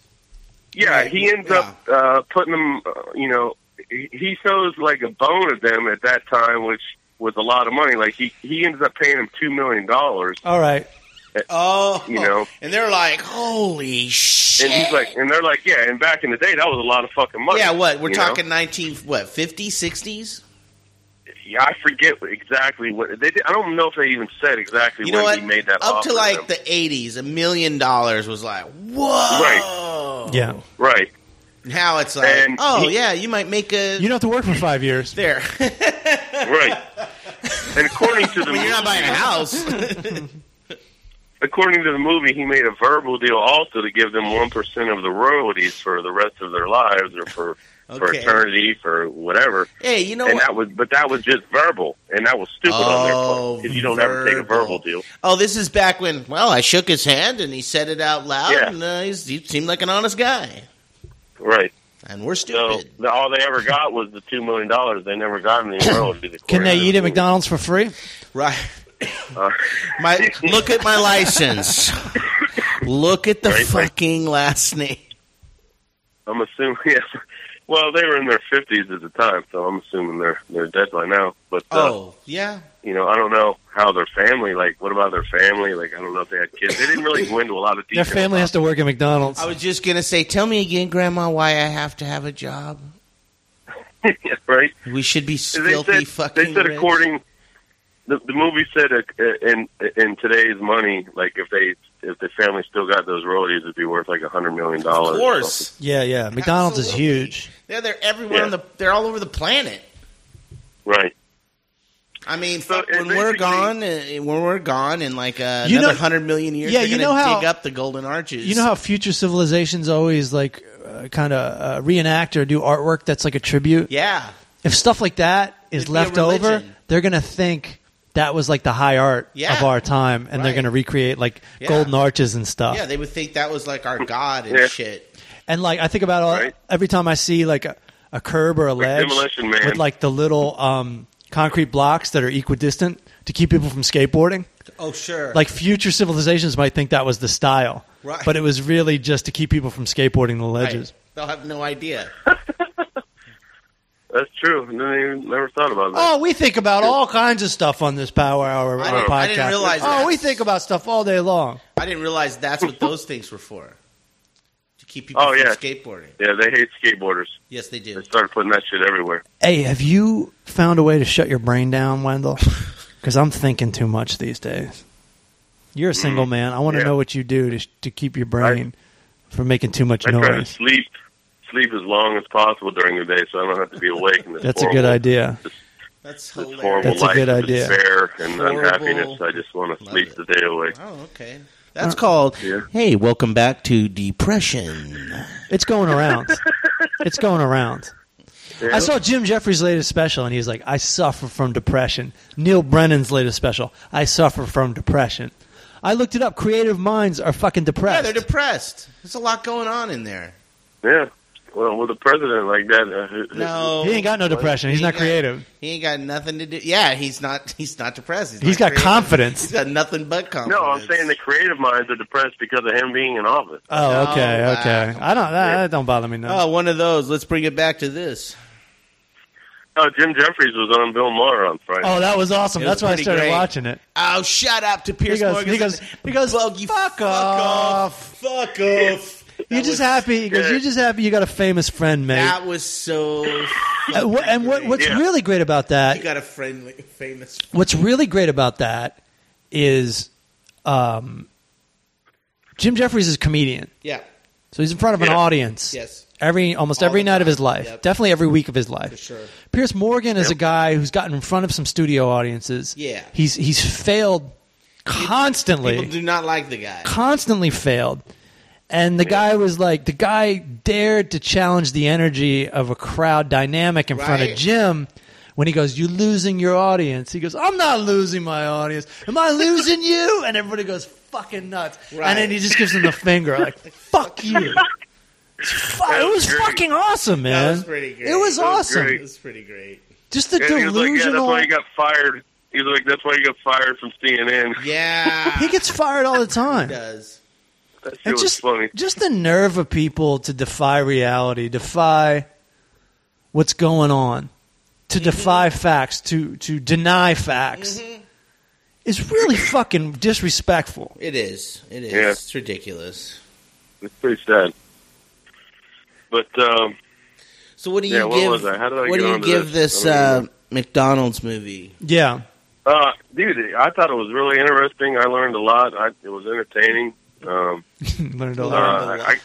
Speaker 9: Yeah, he ends up uh, putting them. Uh, you know, he- he throws like a bone at them at that time, which was a lot of money. Like he he ends up paying him two million dollars.
Speaker 5: All right.
Speaker 3: Oh,
Speaker 9: You know.
Speaker 3: and they're like, holy shit!
Speaker 9: And he's like, and they're like, yeah. And back in the day, that was a lot of fucking money.
Speaker 3: yeah, what we're
Speaker 9: you know?
Speaker 3: talking nineteen what 50s, 60s?
Speaker 9: Yeah, I forget exactly what they. Did. I don't know if they even said exactly
Speaker 3: You
Speaker 9: when
Speaker 3: know what?
Speaker 9: he made that
Speaker 3: Up
Speaker 9: offer
Speaker 3: to like
Speaker 9: them.
Speaker 3: the eighties, a million dollars was like whoa.
Speaker 9: Oh.
Speaker 5: Yeah.
Speaker 9: right.
Speaker 3: Now it's like,
Speaker 9: And
Speaker 3: oh
Speaker 9: he-
Speaker 3: yeah, you might make a
Speaker 5: You don't have to work for five years.
Speaker 3: there.
Speaker 9: right. And according to the
Speaker 3: I mean, you're not buying a house.
Speaker 9: according to the movie, he made a verbal deal also to give them one percent of the royalties for the rest of their lives, or for for
Speaker 3: Okay.
Speaker 9: eternity, for whatever.
Speaker 3: hey, you know
Speaker 9: and
Speaker 3: what?
Speaker 9: that was, but that was just verbal, and that was stupid on their
Speaker 3: Oh,
Speaker 9: part because you don't ever take a verbal
Speaker 3: verbal.
Speaker 9: deal.
Speaker 3: oh, this is back when. Well, I shook his hand and he said it out loud,
Speaker 9: Yeah.
Speaker 3: and uh, he's, he seemed like an honest guy.
Speaker 9: Right.
Speaker 3: And we're
Speaker 9: So
Speaker 3: stupid.
Speaker 9: the, all they ever got was the two million dollars. They never got any royalties.
Speaker 5: Can they
Speaker 9: according to
Speaker 5: eat
Speaker 9: the
Speaker 5: at
Speaker 9: movie.
Speaker 5: McDonald's for free?
Speaker 3: Right.
Speaker 9: Uh,
Speaker 3: My look at my license.
Speaker 9: Uh,
Speaker 3: look at the
Speaker 9: Right, right.
Speaker 3: fucking last name.
Speaker 9: I'm assuming. Yeah. Well, they were in their fifties at the time, so I'm assuming they're they're dead by now. But uh,
Speaker 3: Oh yeah.
Speaker 9: you know, I don't know how their family. Like, what about their family? Like, I don't know if they had kids. They didn't really go into a lot of
Speaker 5: Their
Speaker 9: detail.
Speaker 5: family has to work at McDonald's.
Speaker 3: I was just gonna say, tell me again, Grandma, why I have to have a job.
Speaker 9: Yeah, right.
Speaker 3: We should be
Speaker 9: they
Speaker 3: filthy
Speaker 9: said,
Speaker 3: fucking.
Speaker 9: they said
Speaker 3: rich.
Speaker 9: according the, the movie said uh, in in today's money like if they if the family still got those royalties it'd be worth like a hundred million dollars
Speaker 3: Of course,
Speaker 5: yeah, yeah. McDonald's
Speaker 3: Absolutely.
Speaker 5: is huge.
Speaker 3: they're they're everywhere
Speaker 9: Yeah.
Speaker 3: on the. They're all over the planet.
Speaker 9: right
Speaker 3: I mean,
Speaker 9: So,
Speaker 3: fuck, when we're
Speaker 9: basically-
Speaker 3: gone, uh, when we're gone in like uh,
Speaker 5: You
Speaker 3: another
Speaker 5: know-
Speaker 3: hundred million years,
Speaker 5: Yeah,
Speaker 3: they're
Speaker 5: you
Speaker 3: gonna
Speaker 5: know how-
Speaker 3: dig up the golden arches.
Speaker 5: You know how future civilizations always like uh, kind of uh, reenact or do artwork that's like a tribute?
Speaker 3: Yeah,
Speaker 5: If stuff like that is
Speaker 3: It'd be a
Speaker 5: left over,
Speaker 3: religion.
Speaker 5: they're going to think that was like the high art
Speaker 3: Yeah.
Speaker 5: of our time and they're
Speaker 3: Right.
Speaker 5: going to recreate like
Speaker 3: Yeah.
Speaker 5: golden arches and stuff.
Speaker 3: yeah, they would think that was like our god and
Speaker 9: Yeah.
Speaker 3: shit.
Speaker 5: And like I think about all,
Speaker 9: Right.
Speaker 5: every time I see like a, a curb or a ledge
Speaker 9: Demolition Man.
Speaker 5: with like the little um, concrete blocks that are equidistant to keep people from skateboarding.
Speaker 3: Oh sure,
Speaker 5: Like future civilizations might think that was the style,
Speaker 3: Right.
Speaker 5: but it was really just to keep people from skateboarding the ledges.
Speaker 3: They'll have no idea.
Speaker 9: that's true and then they even never thought about that
Speaker 5: Oh, we think about all kinds of stuff on this Power Hour
Speaker 3: I
Speaker 5: uh,
Speaker 3: didn't-
Speaker 5: podcast.
Speaker 3: I didn't realize
Speaker 5: Oh,
Speaker 3: that.
Speaker 5: we think about stuff all day long.
Speaker 3: I didn't realize that's what those things were for. To keep people
Speaker 9: Oh,
Speaker 3: from
Speaker 9: yeah.
Speaker 3: skateboarding.
Speaker 9: yeah they hate skateboarders
Speaker 3: Yes, they
Speaker 9: they
Speaker 3: do.
Speaker 9: started putting that shit everywhere
Speaker 5: Hey, have you found a way to shut your brain down, Wendell? Because I'm thinking too much these days. You're a single man. I want to
Speaker 9: yeah.
Speaker 5: know what you do to, sh- to keep your brain from making too much
Speaker 9: I try to
Speaker 5: noise.
Speaker 9: sleep sleep as long as possible during the day so I don't have to be awake in this
Speaker 5: That's a
Speaker 9: horrible,
Speaker 5: good idea.
Speaker 3: That's
Speaker 9: this
Speaker 3: hilarious.
Speaker 9: horrible
Speaker 5: That's a
Speaker 9: life
Speaker 5: good
Speaker 9: of
Speaker 5: idea.
Speaker 9: despair and
Speaker 3: Horrible.
Speaker 9: unhappiness I just want to
Speaker 3: Love
Speaker 9: sleep
Speaker 3: it.
Speaker 9: the day away
Speaker 3: Oh, okay. That's called.
Speaker 9: Yeah.
Speaker 3: Hey, welcome back to depression.
Speaker 5: It's going around. it's going around. I saw Jim Jeffries' latest special, and he was like, "I suffer from depression." Neil Brennan's latest special, "I suffer from depression." I looked it up. Creative minds are fucking
Speaker 3: Yeah,
Speaker 5: depressed.
Speaker 3: they're depressed. There's a lot going on in there.
Speaker 9: yeah well with a president like that uh, who- who-
Speaker 3: No,
Speaker 5: he ain't got no depression. He's
Speaker 3: He
Speaker 5: not
Speaker 3: got-
Speaker 5: creative.
Speaker 3: He ain't got nothing to do. Yeah, he's not. He's not depressed.
Speaker 5: He's
Speaker 3: not
Speaker 5: got
Speaker 3: creative.
Speaker 5: confidence.
Speaker 3: He's got nothing but confidence.
Speaker 9: No, I'm saying the creative minds are depressed because of him being in office.
Speaker 5: Oh, okay,
Speaker 3: Oh, wow.
Speaker 5: okay. I don't. That, that don't bother me. No.
Speaker 3: Oh, one of those. Let's bring it back to this.
Speaker 9: Oh, Jim Jeffries was on Bill Maher on Friday.
Speaker 5: Oh, that was awesome.
Speaker 3: It
Speaker 5: That's
Speaker 3: was
Speaker 5: why I
Speaker 3: pretty
Speaker 5: started
Speaker 3: great.
Speaker 5: watching it.
Speaker 3: Oh, shut up to Pierce
Speaker 5: He goes-
Speaker 3: Morgan.
Speaker 5: he goes- he goes,
Speaker 3: Bogey,
Speaker 5: "Fuck off."
Speaker 3: Fuck off.
Speaker 5: You're
Speaker 3: That
Speaker 5: just
Speaker 3: was-
Speaker 5: happy because
Speaker 9: Yeah.
Speaker 5: you're just happy you got a famous friend, mate.
Speaker 3: That was so.
Speaker 5: Uh, wha- and what, what's
Speaker 9: Yeah.
Speaker 5: really great about that
Speaker 3: You got a friendly, famous.
Speaker 5: what's really great about that is um, Jim Jeffries is a comedian,
Speaker 3: Yeah.
Speaker 5: so he's in front of an
Speaker 9: Yeah.
Speaker 5: audience.
Speaker 3: Yes.
Speaker 5: Every almost
Speaker 3: All
Speaker 5: every
Speaker 3: the
Speaker 5: night of
Speaker 3: time.
Speaker 5: his life,
Speaker 3: Yep.
Speaker 5: definitely every week of his life.
Speaker 3: For sure.
Speaker 5: Pierce Morgan is a guy who's gotten in front of some studio audiences.
Speaker 3: Yeah.
Speaker 5: he's he's failed constantly,
Speaker 3: People do not like the guy.
Speaker 5: constantly failed. And the guy was like, the guy dared to challenge the energy of a crowd dynamic in front of
Speaker 3: Right.
Speaker 5: Jim, when he goes, "You're losing your audience." He goes, "I'm not losing my audience. Am I losing you?" And everybody goes fucking nuts.
Speaker 3: Right.
Speaker 5: And then he just gives him the finger, like "Fuck you." It's fu-
Speaker 9: That
Speaker 5: it
Speaker 9: was
Speaker 5: was
Speaker 9: great.
Speaker 5: fucking awesome, man.
Speaker 3: That was pretty great.
Speaker 5: It was
Speaker 9: That was
Speaker 5: awesome.
Speaker 9: great.
Speaker 3: It was pretty great.
Speaker 5: Just the
Speaker 9: And he was like, yeah, that's
Speaker 5: delusional.
Speaker 9: why he got fired. He's like, that's why he got fired from CNN.
Speaker 3: Yeah.
Speaker 5: he gets fired all the
Speaker 3: It
Speaker 5: time.
Speaker 3: does.
Speaker 9: That shit
Speaker 5: And
Speaker 9: was
Speaker 5: just,
Speaker 9: funny.
Speaker 5: just the nerve of people to defy reality, defy what's going on, to defy facts, to to deny facts, is really fucking disrespectful.
Speaker 3: It is. It is.
Speaker 9: Yeah.
Speaker 3: It's ridiculous.
Speaker 9: It's pretty sad. But um,
Speaker 3: So what do you
Speaker 9: Yeah, what
Speaker 3: give?
Speaker 9: was I? How did I
Speaker 3: what
Speaker 9: get
Speaker 3: do you
Speaker 9: onto
Speaker 3: give
Speaker 9: this?
Speaker 3: this,
Speaker 9: I don't
Speaker 3: uh, McDonald's movie?
Speaker 5: Yeah,
Speaker 9: uh, dude, I thought it was really interesting. I learned a lot. I, it was entertaining. Um,
Speaker 5: learned a
Speaker 9: uh,
Speaker 5: lot.
Speaker 9: I, I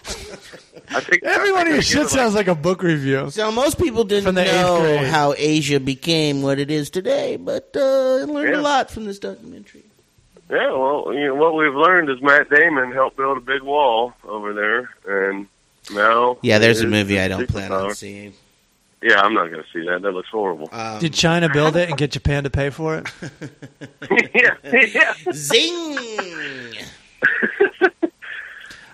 Speaker 9: think
Speaker 5: Everyone
Speaker 9: I
Speaker 5: in your
Speaker 9: think I give
Speaker 5: shit
Speaker 9: it, like,
Speaker 5: sounds like a book review.
Speaker 3: So most people didn't
Speaker 5: From the eighth
Speaker 3: know
Speaker 5: grade.
Speaker 3: how Asia became what it is today, but uh, I learned a
Speaker 9: Yeah.
Speaker 3: lot from this documentary.
Speaker 9: Yeah, well, you know, what we've learned is Matt Damon helped build a big wall over there, and now
Speaker 3: Yeah, there's a
Speaker 9: it is
Speaker 3: movie I don't
Speaker 9: superpower.
Speaker 3: plan on seeing.
Speaker 9: Yeah, I'm not going to see that. That looks horrible.
Speaker 3: Um,
Speaker 5: Did China build it and get Japan to pay for it?
Speaker 9: yeah, yeah.
Speaker 3: Zing!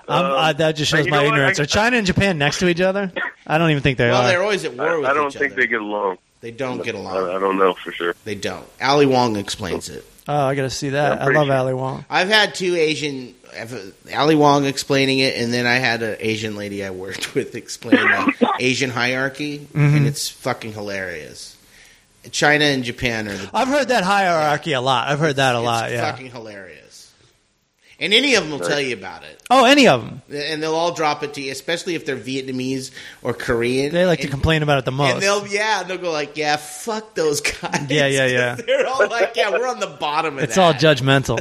Speaker 5: I'm,
Speaker 9: Um,
Speaker 5: I, that just
Speaker 9: but
Speaker 5: shows
Speaker 9: you
Speaker 5: my
Speaker 9: know what?
Speaker 5: ignorance.
Speaker 9: I-
Speaker 5: Are China and Japan next to each other? I don't even think they
Speaker 3: well,
Speaker 5: are.
Speaker 3: they're always at war with
Speaker 9: I, I don't
Speaker 3: each
Speaker 9: think
Speaker 3: other.
Speaker 9: they get along.
Speaker 3: They don't get along.
Speaker 9: I, I don't know for sure.
Speaker 3: They don't. Ali Wong explains it.
Speaker 5: Oh, I gotta see that.
Speaker 9: I'm
Speaker 5: I
Speaker 9: pretty
Speaker 5: love
Speaker 9: sure.
Speaker 5: Ali Wong.
Speaker 3: I've had two Asian. I've- Ali Wong explaining it, and then I had an Asian lady I worked with explain the Asian hierarchy,
Speaker 5: Mm-hmm.
Speaker 3: and it's fucking hilarious. China and Japan are the
Speaker 5: I've heard that hierarchy a lot. I've heard that a lot.
Speaker 3: It's
Speaker 5: Yeah.
Speaker 3: fucking hilarious. And any of them will tell you about it,
Speaker 5: oh, any of them.
Speaker 3: and they'll all drop it to you, especially if they're Vietnamese or Korean.
Speaker 5: They like to
Speaker 3: and,
Speaker 5: complain about it the most.
Speaker 3: And they'll yeah, they'll go like yeah, fuck those guys.
Speaker 5: Yeah, yeah, yeah.
Speaker 3: they're all like yeah, we're on the bottom of
Speaker 5: it's
Speaker 3: that.
Speaker 5: all judgmental.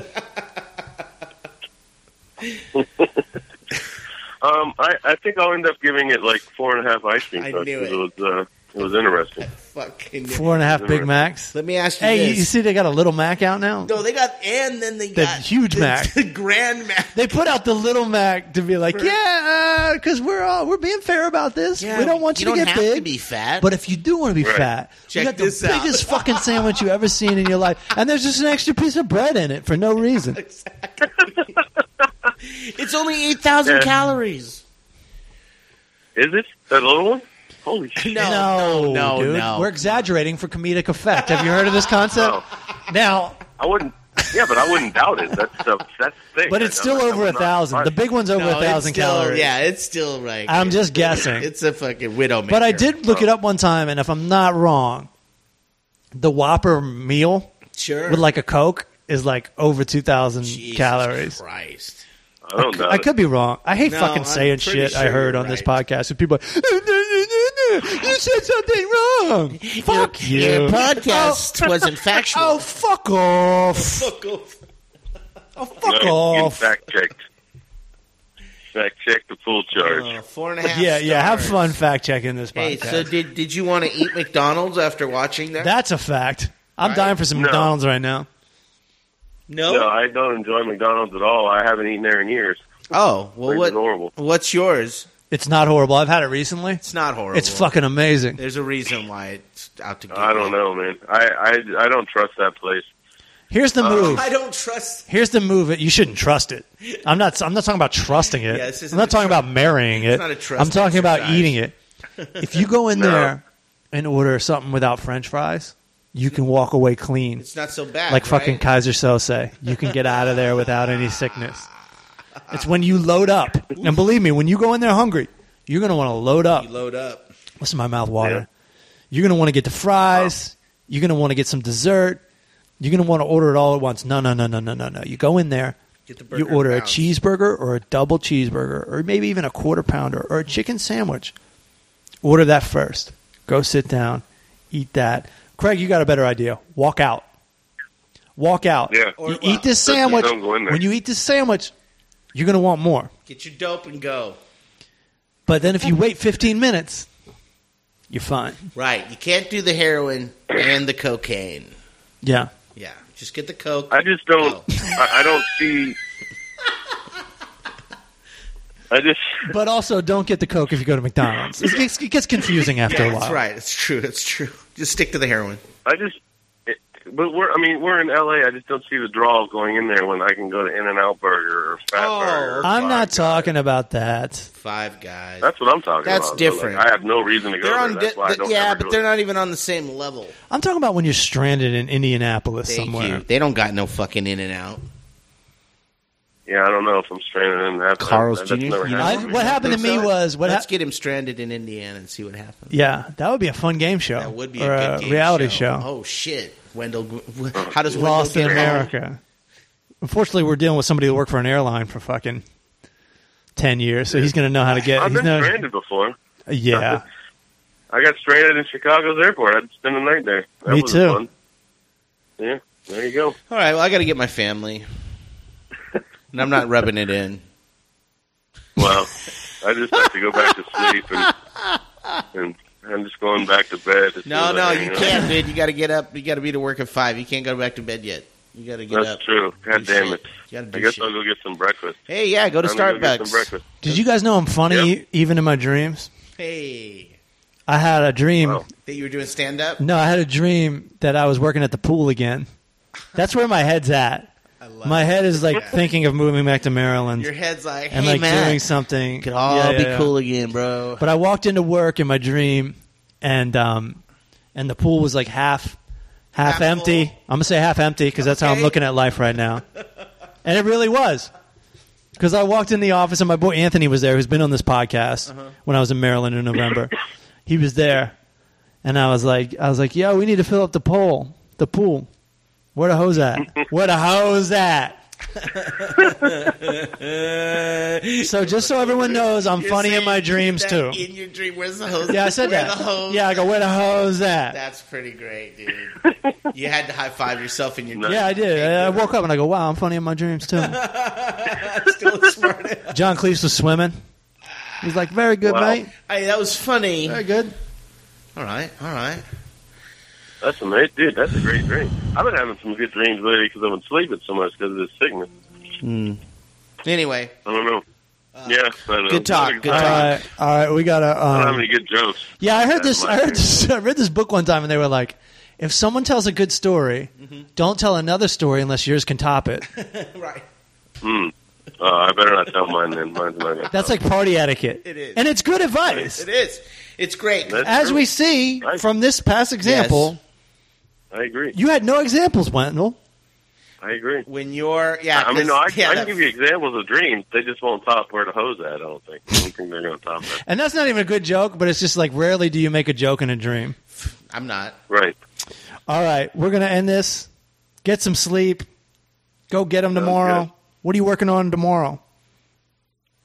Speaker 9: Um, I, I think I'll end up giving it like four and a half ice cream
Speaker 3: I
Speaker 9: trucks.
Speaker 3: knew
Speaker 9: 'cause
Speaker 3: it.
Speaker 9: was uh, it was interesting.
Speaker 3: fucking.
Speaker 5: Four and a half Big Macs.
Speaker 3: Let me ask you
Speaker 5: Hey, you-
Speaker 3: this.
Speaker 5: you see they got a little Mac out now?
Speaker 3: No, they got and then they
Speaker 5: The
Speaker 3: got
Speaker 5: huge
Speaker 3: the,
Speaker 5: Mac.
Speaker 3: the Grand Mac.
Speaker 5: They put out the little Mac to be like, yeah, because we're all, we're being fair about this. we don't want you,
Speaker 3: don't
Speaker 5: to get
Speaker 3: have
Speaker 5: big.
Speaker 3: to be fat.
Speaker 5: but if you do want to be
Speaker 9: Right.
Speaker 5: fat,
Speaker 3: Check
Speaker 5: you got
Speaker 3: this
Speaker 5: the
Speaker 3: out.
Speaker 5: biggest fucking sandwich you ever seen in your life, and there's just an extra piece of bread in it for no reason.
Speaker 3: it's only eight thousand
Speaker 9: Yeah.
Speaker 3: calories.
Speaker 9: Is it that little one? Holy shit!
Speaker 5: no,
Speaker 3: no,
Speaker 5: dude.
Speaker 3: no.
Speaker 5: We're exaggerating for comedic effect. Have you heard of this concept?
Speaker 9: Oh.
Speaker 5: Now,
Speaker 9: I wouldn't. Yeah, but I wouldn't doubt it. That's the that's the thing.
Speaker 5: but it's
Speaker 9: I-
Speaker 5: still
Speaker 9: I
Speaker 5: over
Speaker 9: would
Speaker 5: a
Speaker 9: not
Speaker 5: thousand.
Speaker 9: fight.
Speaker 5: The big one's over
Speaker 3: No,
Speaker 5: a
Speaker 3: it's
Speaker 5: thousand
Speaker 3: still-
Speaker 5: calories.
Speaker 3: Yeah, it's still right.
Speaker 5: I'm just guessing.
Speaker 3: It's a fucking widow
Speaker 5: But I did look it up one time, and if I'm not wrong, the Whopper meal
Speaker 3: sure
Speaker 5: with like a Coke is like over 2,000
Speaker 3: Jesus
Speaker 5: calories.
Speaker 3: Christ.
Speaker 9: I don't doubt
Speaker 5: I
Speaker 9: it.
Speaker 5: could be wrong. I hate
Speaker 3: No,
Speaker 5: fucking
Speaker 3: I'm
Speaker 5: saying
Speaker 3: pretty
Speaker 5: shit I
Speaker 3: sure
Speaker 5: heard
Speaker 3: you're
Speaker 5: on this
Speaker 3: right.
Speaker 5: podcast. And people are like, "No, no, no, no, you said something wrong. Fuck you.
Speaker 3: Your podcast wasn't factual.
Speaker 5: Oh, fuck off.
Speaker 3: fuck off.
Speaker 5: Oh, fuck
Speaker 9: No, you
Speaker 5: off.
Speaker 9: Fact checked. Fact checked the full charge.
Speaker 3: Uh, four and a half.
Speaker 5: Yeah, yeah. Have
Speaker 3: stars.
Speaker 5: fun fact checking this
Speaker 3: Hey,
Speaker 5: podcast.
Speaker 3: so did did you want to eat McDonald's after watching that?
Speaker 5: That's a fact. I'm
Speaker 3: Right?
Speaker 5: dying for some
Speaker 9: No.
Speaker 5: McDonald's right now.
Speaker 3: no?
Speaker 9: no, I don't enjoy McDonald's at all. I haven't eaten there in years.
Speaker 3: Oh well,
Speaker 9: Things
Speaker 3: what
Speaker 9: are horrible.
Speaker 3: what's yours?
Speaker 5: It's not horrible. I've had it recently.
Speaker 3: It's not horrible.
Speaker 5: It's fucking amazing.
Speaker 3: There's a reason why it's out to get.
Speaker 9: I
Speaker 5: Uh-huh.
Speaker 3: me.
Speaker 9: don't know, man. I, I I don't trust that place.
Speaker 5: Here's the move.
Speaker 3: Uh, I don't trust.
Speaker 5: Here's the move. That you shouldn't trust it. I'm not. I'm not talking about trusting it.
Speaker 3: Yeah, this isn't
Speaker 5: I'm not
Speaker 3: a
Speaker 5: talking
Speaker 3: tru-
Speaker 5: about marrying it.
Speaker 3: not a trust
Speaker 5: I'm talking about
Speaker 3: exercise.
Speaker 5: eating it. If you go in
Speaker 9: No.
Speaker 5: there and order something without French fries, you can walk away clean,
Speaker 3: It's not so bad.
Speaker 5: like fucking
Speaker 3: right?
Speaker 5: Kaiser Sose. You can get out of there without any sickness. It's when you load up, and believe me, when you go in there hungry, you're gonna want to load up.
Speaker 3: You load up.
Speaker 5: Listen, my mouth water. You're gonna want to get the fries. You're gonna want to get some dessert. You're gonna want to order it all at once. No, no, no, no, no, no, no. You go in there.
Speaker 3: Get the
Speaker 5: You
Speaker 3: burger
Speaker 5: order a
Speaker 3: bounce.
Speaker 5: cheeseburger or a double cheeseburger or maybe even a quarter pounder or a chicken sandwich. Order that first. Go sit down, eat that. Craig, you got a better idea. Walk out. Walk out.
Speaker 9: Yeah.
Speaker 3: Or
Speaker 5: You eat this
Speaker 9: That's-
Speaker 5: sandwich.
Speaker 9: don't go in there.
Speaker 5: When you eat this sandwich, you're gonna want more.
Speaker 3: Get your dope and go.
Speaker 5: But then if you wait 15 minutes, you're fine.
Speaker 3: Right. You can't do the heroin and the cocaine.
Speaker 5: Yeah.
Speaker 3: Yeah. Just get the coke.
Speaker 9: I just don't. I, I don't see. I just
Speaker 5: But also, don't get the Coke if you go to McDonald's. It gets, it gets confusing after a while.
Speaker 3: That's right. It's true. It's true. Just stick to the heroin.
Speaker 9: I just, it, but we're, I mean, we're in LA. I just don't see the draw of going in there when I can go to In and Out Burger or Fat
Speaker 3: Oh,
Speaker 9: Burger. or
Speaker 5: I'm not
Speaker 9: Five Guys.
Speaker 5: talking about that.
Speaker 3: Five guys.
Speaker 9: That's what I'm talking
Speaker 3: That's
Speaker 9: about.
Speaker 3: different.
Speaker 9: So, like, I have no reason to go
Speaker 3: they're
Speaker 9: there.
Speaker 3: on.
Speaker 9: That's why I
Speaker 3: di-
Speaker 9: don't
Speaker 3: yeah,
Speaker 9: ever
Speaker 3: but
Speaker 9: go
Speaker 3: they're
Speaker 9: there.
Speaker 3: not even on the same level.
Speaker 5: I'm talking about when you're stranded in Indianapolis
Speaker 3: Thank
Speaker 5: somewhere.
Speaker 3: you. They don't got no fucking in and out.
Speaker 9: Yeah, I don't know if I'm stranded in that. but
Speaker 3: Carl's
Speaker 9: that- that's
Speaker 3: Jr.?
Speaker 9: never
Speaker 3: You know?
Speaker 5: I,
Speaker 9: happened to me.
Speaker 5: what happened to me was what
Speaker 3: Let's
Speaker 5: hap-
Speaker 3: get him stranded in Indiana and see what happens.
Speaker 5: Yeah, that would be a fun game show.
Speaker 3: That would be
Speaker 5: or
Speaker 3: a good game
Speaker 5: reality
Speaker 3: show.
Speaker 5: show.
Speaker 3: Oh shit, Wendell. Gr- wh- How does Wendell
Speaker 5: Lost in
Speaker 3: get home?
Speaker 5: America. Unfortunately, we're dealing with somebody who worked for an airline for fucking ten years, so he's going to know how to get.
Speaker 9: I've
Speaker 5: he's
Speaker 9: been
Speaker 5: know-
Speaker 9: stranded before.
Speaker 5: yeah,
Speaker 9: I got stranded in Chicago's airport. I'd spend the night there. That
Speaker 5: Me
Speaker 9: was
Speaker 5: too.
Speaker 9: Fun. Yeah, there you go.
Speaker 3: All right. Well, I got to get my family, and I'm not rubbing it in.
Speaker 9: Well, I just have to go back to sleep and and I'm just going back to bed. It
Speaker 3: No, no,
Speaker 9: seems like,
Speaker 3: you
Speaker 9: know,
Speaker 3: can't, dude. You got to get up. You got to be to work at five. You can't go back to bed yet. You got to get
Speaker 9: That's
Speaker 3: up.
Speaker 9: true. God
Speaker 3: Do
Speaker 9: damn
Speaker 3: shit.
Speaker 9: it.
Speaker 3: You gotta
Speaker 9: I
Speaker 3: do
Speaker 9: guess
Speaker 3: shit.
Speaker 9: I'll go get some breakfast.
Speaker 3: Hey, yeah, go to
Speaker 9: I'm gonna go get some
Speaker 3: Starbucks.
Speaker 9: breakfast.
Speaker 5: Did you guys know I'm funny even in my dreams?
Speaker 3: hey,
Speaker 5: I had a dream.
Speaker 9: Wow.
Speaker 3: that you were doing stand up.
Speaker 5: No, I had a dream that I was working at the pool again. That's where my head's at.
Speaker 3: I love
Speaker 5: My
Speaker 3: it.
Speaker 5: head is like thinking of moving back to Maryland
Speaker 3: Your head's like, hey
Speaker 5: and like
Speaker 3: man,
Speaker 5: doing something.
Speaker 3: could all
Speaker 5: Yeah, yeah,
Speaker 3: be
Speaker 5: yeah.
Speaker 3: cool again, bro.
Speaker 5: But I walked into work in my dream, and um, and the pool was like half half,
Speaker 3: Half
Speaker 5: empty.
Speaker 3: full?
Speaker 5: I'm gonna say half empty because that's how I'm
Speaker 3: Okay.
Speaker 5: looking at life right now, and it really was. Because I walked in the office and my boy Anthony was there, who's been on this podcast
Speaker 3: Uh-huh.
Speaker 5: when I was in Maryland in November. he was there, and I was like, I was like, yo, we need to fill up the pool, the pool. Where the hose at? Where the hose at? so just so everyone knows, I'm
Speaker 3: You're
Speaker 5: funny in
Speaker 3: saying
Speaker 5: my
Speaker 3: you did
Speaker 5: dreams
Speaker 3: that
Speaker 5: too.
Speaker 3: In your dream, where's the hose?
Speaker 5: Yeah, I said
Speaker 3: Where
Speaker 5: that.
Speaker 3: The hose?
Speaker 5: Yeah, I go, where the hose at?
Speaker 3: that's pretty great, dude. you had to high five yourself in your dream.
Speaker 5: yeah, I did. I, I woke up and I go, wow, I'm funny in my dreams too.
Speaker 3: Still this morning.
Speaker 5: John Cleese was swimming. He's like, very good,
Speaker 9: Wow.
Speaker 5: mate.
Speaker 3: Hey, that was funny.
Speaker 5: Very good.
Speaker 3: All right, all right.
Speaker 9: That's amazing, dude. That's a great dream. I've been having some good dreams lately because I've been sleeping so much because of this sickness.
Speaker 3: Anyway,
Speaker 9: I don't know. yeah, uh, I don't know.
Speaker 3: Uh, good talk, good
Speaker 5: All
Speaker 3: talk.
Speaker 5: right, all right, we gotta.
Speaker 9: I don't have
Speaker 5: Um,
Speaker 9: any good jokes.
Speaker 5: yeah, I heard
Speaker 9: That's
Speaker 5: this.
Speaker 9: my
Speaker 5: I heard
Speaker 9: dream.
Speaker 5: this. I read this book one time, and they were like, if someone tells a good story,
Speaker 9: Mm-hmm.
Speaker 5: don't tell another story unless yours can top it.
Speaker 3: right.
Speaker 9: Hmm. Uh, I better not tell mine then. Mine's not gonna
Speaker 5: That's like party etiquette.
Speaker 3: It is.
Speaker 5: and it's good advice.
Speaker 3: It is. It's great.
Speaker 9: That's
Speaker 5: As
Speaker 9: true.
Speaker 5: we see
Speaker 9: Right.
Speaker 5: from this past example,
Speaker 9: I agree.
Speaker 5: you had no examples, Wendell.
Speaker 9: I agree.
Speaker 3: When you're, yeah,
Speaker 9: I mean,
Speaker 3: 'cause-
Speaker 9: no, I,
Speaker 3: yeah,
Speaker 9: I
Speaker 3: that-
Speaker 9: can give you examples of dreams. They just won't top where the hose at. I don't think. I don't think they're going to top that.
Speaker 5: And that's not even a good joke, but it's just like rarely do you make a joke in a dream.
Speaker 3: I'm not.
Speaker 9: Right.
Speaker 5: All right, we're gonna end this. Get some sleep. Go get them
Speaker 9: Sounds
Speaker 5: tomorrow.
Speaker 9: good.
Speaker 5: What are you working on tomorrow?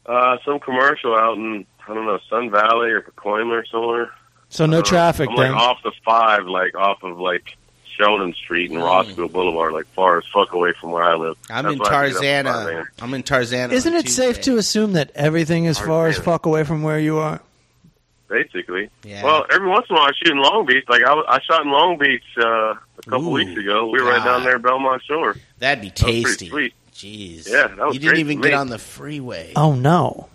Speaker 9: Uh, some commercial out in I don't know Sun Valley or Pacoima or somewhere.
Speaker 5: So no
Speaker 9: Uh,
Speaker 5: traffic
Speaker 9: I'm
Speaker 5: then.
Speaker 9: like off the five, like off of like Sheldon Street and Rossville Boulevard, like far as fuck away from where I live.
Speaker 3: Hmm. I'm
Speaker 9: That's
Speaker 3: in
Speaker 9: why I have to get up at 5
Speaker 3: Tarzana.
Speaker 9: a.m.
Speaker 3: I'm in Tarzana.
Speaker 5: Isn't
Speaker 3: on
Speaker 5: it safe
Speaker 3: Tuesday.
Speaker 5: to assume that everything is
Speaker 9: oh, Hard
Speaker 5: far as
Speaker 9: man.
Speaker 5: fuck away from where you are?
Speaker 9: Basically.
Speaker 3: Yeah.
Speaker 9: Well, every once in a while I shoot in Long Beach. Like I, was- I shot in Long Beach uh, a couple
Speaker 3: Ooh,
Speaker 9: weeks ago. We were right
Speaker 3: God.
Speaker 9: down there, at Belmont Shore.
Speaker 3: That'd be
Speaker 9: pretty
Speaker 3: tasty.
Speaker 9: sweet.
Speaker 3: Jeez.
Speaker 9: Yeah, that was
Speaker 3: you didn't
Speaker 9: great
Speaker 3: even
Speaker 9: for me.
Speaker 3: get on the freeway.
Speaker 5: Oh no,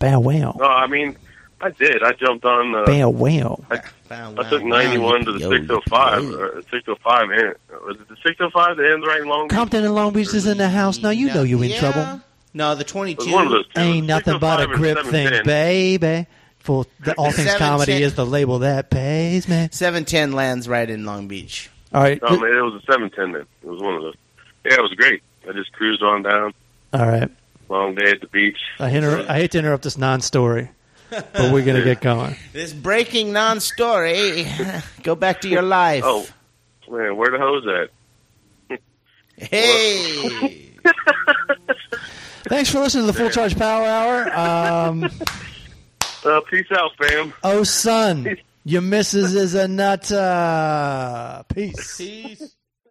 Speaker 5: bow wow,
Speaker 9: No, I mean, I did. I jumped on. Uh,
Speaker 5: bow wow.
Speaker 3: Wow,
Speaker 9: I
Speaker 3: wow,
Speaker 9: took
Speaker 3: wow,
Speaker 9: 91 to the
Speaker 3: yo,
Speaker 9: 605.
Speaker 3: yo.
Speaker 9: Or 605 and was it the 605 that ends right in Long Beach?
Speaker 5: Compton and Long Beach is in the house. Now you know you in
Speaker 3: Yeah.
Speaker 5: trouble.
Speaker 3: No, the
Speaker 9: It
Speaker 3: 22.
Speaker 9: was one of those two.
Speaker 5: Ain't nothing but a
Speaker 9: 605 or
Speaker 5: grip thing,
Speaker 9: 710.
Speaker 5: baby. For the, all things
Speaker 3: Seven
Speaker 5: comedy
Speaker 3: cent-
Speaker 5: is the label that pays, man.
Speaker 3: 710 lands right in Long Beach.
Speaker 5: All right,
Speaker 9: No, man, it was a 710 then. It was one of those. Yeah, it was great. I just cruised on down.
Speaker 5: all right.
Speaker 9: Long day at the beach.
Speaker 5: I, inter- I hate to interrupt this non-story, but we're gonna get going.
Speaker 3: This breaking non story. Go back to your life.
Speaker 9: Oh, man, where the hose at?
Speaker 3: Hey.
Speaker 5: Thanks for listening to the Full Charge Power Hour. Um,
Speaker 9: Uh, peace out, fam.
Speaker 5: oh, son, your missus is a nut. Uh, peace.
Speaker 3: Peace.